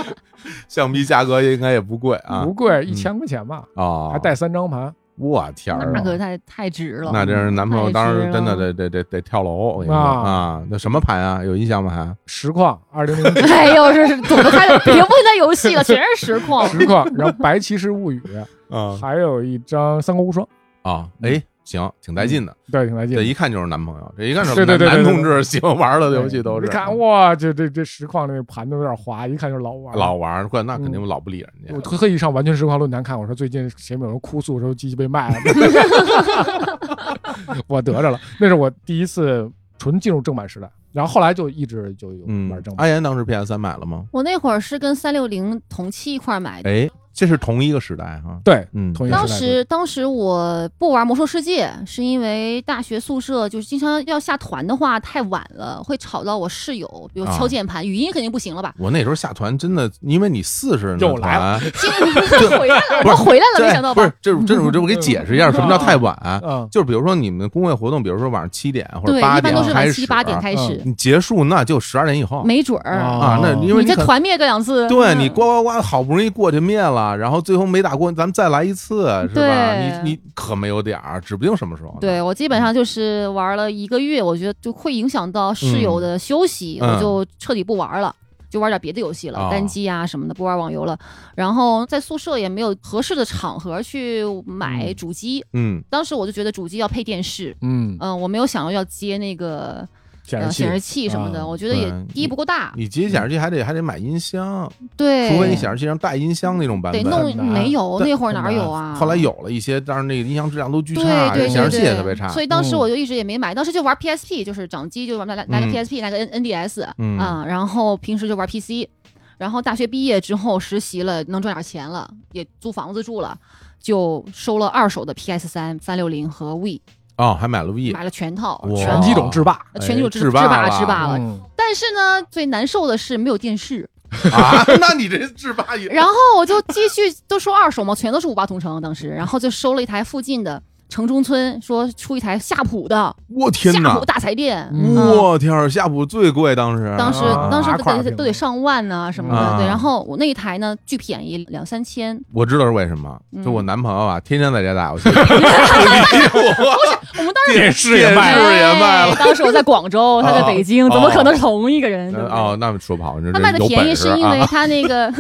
A: 橡皮价格应该也不贵啊
B: 不贵，一千块钱吧，
A: 啊，
B: 还带三张盘。
A: 我天儿
C: 那
A: 啊！
C: 可太太值了。
A: 那真是男朋友当时真的
C: 太值啊
A: 得得得得跳楼，我跟你说
B: 啊
A: 啊！那什么盘啊？有印象吗？还
B: 实况二零零
C: 哎呦，这是躲不开的，别问他游戏了，全是实况。
B: 实况，然后《白骑士 物语》，
A: 啊
B: 还有一张《三国无双》，
A: 啊！
B: 嗯
A: 哎，行，挺带劲的，
B: 对，挺来劲
A: 这
B: 的。
A: 一看就是男朋友，这一看就是
B: 嗯对对对
A: 男
B: 对对
A: 同志喜欢玩的
B: 对
A: 游戏都是。嗯
B: 哎你看哇，这这这实况那盘都有点滑，一看就是老玩儿
A: 老。啊玩儿，怪那肯定老不理人家。
B: 嗯我特意上完全实况论坛看，我说最近前面有人哭诉说机器被卖了， 我得着了。那是我第一次纯进入正版时代，然后后来就一直就有
A: 嗯
B: 玩正，版。
A: 阿岩当时 PS 三买了吗？
C: 我那会儿是跟三六零同期一块儿买的。
A: 哎，这是同一个时代哈。
B: 对，
A: 嗯，
B: 同一个
C: 当
B: 时代对
C: 时，当时我不玩《魔兽世界》，是因为大学宿舍就是经常要下团的话太晚了，会吵到我室友，比如
A: 啊
C: 敲键盘，语音肯定不
A: ？
C: 行了吧
A: 我那时候下团真的，因为你四十
B: 又来 了，
C: 今天回来了，我回来了，没想到
A: 不
C: 吧
A: 是？，这这种这我给解释一 下，什么叫太晚？
B: 嗯，
A: 就是比如说你们工会活动，比如说晚上七点或者
C: 对，
A: 八
C: 一般
A: 点
C: 都是
A: 开
C: 晚
A: 始，啊
C: 七八点开始，
A: 你结束那就十二点以后
C: 没准儿、
B: 啊
A: 啊。那因为
C: 你这
A: 可能
C: 团灭个两次，
A: 对
C: 嗯
A: 你呱呱呱，好不容易过去灭了，然后最后没打过，咱们再来一次，是吧？
C: 对
A: 你你可没有点儿，指不定什么时候呢。
C: 对我基本上就是玩了一个月，我觉得就会影响到室友的休息，
A: 嗯
C: 我就彻底不玩了。就玩点别的游戏了，
A: 啊
C: 单机啊什么的，不玩网游了。然后在宿舍也没有合适的场合去买主机，
A: 嗯，
C: 当时我就觉得主机要配电视，
B: 嗯，
C: 嗯，我没有想到要接那个
B: 显
C: 呃
B: 示器
C: 显示器什么的，
B: 啊
C: 我觉得也
A: 嗯对
C: 第一不够大，
A: 你接显示器还得还得买音箱，
C: 嗯对，
A: 除非你显示器上带音箱那种版
C: 得
A: 本。
C: 弄
B: 很难
C: 没有，
A: 但
C: 那会儿哪
B: 很难
C: 有啊？
A: 后来有了一些，但是那个音箱质量都巨
C: 对
A: 差，
C: 对对
A: 显示器也
C: 对
A: 特别差。
C: 所以当时
B: 嗯
C: 我就一直也没买，当时就玩 PSP，就是掌机，就玩拿拿个
A: 嗯
C: PSP，拿个 N NDS
A: 嗯
C: 啊，然后平时就玩 PC。然后大学毕业之后实习了，能赚点钱了，也租房子住了，就收了二手的 PS 三、三六零和 V，
A: 哦，还买了 V，
C: 买了全套，
A: 哇
B: 全机董制霸
A: 哎
C: 全就制
A: 制霸
C: 霸
A: 了
C: 制霸了。
B: 嗯
C: 但是呢，最难受的是没有电视。
A: 啊， 那你这制霸也
C: 然后我就继续都收二手嘛，全都是五八同城当时，然后就收了一台附近的城中村，说出一台夏普的，
A: 我天
C: 夏
A: 哪
C: 普！大彩电，
B: 嗯
A: 我天儿，夏普最贵，当时
C: 当时
B: 啊
C: 当时
B: 八
C: 都
B: 块儿
C: 得
B: 屏
C: 都得上万呐、什么
A: 啊
C: 的，对。然后我那一台呢，巨便宜，两三千。
A: 我知道是为什么，就
C: 嗯
A: 我男朋友啊，天天在家打 游戏，
C: 我 们当时
B: 电视也卖
A: 电
B: 了，
A: 视也卖了
C: 哎当时我在广州，他在北京，
A: 哦
C: 怎么可能是同一个人？对不对
A: 哦，那说不好，你这
C: 他卖的
A: 有
C: 便宜
A: 本
C: 是
A: 事
C: 因
A: 啊
C: 为他那个，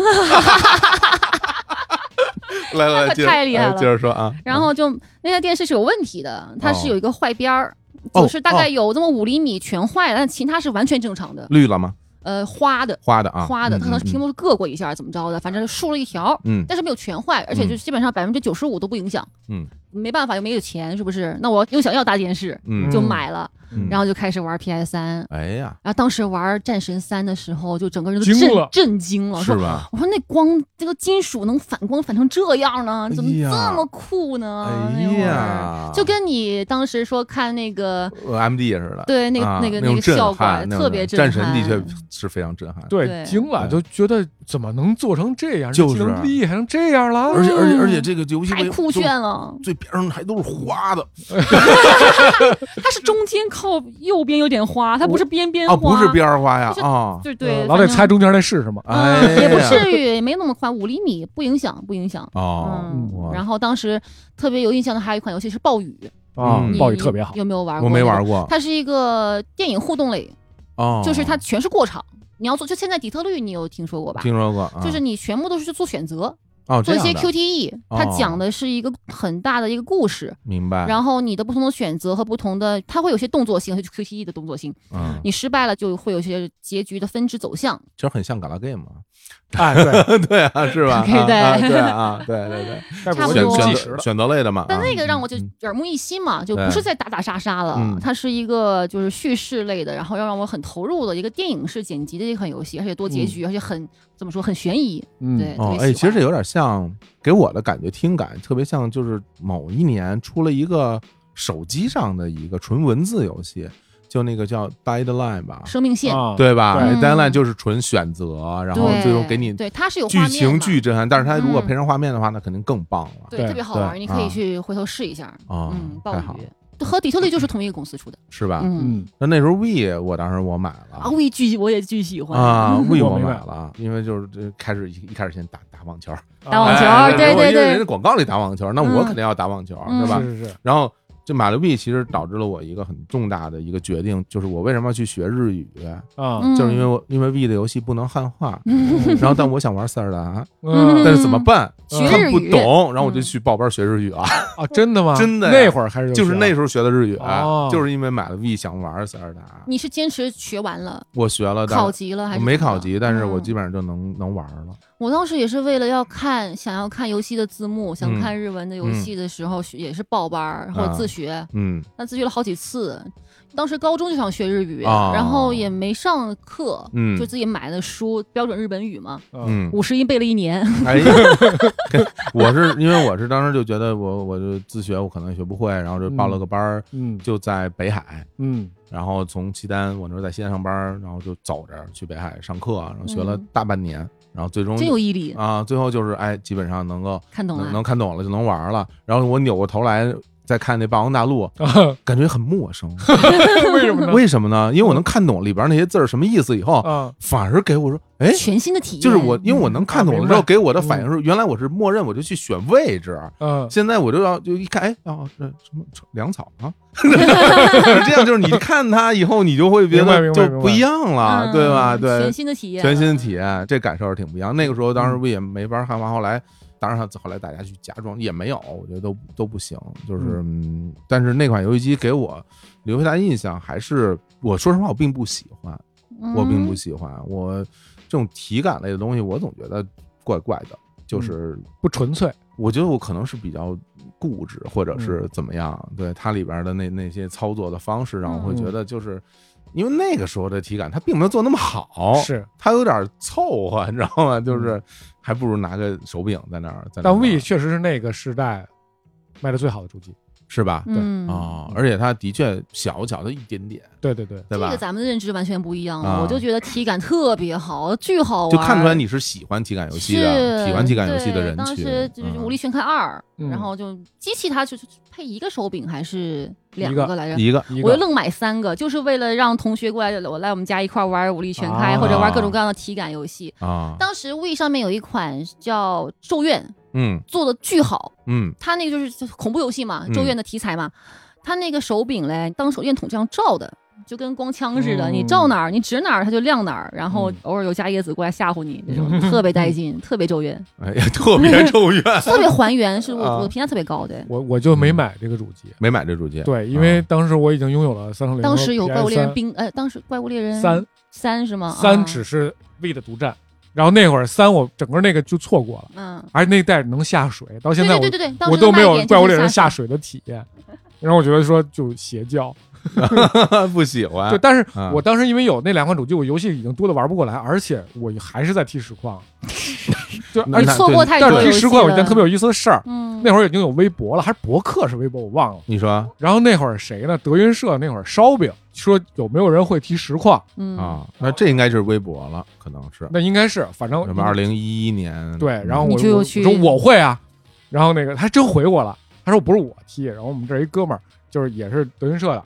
A: 来来来，
C: 他
A: 接着
C: 太厉害
A: 哎
C: 了
A: 接着说啊，
C: 然后就那台电视是有问题的，它是有一个坏边儿，
A: 哦
C: 就是大概有这么五厘米全坏了，但其他是完全正常的。
A: 绿了吗？
C: 呃，花的
A: 花的啊，
C: 花
A: 嗯
C: 的，它可能是
A: 嗯
C: 屏幕硌过一下，怎么着的，反正就竖了一条，
A: 嗯，
C: 但是没有全坏，而且就基本上百分之九十五都不影响。
A: 嗯，
C: 没办法，又没有钱，是不是？那我又想要大电视，
A: 嗯
C: 就买了，
A: 嗯
C: 然后就开始玩 PS 三。
A: 哎呀，
C: 然后当时玩《战神三》的时候，就整个人都
B: 惊
C: 震
B: 了
C: 震惊了，
A: 是
C: 说
A: 吧？
C: 我说那光这个金属能反光反成这样呢，怎么
A: 哎呀
C: 这么酷呢？
A: 哎
C: 那会儿
A: 呀，
C: 啊就跟你当时说看那个。
A: 呃 M D 似的，
C: 对，那个、
A: 啊
C: 那个
A: 那种
C: 个
A: 震
C: 效果
A: 撼那种
C: 特别
A: 震撼
C: 震
A: 战
C: 撼。
A: 神的确是非常震撼，
B: 对，
C: 对
B: 惊了，
A: 对
B: 就觉得怎么能做成这样？
A: 就是啊
B: 技能厉害成这样了，嗯
A: 而且而且而且这个游戏
C: 嗯太
A: 为
C: 酷
A: 就
C: 炫了！
A: 最边上还都是花的
C: 它是中间靠右边有点花，它不是边边花，
A: 啊，不是，边儿花呀
C: 就是
A: 啊，
C: 对对，
B: 呃老得
C: 反正
B: 猜中间那是什么。
A: 哎呀，
C: 嗯也不至于，也没那么宽，五厘米不影响，不影响。
A: 哦，
C: 嗯
A: 我，
C: 然后当时特别有印象的还有一款游戏是暴雨，
B: 啊
A: 嗯，
C: 你
B: 暴雨特别好。
C: 有没有嗯玩过？
A: 我没玩。过
C: 它是一个电影互动类，
A: 哦，
C: 就是它全是过场，你要做。就现在底特律，你有听说过吧？
A: 听说过，啊
C: 就是你全部都是去做选择，
A: 哦，这
C: 做一些
A: 样的，
C: QTE，
A: 哦哎
C: 它讲的是一个很大的一个故事，
A: 明白。后，
C: 然后你的不同的选择和不同的，它会有些动作性，就是 QTE E 的动作性，
A: 嗯，
C: 你失败了就会有些结局的分支走向。
A: 其实很像 gala game 啊，
B: 哎，对，
A: 对啊，是吧？
C: 对
A: 啊啊对啊，对对对，
B: 但
C: 差
B: 我
C: 不
A: 选
B: 就
C: 多
B: 计
A: 选
B: 时
A: 择
B: 了，
A: 选择类的嘛。
C: 但
A: 啊
C: 那个让我就
A: 嗯
C: 耳目一新嘛，就
A: 对
C: 不是在打打杀杀了
A: 嗯，
C: 它是一个就是叙事类的，然后要让我很投入的一个电影式剪辑的一款游戏，而且多
A: 嗯
C: 结局，而且很怎么说很悬疑，
B: 嗯，
C: 对，特
A: 哦
C: 别，
A: 哎，
C: 喜
A: 其实
C: 欢
A: 这有点像，给我的感觉听感特别像，就是某一年出了一个手机上的一个纯文字游戏，就那个叫 Deadline 吧，
C: 生命线，
B: 啊，
A: 对吧
B: 对
C: 嗯
A: ？Deadline 就是纯选择，哦然后
C: 对
A: 最后给你
C: 对，它是有
A: 剧
C: 画面
A: 情
C: 嘛
A: 巨震撼，但是它如果
C: 嗯
A: 配上画面的话，那肯定更棒了
C: 对，特别好
A: 对
C: 玩，你可
A: 啊
C: 以去回头试一下。
A: 啊
C: 嗯，！暴
A: 太好了啊
C: 雨，和底特律就是同一个公司出的。
A: 是吧？
C: 嗯，
B: 嗯，
A: 那那时候 V 我当时我买
C: 啊，
A: 了。
C: 我也巨我也巨喜 欢
A: 啊，V
B: 我
A: 我
B: 明
A: 买
B: 白
A: 了，因为就是这开始一一开始先打打网球，
C: 打网球哦
A: 哎
C: 对
A: 我
C: 对
A: 因为
C: 对
A: 人家广告里打网球，那我
C: 嗯
A: 肯定要打网球，
C: 嗯
A: 是吧？
B: 是是是，
A: 然后这马六币其实导致了我一个很重大的一个决定，就是我为什么要去学日语，
B: 啊，
C: 嗯
A: 就是因为我因为 V 的游戏不能汉化，然后但我想玩塞尔达，
C: 嗯
A: 但是怎么办？
B: 学
A: 看不
C: 日语嗯
A: 懂，然后我就去报班学日语啊，
B: 啊，真的吗？
A: 真的呀
B: 那会儿还是有
A: 就是那
B: 学
A: 时候学的日语，啊
B: 哦
A: 就是因为买了 V 想玩塞尔达，
C: 你是坚持学完了，
A: 我学了，但
C: 嗯考级了还
A: 呃我
C: 是
A: 没
C: 怎么
A: 考
C: 了
A: 级，但是我
C: 嗯
A: 基本上就能能玩了。
C: 我当时也是为了要看，想要看游戏的字幕，想
A: 嗯
C: 看日文的游戏的时候，学也是报班儿，然
A: 啊
C: 后自学，
A: 嗯，
C: 但自学了好几次。当时高中就想学日语，
A: 哦
C: 然后也没上课，
A: 嗯
C: 就自己买的书，标准日本语嘛，
B: 候
A: 嗯，
C: 五十音背了一年。
A: 哎呀，跟 我是因为我是当时就觉得我我就自学，我可能学不会，然后就报了个班儿，
B: 嗯
A: 就在北海，
B: 嗯
A: 然后从契丹，我那时候在西安上班，然后就走着去北海上课，然后学了
C: 嗯
A: 大半年，然后最终
C: 真有毅力，
A: 啊，最后就是哎，基本上能够
C: 看懂
A: 能
C: 了。
A: 能看懂了就能玩了。然后我扭过头来再看那《霸王大陆》，
B: 啊，
A: 感觉很陌生，
B: 为什么呢？
A: 为什么呢？因为我能看懂里边那些字儿什么意思以后，
B: 啊，
A: 反而给我说，哎。
C: 全新的体验，嗯
A: 就是我，因为我能看懂了之
B: 啊
A: 后，
B: 明白
A: 给我的反应是，原来我是默认我就去选位置，
B: 嗯，
A: 现在我就要就一看，哎，哦，这什么粮草 啊？这样就是你看它以后，你就会觉
B: 明白
A: 得
B: 明白
A: 就
B: 明白
A: 不一样了，
C: 嗯
A: 啊对吧？
C: 全
A: 对，
C: 新的体验，
A: 全新的体验，这感受是挺不一样。那个时候，
B: 嗯
A: 当时不也没法汉化，后来。当然，后来大家去假装也没有，我觉得都都不行。就是，嗯但是那款游戏机给我留下的印象还是，我说实话，我并不喜欢，
C: 嗯，
A: 我并不喜欢。我这种体感类的东西，我总觉得怪怪的，
B: 嗯
A: 就是
B: 不纯粹，
A: 我觉得我可能是比较固执，或
B: 嗯
A: 者是怎么样。对它里边的那那些操作的方式，让我会
B: 嗯
A: 觉得就是。因为那个时候的体感，它并没有做那么好，
B: 是，嗯
A: 它有点凑合， 你知道吗？就是还不如拿个手柄在那儿，在那儿
B: 但 V
A: 玩
B: 确实是那个时代卖的最好的主机，
A: 是吧？啊、
C: 嗯，
A: 而且它的确小小的一点点，
B: 对对对，
A: 对
C: 这
A: 吧
C: 个？咱们的认知完全不一样了，
A: 啊
C: 我就觉得体感特别好，巨好玩，
A: 就看出来你是喜欢体感游戏的，
C: 是
A: 喜欢体感游戏的
C: 对
A: 人
C: 当
A: 群。
C: 时就是《
A: 嗯
C: 武力全开二》
B: 嗯
C: 然后就机器它就是配一个手柄还是两
B: 一个
C: 来着？
A: 一个
B: 一
C: 我
B: 个
C: 又愣买三个，就是为了让同学过来，我来我们家一块儿玩《武力全开》
B: 啊
C: 或者玩各种各样的体感游戏。
A: 啊，
C: 当时 We 上面有一款叫《咒怨》，
A: 嗯
C: 做的巨好，
A: 嗯，
C: 它那个就是就是恐怖游戏嘛，
A: 嗯
C: 《咒怨》的题材嘛，它那个手柄嘞，当手电筒这样照的。就跟光枪似的，
B: 嗯
C: 你照哪儿，你指哪儿，它就亮哪儿。然后
B: 嗯
C: 偶尔有加椰子过来吓唬你，那种特别带劲，特别咒怨。
A: 哎呀，特别咒怨，
C: 特别还原，是我、
A: 啊
C: 我的评价特别高的。
B: 我我就没买这个主机，
A: 没买这主机，
B: 对，因为
A: 啊
B: 当时我已经拥有了三六零，
C: 当时有怪物猎人冰，呃，当时怪物猎人
B: 三
C: 三是吗？
B: 三
C: 啊
B: 只是 V 的独占，然后那会儿三我整个那个就错过了，
C: 嗯，
B: 而且那代能下水，到现在我
C: 对对对对，当时
B: 我都没
C: 的卖
B: 有
C: 点就是
B: 怪物猎人
C: 下
B: 下水的体验。然后我觉得说就邪教，
A: 不喜欢
B: 对，，但是
A: 啊
B: 我当时因为有那两款主机，我游戏已经多的玩不过来，而且我还是在踢 实况，就
A: 那
B: 而
C: 你
B: 且
A: 那
C: 错过太多
B: 但是
C: 游
B: 踢
C: 戏了。
B: 实况有一件特别有意思的事儿，
C: 嗯，
B: 那会儿已经有微博了，还是博客是微博，我忘了。
A: 你说
B: 然后那会儿谁呢？德云社那会儿烧饼说有没有人会踢实况？
C: 嗯
A: 啊，那这应该是微博了，可能是
B: 那应该是，反正
A: 什么二零一一年
B: 嗯对，然后
A: 嗯
B: 我
C: 你就
B: 我
C: 去
B: 我说我会啊，然后那个他还真回我了，他说不是我踢，然后我们这儿一哥们儿就是也是德云社的，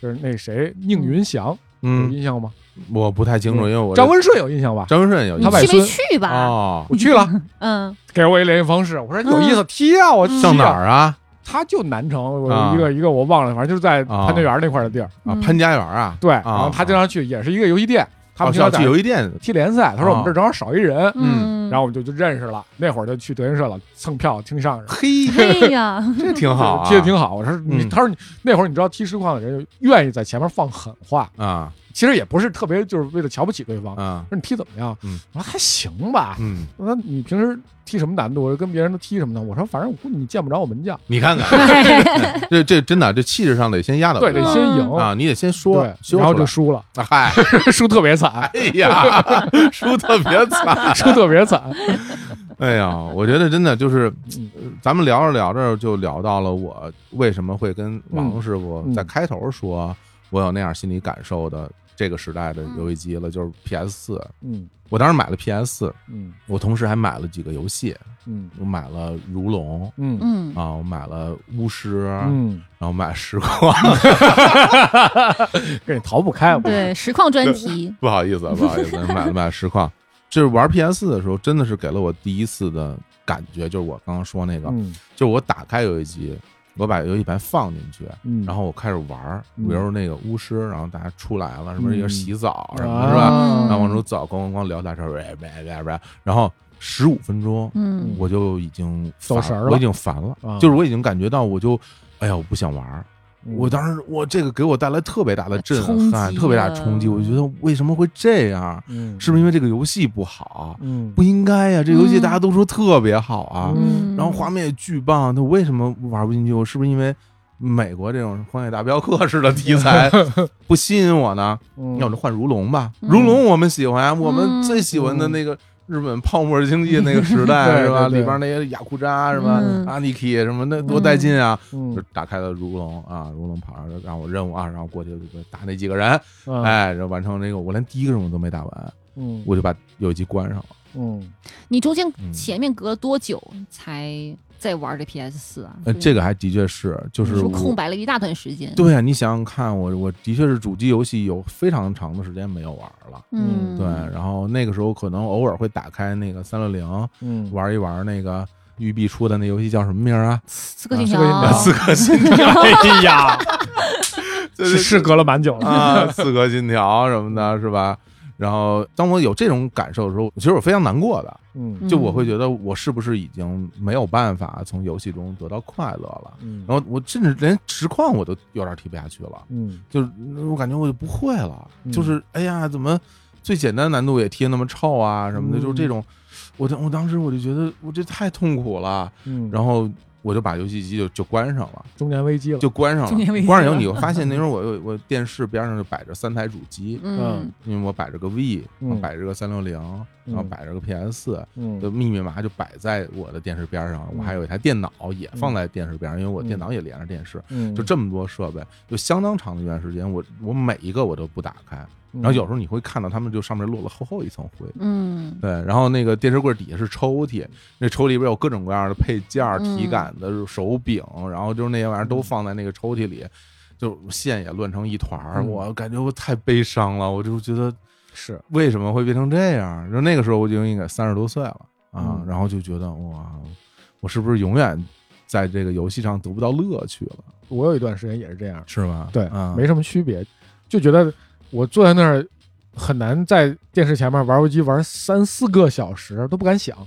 B: 就是那谁宁云祥、有
A: 嗯，
B: 印象吗？
A: 我不太清楚，因为我
B: 嗯张文顺有印象吧？
A: 张文顺有
C: 你
B: 他外
C: 去没
B: 孙
C: 去吧？
A: 哦，
B: 我去了，
C: 嗯，
B: 给我一联系方式，我说有意思，踢啊，我去
A: 上哪
B: 啊？
A: 儿啊？
B: 他就南城，我
A: 啊
B: 一个一个我忘了，反正就是在
A: 啊
B: 潘家园那块儿的地儿。
A: 啊，
C: 嗯
A: 潘家园啊，
B: 对，
A: 啊
B: 然后他经常去，也是一个游戏店，他们
A: 哦
B: 经常
A: 上
B: 在
A: 去游戏店，
B: 踢联赛，他说我们这儿正好少一人，
A: 嗯
C: 嗯，
B: 然后我们就就认识了。那会儿就去德云社了，蹭票听相声。
A: 嘿，
C: 哎呀，
A: 这挺好 啊，
B: 踢的挺好。我说你，
A: 嗯
B: 他说你那会儿你知道踢实况的人愿意在前面放狠话，
A: 啊
B: 其实也不是特别就是为了瞧不起对方。
A: 啊，
B: 说你踢怎么样？
A: 嗯
B: 我说还行吧。
A: 嗯，
B: 我说你平时踢什么难度？我说跟别人都踢什么呢？我说反正我估计你见不着我门将，
A: 你看看， 这这真的，这气势上得先压倒
B: 对，
A: 人
B: 得
C: 嗯
B: 先赢。
A: 啊，你得先说，
B: 对，
A: 修
B: 然后
A: 出
B: 就
A: 来
B: 输了，
A: 嗨，
B: 输特 别惨，
A: 哎呀，输特别惨，
B: 输特别惨。
A: 哎呀，我觉得真的就是
B: 嗯，
A: 呃咱们聊着聊着就聊到了我为什么会跟王师傅
B: 嗯
A: 在开头说我有那样心理感受的这个时代的游戏机了，就是 PS 四。
B: 嗯
A: 我当时买了 PS 四，
B: 嗯
A: 我同时还买了几个游戏，
B: 嗯
A: 我买了《如龙》
B: 嗯
C: 嗯，
A: 啊，我买了《巫师》，
B: 嗯，
A: 然后买了《实况》。
B: 跟你逃不哎开。我
C: 对，实况专题，
A: 不好意思，啊，不好 意思，买了买了实况。就是玩 PS 四的时候，真的是给了我第一次的感觉，就是我刚刚说那个，
B: 嗯
A: 就是我打开游戏机，我把游戏盘放进去，
B: 嗯，
A: 然后我开始玩儿，比
B: 嗯
A: 如那个巫师，然后大家出来了，是不是
B: 嗯
A: 也是洗澡什么
B: 啊
A: 的，是吧？
C: 嗯
A: 然后往出走，咣咣咣聊大事儿，喂喂喂喂，然后十五分钟，
C: 嗯
A: 我就已经烦
B: 走神儿了
A: 我已经烦了
B: 啊，
A: 就是我已经感觉到，我就，哎呀，我不想玩儿。
B: 嗯
A: 我当时我这个给我带来特别大的震
C: 冲
A: 撼，
C: 击
A: 特别大的冲击。
C: 啊
A: 我就觉得为什么会这样？
B: 嗯
A: 是不是因为这个游戏不好？
B: 嗯
A: 不应该呀、这游戏
C: 嗯
A: 大家都说特别好啊。
C: 嗯，
A: 然后画面也巨棒，他为什么玩不进去？我是不是因为美国这种《荒野大镖客》式的题材不吸引我呢？
B: 嗯
A: 要不就换如龙吧，
C: 嗯
A: 如龙我们喜欢啊，我们最喜欢的
B: 嗯
A: 那个日本泡沫经济那个时代
B: 对
A: 是吧？
B: 对对
A: 里边那些雅库扎是吧
C: 嗯？
A: 阿尼基什么的多带劲啊！
B: 嗯
A: 就打开了如龙啊，如龙跑上来让我任务啊，然后过去就打那几个人，
B: 嗯
A: 哎，然后完成这个，我连第一个任务都没打完，
B: 嗯
A: 我就把游戏机关上了。
B: 嗯
C: 你中间
A: 嗯
C: 前面隔了多久才在玩这 PS 四啊？
A: 呃，这个还的确是，就是
C: 你说
A: 我
C: 空白了一大段时间，
A: 对啊，你想想看，我我的确是主机游戏有非常长的时间没有玩了。
C: 嗯，
A: 对，然后那个时候可能偶尔会打开那个三六零
B: 嗯，
A: 玩一玩那个育碧出的那游戏叫什么名儿啊？
C: 刺客信
B: 刺
C: 条
B: 客信条，
A: 刺客信
B: 哎呀，是是
A: 是
B: 隔了蛮久了。
A: 啊，刺客信条什么的，是吧？然后当我有这种感受的时候，其实我非常难过的，
C: 哦
B: 嗯
A: 啊就我会觉得我是不是已经没有办法从游戏中得到快乐了？
B: 嗯
A: 然后我甚至连实况我都有点踢不下去了。
B: 嗯
A: 就是嗯我感觉我就不会了，
B: 嗯
A: 就是哎呀，怎么最简单难度也踢得那么臭啊什么的，
B: 嗯
A: 就是这种，我当我当时我就觉得我这太痛苦了，
B: 嗯，
A: 然后我就把游戏机就就关上了，
B: 中年危机了，
A: 就关上
C: 中年危
A: 了。
C: 机
A: 关上以后
C: 了
A: 你会发现，那时候我有我电视边上就摆着三台主机，
C: 嗯
A: 因为我摆着个 V，
B: 嗯
A: 然后摆着个三六零，然后
B: 嗯
A: 摆着个 PS 四。就
B: 嗯
A: 密密麻麻就摆在我的电视边上，我
B: 嗯
A: 还有一台电脑也放在电视边上，因为我
B: 嗯
A: 电脑也连着电视，
B: 嗯，
A: 就这么多设备，就相当长的一段时间，我我每一个我都不打开，
B: 嗯，
A: 然后有时候你会看到他们就上面落了厚厚一层灰。
C: 嗯
A: 对，然后那个电视柜底下是抽屉，那抽屉里边有各种各样的配件儿、
C: 嗯
A: 体感的手柄，然后就是那些玩意儿都放在那个抽屉里，就线也乱成一团儿。
B: 嗯
A: 我感觉我太悲伤了，我就觉得
B: 是
A: 为什么会变成这样？就那个时候我就应该三十多岁了啊，
B: 嗯
A: 然后就觉得哇，我是不是永远在这个游戏上得不到乐趣了？
B: 我有一段时间也是这样，
A: 是吗？
B: 对
A: 啊，，
B: 没什么区别，就觉得我坐在那儿很难在电视前面玩游戏玩三四个小时都不敢想，
A: 啊，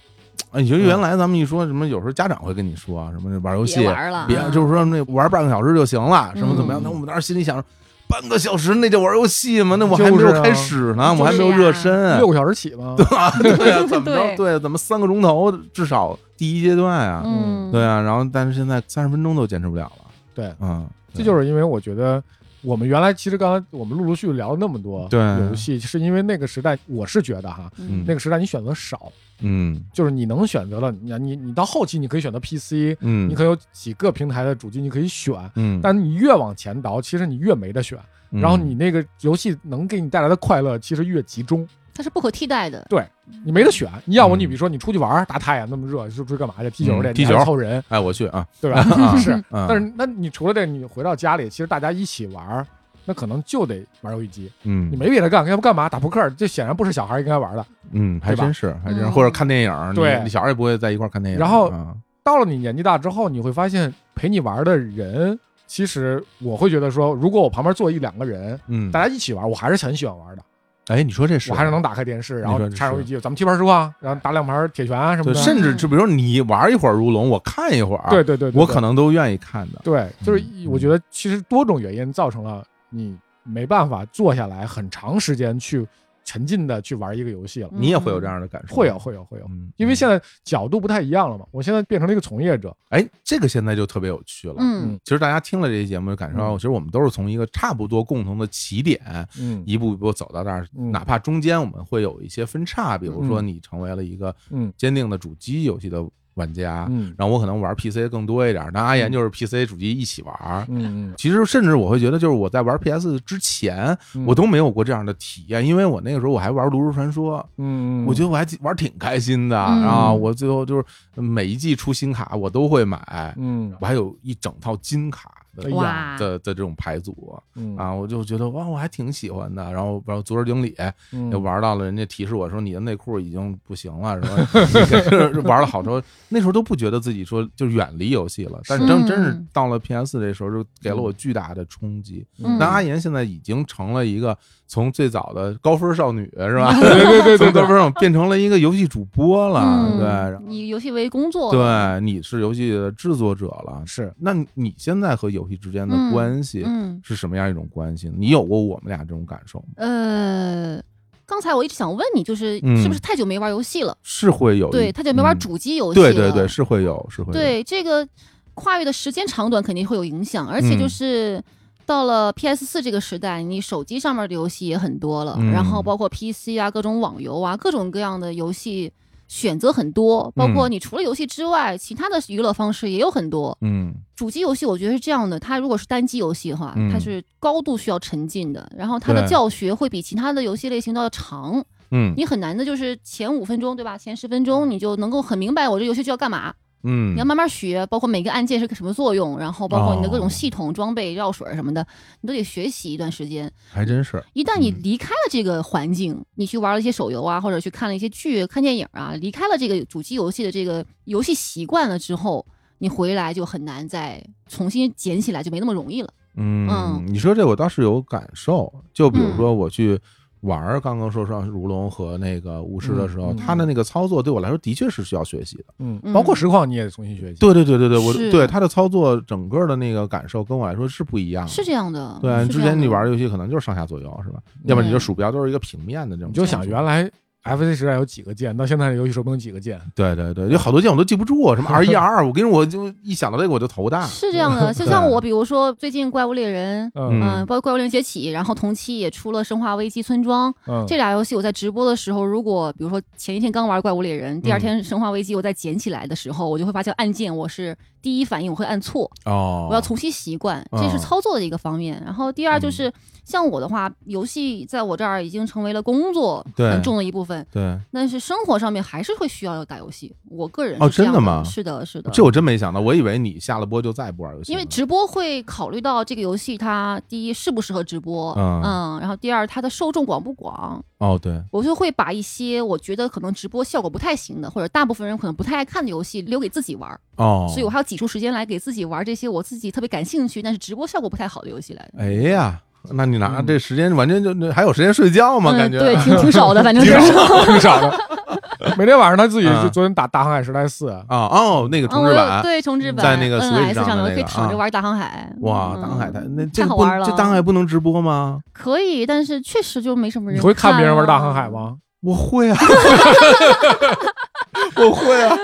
B: 嗯
A: 你觉得原来咱们一说什么，有时候家长会跟你说啊什么玩游戏
C: 别，玩了，
A: 别
B: 嗯
C: 啊
A: 就是说那玩半个小时就行了，什么怎么样？
C: 嗯
A: 那我们当时心里想，半个小时那叫玩游戏吗？那我还
B: 就
A: 没
B: 是
A: 有
B: 啊
A: 开始呢，
C: 就是啊
A: 我还没有热身，
B: 六个小时起嘛，
A: 啊，嗯 对啊，怎么着？
C: 对
A: 对，怎么三个钟头至少第一阶段啊？
C: 嗯，
A: 对啊，然后但是现在三十分钟都坚持不了了。
B: 对
A: 嗯，
B: 这就是因为我觉得。我们原来其实刚才我们陆陆续续聊了那么多
A: 对
B: 游戏，是因为那个时代，我是觉得哈，
C: 嗯
B: 那个时代你选择少，
A: 嗯
B: 就是你能选择的，你你你到后期你可以选择 PC，
A: 嗯，
B: 你可能有几个平台的主机你可以选，
A: 嗯，
B: 但你越往前倒，其实你越没得选。
A: 嗯
B: 然后你那个游戏能给你带来的快乐其实越集中，
C: 它是不可替代的，
B: 对你没得选。你要不
A: 嗯
B: 你比如说你出去玩儿，大太阳那么热，是不是干嘛去踢球
A: 嗯
B: 去？
A: 踢
B: 你还
A: 球
B: 凑人，
A: 哎，我去 啊，嗯
B: 对吧？是。
A: 但
B: 但是那你除了这，你回到家里，其实大家一起玩儿，那可能就得玩游戏机，
A: 嗯，
B: 你没别的干，要不干嘛？打扑克，这显然不是小孩应该玩的。
A: 嗯，还
B: 对吧
A: 真是，还真是，
C: 嗯
A: 或者看电影，你
B: 对
A: 你小时候也不会在一块儿看电影，
B: 然后
A: 啊
B: 到了你年纪大之后，你会发现陪你玩的人，其实我会觉得说，如果我旁边坐一两个人，
A: 嗯，
B: 大家一起玩，我还是很喜欢玩的。
A: 哎，你说这是
B: 我还是能打开电视，然后
A: 你说这
B: 插上
A: 是
B: 游戏机，咱们踢盘输啊，然后打两盘铁拳啊什
A: 对，
B: 么的。
A: 甚至就比如你玩一会儿如龙，我看一会儿，
B: 对对对，对
A: 我可能都愿意看的。
B: 对，就是
A: 嗯
B: 一我觉得其实多种原因造成了你没办法坐下来很长时间去沉浸的去玩一个游戏了。
A: 你也会有这样的感受，
B: 会有，会有，会有，
A: 嗯，
B: 因为现
A: 在
B: 在角度不太一样了嘛。我现在变成了一个从业者，
A: 哎，这个现在就特别有趣了。
C: 嗯
A: 其实大家听了这期节目，就感受到，
B: 嗯
A: 其实我们都是从一个差不多共同的起点，
B: 嗯
A: 一步一步走到那儿，
B: 嗯
A: 哪怕中间我们会有一些分叉，比如说
B: 嗯
A: 你成为了一个
B: 嗯
A: 坚定的主机游戏的玩家，
B: 嗯
A: 然后我可能玩 PC 更多一点，那阿岩就是 PC 主机一起玩。
B: 嗯
A: 其实，甚至我会觉得，就是我在玩 PS 之前，
B: 嗯，
A: 我都没有过这样的体验，因为我那个时候我还玩《炉石传说》，
B: 嗯，嗯
A: 我觉得我还玩挺开心的
C: 嗯
A: 啊。我最后就是每一季出新卡，我都会买，
B: 嗯
A: 我还有一整套金卡的
B: 哎呀
C: 哇，
A: 的的这种牌组
B: 嗯
A: 啊，我就觉得哇，我还挺喜欢的。然后，然后足球经理
B: 嗯
A: 也玩到了，人家提示我说你的内裤已经不行了， 什么玩了好多，那时候都不觉得自己说就远离游戏了，但
C: 是
A: 真真是到了 PS 这时候，就给了我巨大的冲击。
C: 嗯
A: 那阿岩现在已经成了一个从最早的高分少女是吧？
B: 对对对
A: 从
B: 对对
A: 高分少女变成了一个游戏主播了，
C: 嗯
A: 对然后，
C: 以游戏为工作，，
A: 对，你是游戏的制作者了。
B: 是
A: 那你现在和游戏之间的
C: 嗯
A: 关系
C: 嗯，
A: 是什么样一种关系呢？你有过我们俩这种感受吗？
C: 呃，刚才我一直想问你，就是
A: 嗯
C: 是不是太久没玩游戏了？
A: 是会有一
C: 对，太久没玩
A: 嗯
C: 主机游戏了。
A: 对对对，是会有，是会有。
C: 对这个跨越的时间长短肯定会有影响，而且
A: 嗯
C: 就是到了 PS 四这个时代，你手机上面的游戏也很多了，
A: 嗯
C: 然后包括 PC 啊，各种网游啊，各种各样的游戏选择很多，包括
A: 嗯
C: 你除了游戏之外，其他的娱乐方式也有很多。
A: 嗯
C: 主机游戏我觉得是这样的，它如果是单机游戏的话，
A: 嗯
C: 它是高度需要沉浸的，然后它的
A: 对
C: 教学会比其他的游戏类型都要长，
A: 嗯
C: 你很难的就是前五分钟对吧，前十分钟你就能够很明白我这游戏就要干嘛。
A: 嗯，
C: 你要慢慢学，包括每个按键是个什么作用，然后包括你的各
A: 哦
C: 种系统、装备、药水儿什么的，你都得学习一段时间。
A: 还真是，
C: 一旦你
A: 嗯
C: 离开了这个环境，你去玩了一些手游啊，或者去看了一些剧、看电影啊，离开了这个主机游戏的这个游戏习惯了之后，你回来就很难再重新捡起来，就没那么容易了。
A: 嗯
C: 嗯，
A: 你说这我倒是有感受，就比如
C: 嗯
A: 说我去。玩儿刚刚说上如龙和那个巫师的时候，
B: 嗯嗯
A: 他的那个操作对我来说的确是需要学习的。
B: 嗯，
C: 嗯
B: 包括实况你也重新学习，
A: 对对对对对，我
C: 是
A: 对他的操作整个的那个感受跟我来说是不一样的。
C: 是这样的，
A: 嗯对，
C: 是
A: 之
C: 这样
A: 前你
C: 的
A: 玩儿游戏可能就是上下左右是吧？要不然你就鼠标都是一个平面的这种
B: 你
A: 操作。
B: 就想原来 FC 时代有几个键，到现在游戏手柄有几个键，
A: 对对对，有好多键我都记不住，什 么 R 一 R，我跟你说，我就一想到这个我就头大。啊
C: 是这样的，就 像我，比如说最近《怪物猎人》。
A: 嗯
B: 嗯
C: 嗯，包括《怪物猎人崛起》，然后同期也出了《生化危机：村庄》，
B: 嗯，
C: 这俩游戏我在直播的时候，如果比如说前一天刚玩《怪物猎人》，
A: 嗯
C: 第二天《生化危机》，我再捡起来的时候，我就会发现按键我是第一反应我会按错，
A: 哦，嗯
C: 我要重新习惯，这是
A: 哦
C: 操作的一个方面。然后第二就是像我的话，游戏在我这儿已经成为了工作
A: 对
C: 很重的一部分，
A: 对，
C: 但是生活上面还是会需要打游戏。我个人
A: 哦
C: 是这样
A: 真的吗哦
C: 是的，是的。
A: 这我真没想到，我以为你下了播就再也不玩游戏
C: 嗯因
A: 了，
C: 为直播会考虑到这个游戏它第一适不适合直播，
A: 嗯
C: 嗯，然后第二它的受众广不广，
A: 哦对，
C: 我就会把一些我觉得可能直播效果不太行的，或者大部分人可能不太爱看的游戏留给自己玩儿，
A: 哦，
C: 所以我还要挤出时间来给自己玩这些我自己特别感兴趣，但是直播效果不太好的嗯游戏来。
A: 哎呀，那你拿这时间完全就那还有时间睡觉吗？感觉
C: 嗯，对， 挺 挺少的，反正就
B: 挺
C: 是。
B: 少的，挺少的。 每天晚上他自己
A: 嗯
B: 就昨天打《大航海时代四》，
A: 啊哦，那个
C: 嗯，
A: 重
C: 我
A: 置
C: 有
A: 版，
C: 对重置版嗯
A: 在那个 Switch
C: NS
A: 上的
C: 面，我
A: 那
C: 可以
A: 个
C: 躺着
A: 啊
C: 玩大航海。
A: 哇，
C: 嗯
A: 大航海太那这
C: 太
A: 个
C: 好
A: 不
C: 玩了。啊
A: 这大航海不能直播吗？
C: 可以，但是确实就没什么人。啊
B: 你会看别人玩《大航海》？吗？
A: 我会 啊，我会啊，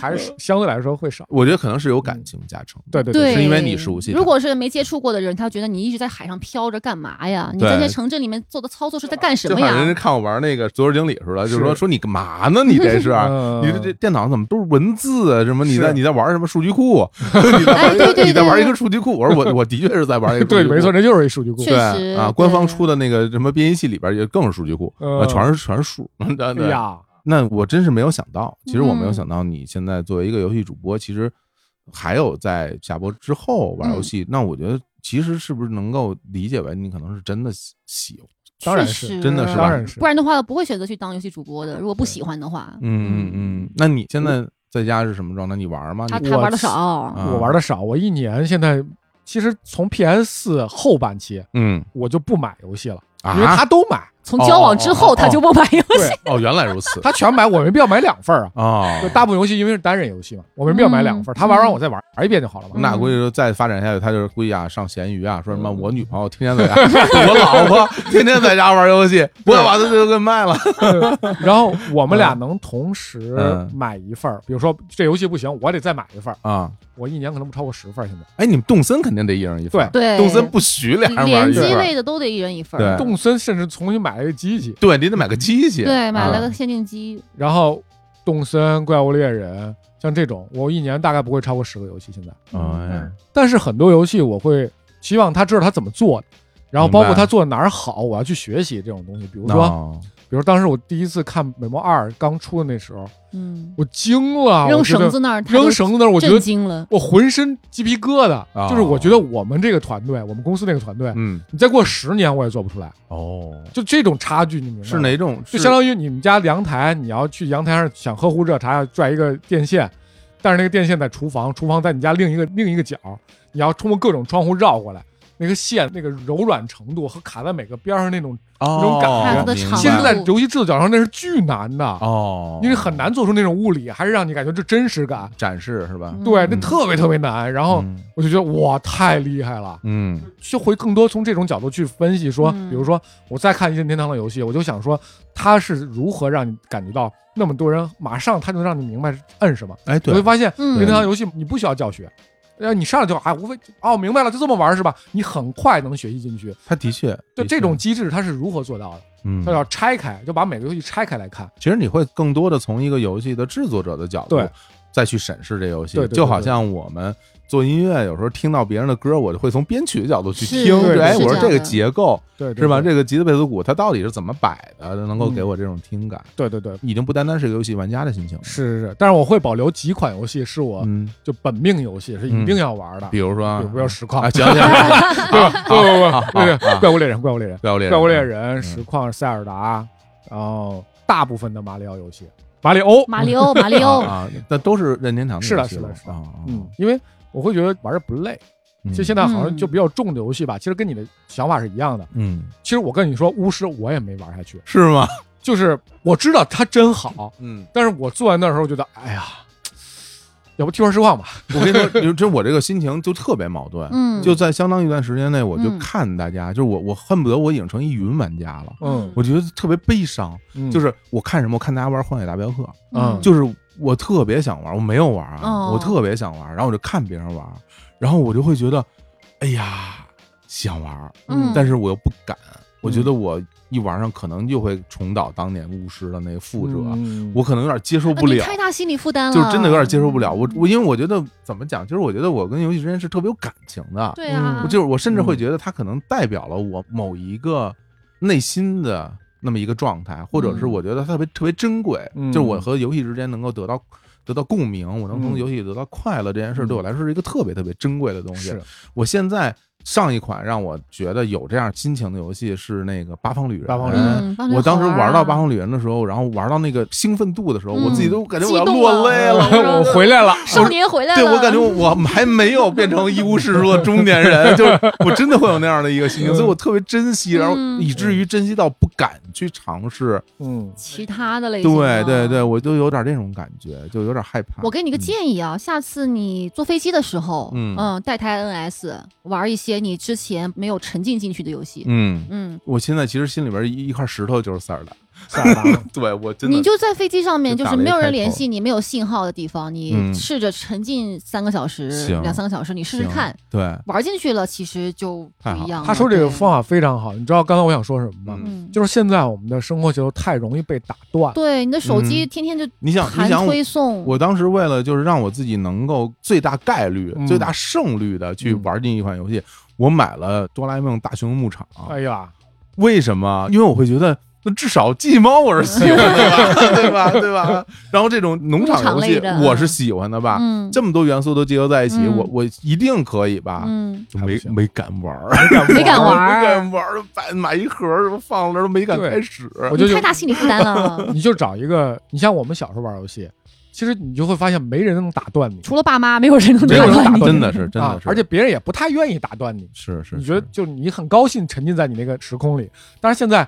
B: 还是相对来说会少？
A: 我觉得可能是有感情加成，
B: 对对
C: 对，
A: 是因为你熟悉它
C: 如果是没接触过的人，他觉得你一直在海上漂着干嘛呀？你在
A: 对
C: 那城镇里面做的操作是在干什
A: 就
C: 么
A: 好像
C: 呀
A: 人？家看我玩那个足球经理似的，就是
B: 是
A: 说说你干嘛呢？你这 是。
B: 嗯
A: 你的这电脑怎么都是文字啊？什么？你
B: 是
A: 在你在玩什么数据 库？你在玩一个
C: 哎对对对
A: 你在玩一个数据库？我说我我的确是在玩一个数
B: 对，
A: 据库
B: 没错，这就是一数据库
C: 确。
A: 对
C: 实
A: 啊，
C: 对
A: 官方出的那个什么编译器里边也更是数据库，
B: 嗯
A: 啊，全是全是数。对
B: 哎
A: 对，
B: 呀，
A: 那我真是没有想到，其实我没有
C: 嗯
A: 想到你现在作为一个游戏主播，其实还有在下播之后玩
C: 嗯
A: 游戏。那我觉得其实是不是能够理解为你可能是真的喜喜欢？
B: 当然
C: 确
B: 是
C: 实
A: 真的是吧
B: 当然是
C: 不。然的话不会选择去当游戏主播的。如果不喜欢的话，
A: 嗯嗯嗯。那你现在在家是什么状态？你玩吗？
C: 他
A: 你
C: 他
B: 我
C: 玩的
B: 操
C: 少，
A: 啊
B: 我玩的少，我一年现在其实从 PS 四后半期
A: 嗯
B: 我就不买游戏了，因为
A: 啊
B: 他都买，
C: 从交往之后
A: 哦
C: 他就不买游戏，
B: 对
A: 哦，原来如此
B: 他全买，我没必要买两份儿啊。
A: 啊
B: 就。大部分游戏因为是单人游戏嘛，我没必要买两份儿，
C: 嗯
B: 他玩完我再玩玩一遍就好了嘛。
A: 那估计说再发展下去，他就是估计啊上闲鱼啊，说什么
B: 嗯
A: 我女朋友天天 在家，我老婆天天在家玩游戏，我要把她就给卖了。
B: 然后我们俩能同时
A: 嗯
B: 买一份儿，比如说这游戏不行，我得再买一份儿，
A: 啊，
B: 我一年可能不超过十份儿。现在
A: 哎，你们动森肯定得一人一份儿，
C: 对，
A: 动森不许俩人玩
C: 联
A: 一
C: 机
A: 份儿，
C: 类的都得一人一份
A: 对
C: 儿。
B: 动森甚至重新买了一个机器，
A: 对你得买个机器。
C: 对，买
A: 啊
C: 了个限定机，
B: 然后动森、怪物猎人像这种，我一年大概不会超过十个游戏。现在，
A: 哎，
B: 但是很多游戏我会希望他知道他怎么做的，然后包括
A: 明白
B: 他做的哪儿好，我要去学习这种东西。比如说，
A: 哦
B: 比如当时我第一次看《美貌二》刚出的那时候，
C: 嗯，
B: 我惊
A: 啊
B: 了，
C: 扔
B: 我觉得
C: 绳子那儿，他
B: 扔
C: 都
B: 绳子那儿，我觉
C: 震
B: 得
C: 惊了，
B: 我浑身鸡皮疙瘩，
A: 哦
B: 就是我觉得我们这个团队，我们公司那个团队，
A: 嗯，
B: 你再过十年我也做不出来，
A: 哦，
B: 就这种差距，你明白吗
A: 是？哪种？
B: 就是相当于你们家阳台，你要去阳台上想喝壶热茶，要拽一个电线，但是那个电线在厨房，厨房在你家另一个另一个角，你要通过各种窗户绕过来，那个线那个柔软程度和卡在每个边儿上那种，
A: 那
B: 种感觉
C: 看它的长
A: 啊
B: 其实，在
C: 度
B: 游戏制作角上那是巨难的，
A: 哦，
B: 因为很难做出那种物理，还是让你感觉这真实感，
A: 展示是吧？
C: 嗯
B: 对，那
A: 嗯
B: 特别特别难。然后我就觉得哇，太厉害了。
A: 嗯，
B: 就会更多从这种角度去分析说，
C: 嗯
B: 比如说我再看《一任天堂》的游戏，我就想说它是如何让你感觉到那么多人马上他就能让你明白是摁什么，
A: 哎，
B: 你会
A: 对，
B: 发现《任天
C: 嗯
A: 对，
B: 堂》游戏你不需要教学。然后你上来就啊，无非哦，明白了，就这么玩是吧？你很快能学习进去。
A: 他的确，
B: 就
A: 的
B: 这
A: 确
B: 种，机制，它是如何做到的？
A: 嗯
B: 它，要拆开，就把每个游戏拆开来看。
A: 其实你会更多的从一个游戏的制作者的角度
B: 对
A: 再去审视这游戏，
B: 对对对
A: 就好像我们做音乐，有时候听到别人的歌，我就会从编曲的角度去
C: 是
A: 听，
B: 对
A: 哎，
B: 是
A: 我说
C: 这
A: 这个
C: 样的
A: 结构
B: 对，对
A: 是吧？
B: 对
A: 这个吉他贝斯鼓它到底是怎么摆的，能够
B: 嗯
A: 给我这种听感，
B: 对对对，
A: 已经不单单是一个游戏玩家的心情了。
B: 是是是。但是我会保留几款游戏是我
A: 嗯，
B: 就本命游戏，是一定要玩的，
A: 比如说啊，
B: 比如说实况
A: 啊，，行行行，
B: 对吧？不不 不
A: 好
B: 对
A: 好
B: 对，怪物猎人，怪物猎人，
A: 怪物猎人，
B: 怪物猎
A: 嗯
B: 人、实况、塞尔达，然后大部分的马里奥游戏，马里欧，
C: 马里奥，马里
A: 啊
C: 奥，
A: 啊，那都是任天堂的
B: 是的
A: 游戏
B: 是的
A: 了
B: 是的
A: 啊啊，
B: 嗯，因为我会觉得玩着不累。
A: 嗯
B: 其实现在好像
C: 嗯
B: 就比较重的游戏吧，其实跟你的想法是一样的。
A: 嗯
B: 其实我跟你说，巫师我也没玩下去，
A: 是吗？
B: 就是我知道它真好，
A: 嗯，
B: 但是我做完那时候觉得，哎呀，要不替换实况吧？
A: 我跟你说，就就我这个心情就特别矛盾，
C: 嗯，
A: 就在相当一段时间内，我就
C: 嗯
A: 看大家，就是我我恨不得我已经成一云玩家了，
B: 嗯
A: 我觉得特别悲伤。
B: 嗯，
A: 就是我看什么，我看大家玩《荒野大镖客》，
C: 啊
B: 嗯
A: 就是我特别想玩，我没有玩啊，
C: 哦
A: 我特别想玩，然后我就看别人玩，然后我就会觉得，哎呀，想玩，
C: 嗯，
A: 但是我又不敢，我觉得我一玩上可能就会重蹈当年巫师的那个覆辙，
B: 嗯
A: 我可能有点接受
C: 啊
A: 不
C: 你
A: 了。
C: 太嗯大心理负担了，
A: 就是真的有点接受不了，我我因为我觉得怎么讲，就是我觉得我跟游戏之间是特别有感情的，
C: 对啊，
A: 我
B: 嗯
A: 就是我甚至会
B: 嗯
A: 觉得它可能代表了我某一个内心的那么一个状态，或者是
C: 嗯
A: 我觉得它特别特别珍贵，
B: 嗯
A: 就是我和游戏之间能够得到。得到共鸣，我能从
B: 嗯
A: 游戏得到快乐这件事，
B: 嗯
A: 对我来说是一个特别特别珍贵的东西
B: 是。
A: 我现在上一款让我觉得有这样心情的游戏是那个《八方旅人》。
B: 八方旅人
C: 嗯，帮着
A: 我当时
C: 好
A: 玩到《八
C: 啊
A: 方旅人》的时候，然后玩到那个兴奋度的时候，
C: 嗯
A: 我自己都感觉
C: 激
A: 我要
C: 动
A: 落
C: 了
A: 泪了。
B: 我 回来 了，
C: 少年回来了，
A: 对我感觉我还没有变成一无是处的中年人，就是我真的会有那样的一个心情，
B: 嗯
A: 所以我特别珍惜，然后
C: 嗯
A: 以至于珍惜到不敢去尝试。
B: 嗯
C: 其他的类型
A: 对
C: 啊
A: 对对，。我就有点这种感觉，就有点害怕。
C: 我给你个建议啊，下次你坐飞机的时候，
A: 嗯
C: 带台 NS 玩一些你之前没有沉浸进去的游戏，
A: 嗯，
C: 嗯，
A: 我现在其实心里边一一块石头就是塞尔达，
B: 塞尔达，
C: 嗯
A: 对我真的
C: 你就在飞机上面，
A: 就
C: 就
A: 打
C: 是
A: 了
C: 没有
A: 一开
C: 人联
A: 头
C: 系你、没有信号的地方，
A: 嗯
C: 你试着沉浸三个小时、
A: 行
C: 两三个小时，你试试
A: 行
C: 看，
A: 对，
C: 玩进去了，其实就不
A: 太好
C: 一样了。
B: 他说这个
C: 对
B: 方，法非常好，你知道刚才我想说什么吗？
C: 嗯，
B: 就是现在我们的生活节奏太容易被打断，
C: 对，你的手机天天就
A: 你想你
C: 弹
A: 想。
C: 推送，
A: 我当时为了就是让我自己能够最大概率、
B: 嗯
A: 最大胜率的去
B: 嗯
A: 玩进一款游戏，我买了《哆啦 A 梦大雄牧场》
B: 哎呀，
A: 为什么？因为我会觉得，那至少记忆猫我是喜欢 的吧，对吧？对吧？然后这种农场游
C: 牧场类
A: 戏
C: 的
A: 我是喜欢的吧？
C: 嗯
A: 这么多元素都结合在一起，
C: 嗯
A: 我我一定可以吧？
C: 嗯，
A: 就没
B: 还不行
A: 没敢玩儿，
C: 没敢 玩
A: 没
C: 儿，
A: 敢玩儿，买买一盒儿放那儿都没敢
B: 对
A: 开始。
B: 我就
C: 你
B: 就。
C: 太大心理负担了
B: 你就找一个，你像我们小时候玩游戏，其实你就会发现没人能打断你
C: 除了爸妈，没有人能
A: 没
B: 没
A: 有
B: 有
A: 人
B: 人
C: 打断
A: 打
B: 打
C: 你。
B: 断
A: 真
B: 你
A: 的是真的
B: 啊
A: 是，，
B: 而且别人也不太愿意打断你。
A: 是是，
B: 你觉得
A: 是
B: 就你很高兴沉浸在你那个时空里，但是现在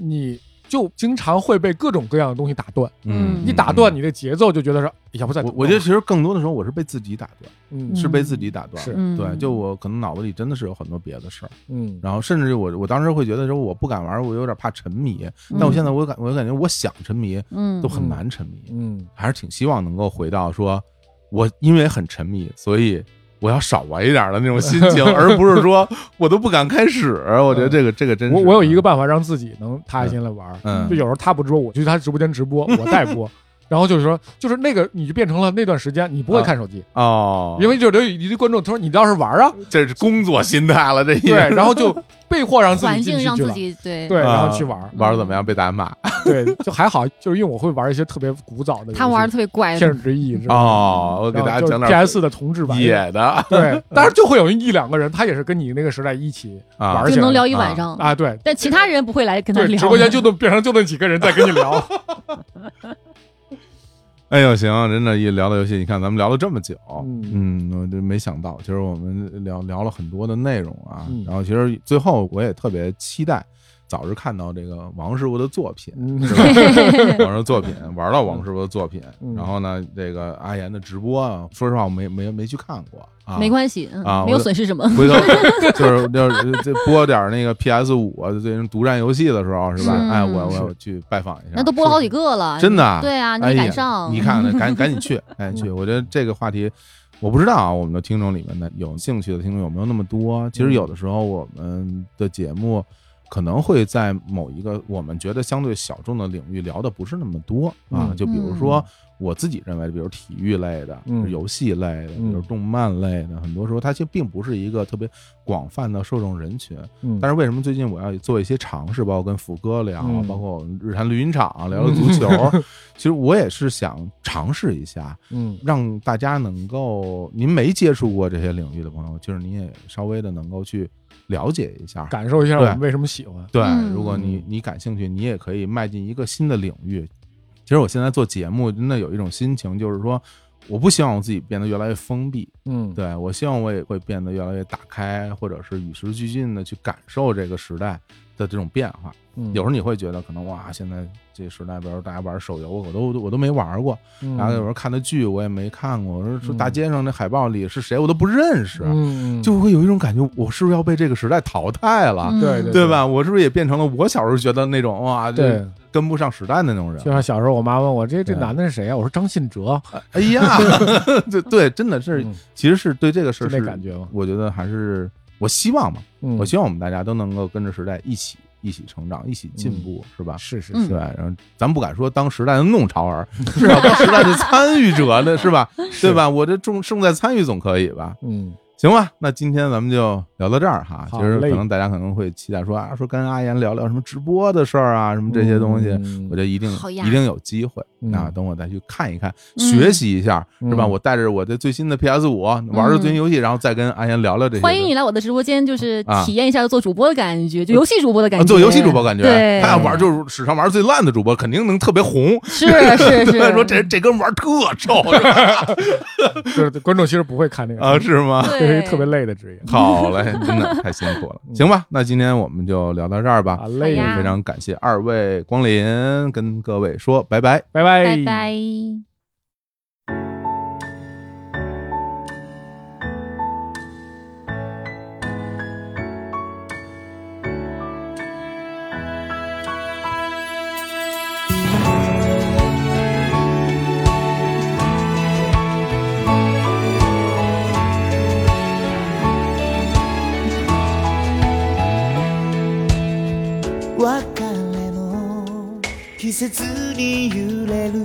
B: 你就经常会被各种各样的东西打断。
C: 嗯
B: 一打断你的节奏，就觉得说，哎呀，不再
A: 我
B: 动
A: 我觉得其实更多的时候我是被自己打断，
B: 嗯
A: 是被自己打断。
B: 是
C: 嗯，
A: 对，就我可能脑子里真的是有很多别的事儿，
B: 嗯
A: 然后甚至我我当时会觉得说我不敢玩，我有点怕沉迷。但我现在我感我感觉我想沉迷
C: 嗯
A: 都很难沉迷，
B: 嗯嗯
A: 还是挺希望能够回到说，我因为很沉迷，所以我要少玩一点的那种心 情，而不是说我都不敢开始。我觉得这个这个真是
B: 嗯我我有一个办法让自己能踏下心来玩儿，
A: 嗯
B: 就有时候他不直播，我去他直播间直播，我代 播，然后就是说，就是那个你就变成了那段时间你不
A: 啊
B: 会看手机，
A: 哦，
B: 因为就有一堆观众他说你倒是 玩儿啊，
A: 这是工作心态了，这一
B: 对，然后就被迫让自己
C: 环
B: 进
C: 境
B: 去
C: 让
B: 去
C: 自
B: 了，
C: 己对
A: 啊
B: 对，然后去 玩儿，
A: 玩的怎么样被打骂
B: 对，就还好，就是因为我会玩儿一些特别古早的游戏，
C: 他玩的特别怪，
B: 天使之翼是吧？
A: 哦，我给大家讲点
B: PS 的同志版，
A: 野的
B: 对，当然就会有一两个人，他也是跟你那个时代一起
A: 啊
B: 而且
C: 就能聊一晚上
B: 啊，对，
C: 但其他人不会来哦跟他
B: 对，
C: 聊。
B: 直播间就那边上就那几个人在跟你聊，
A: 哎呦，行，真的，一聊到游戏，你看咱们聊了这么久，
B: 嗯
A: 嗯，我这没想到，其实我们聊聊了很多的内容啊，
B: 嗯
A: 然后其实最后我也特别期待早日看到这个王师傅的作品，
B: 嗯
A: 是吧王师傅作品玩到王师傅的作品，
B: 嗯
A: 然后呢，这个阿岩的直播啊，说实话我没没没去看过啊，
C: 没关系，嗯
A: 啊
C: 没有损失什么。
A: 回头就是就是这播点儿那个 PS 五啊，最近独占游戏的时候是吧？
C: 是
A: 哎，我
B: 是
A: 我去拜访一下
C: 那都。播了好几个了，
A: 真的啊
C: 对啊，你
A: 哎
C: 没
A: 呀
C: 赶上，
A: 你看看，赶赶紧去， 赶紧去！我觉得这个话题，我不知道啊，我们的听众里面的有兴趣的听众有没有那么多？
B: 嗯
A: 其实有的时候我们的节目可能会在某一个我们觉得相对小众的领域聊的不是那么多啊，
B: 嗯
A: 就比如说我自己认为，比如体育类的、
B: 嗯
A: 游戏类的、
B: 嗯
A: 比如动漫类的，很多时候它其实并不是一个特别广泛的受众人群。
B: 嗯
A: 但是为什么最近我要做一些尝试，包括跟福哥聊，
B: 嗯
A: 包括我们日坛绿茵场聊聊足 球，其实我也是想尝试一下，
B: 嗯
A: 让大家能够您没接触过这些领域的朋友，就是您也稍微的能够去了解一下。
B: 感受一下我们为什么喜欢。
A: 对，
C: 嗯
A: 如果你你感兴趣，你也可以迈进一个新的领域。其实我现在做节目，真的有一种心情，就是说，我不希望我自己变得越来越封闭，
B: 嗯，
A: 对我希望我也会变得越来越打开，或者是与时俱进的去感受这个时代的这种变化。
B: 嗯，
A: 有时候你会觉得可能哇，现在这时代，比如大家玩手游，我都我都没玩过，
B: 嗯，
A: 然后有时候看的剧我也没看过，我说说
B: 嗯
A: 大街上那海报里是谁我都不认识，
B: 嗯，
A: 啊就会有一种感觉，我是不是要被这个时代淘汰了？
C: 嗯
B: 对
A: 对吧？我是不是也变成了我小时候觉得那种哇，
B: 对，
A: 跟不上时代的那种人？
B: 就像小时候我妈问我这这
A: 对
B: 男的是谁啊？我说张信哲，
A: 哎呀， 对对，真的是，
B: 嗯
A: 其实是对这个事
B: 就
A: 儿
B: 那
A: 是
B: 感觉嘛。
A: 我觉得还是我希望吧，
B: 嗯
A: 我希望我们大家都能够跟着时代一起一起成长，一起进步，是吧？
B: 是是
C: 嗯
A: 对，然后咱不敢说当时代的弄潮儿，至少当时代的参与者呢，是 吧？
B: 是
A: 对？吧？我这重重在参与总可以吧？
B: 嗯，
A: 行吧，那今天咱们就聊到这儿哈。其
B: 好
A: 实可
B: 嘞
A: 能大家可能会期待说啊，说跟阿岩聊聊什么直播的事儿啊，什么这些东西，
B: 嗯
A: 我觉得一定
C: 好呀
A: 一定有机会
B: 嗯
A: 啊。等我再去看一看，
C: 嗯
A: 学习一下，是吧？
B: 嗯
A: 我带着我的最新的 PS 五玩着最新游戏，然后再跟阿岩聊聊这些东西。
C: 嗯欢迎你来我的直播间，就是
A: 啊
C: 体验一下做主播的感觉，就游戏主播的感
A: 啊
C: 觉，
A: 做游戏主播感觉，
C: 对，
A: 他要玩就是史上玩最烂的主播，肯定能特别红。
C: 是是是，
A: 说这这哥们玩特 臭
B: 就是观众其实不会看那个
A: 啊，，是 吗？
B: 这是
C: 对
B: 一特别累的职业。啊
A: 好嘞，真的太辛苦 了。
B: 嗯
A: 行吧，那今天我们就聊到这儿吧
B: 好。嘞，
C: 好呀
A: 非常感谢二位光临，跟各位说拜拜。
B: 拜拜
C: 拜拜。
D: 別れの季節に揺れる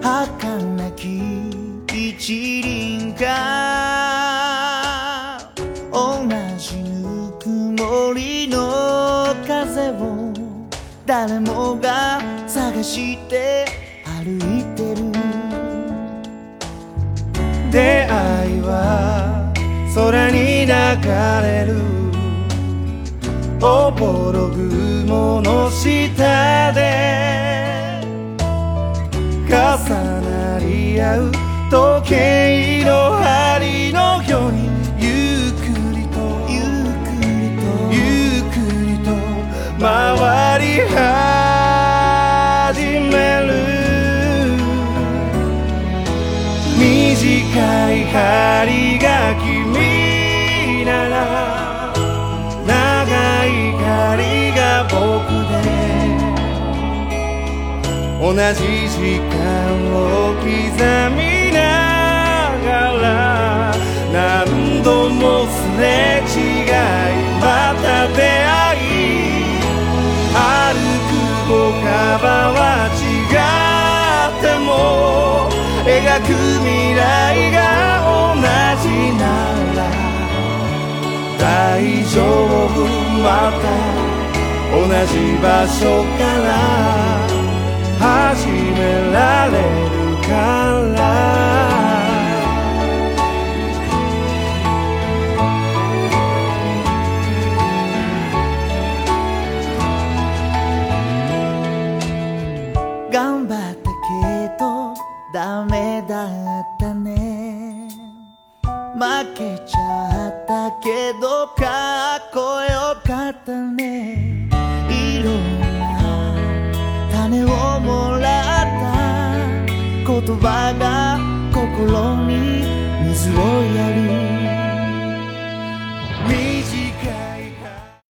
D: 儚き一輪が同じぬくもりの風を誰もが探して歩いてる出会いは空に流れるおぼろ雲の下で重なり合う時計の針のようにゆっくりとゆっくりとゆっくりと回り始める短い針が君なら長い針が僕で同じ時間を刻みながら何度もすれ違いまた出会い歩く歩幅は違っても描く未来が同じなら大丈夫また同じ場所から始められるから頑張ったけどダメだったね負けちゃったけどかっこよかったねいろんな種をもらった言葉が心に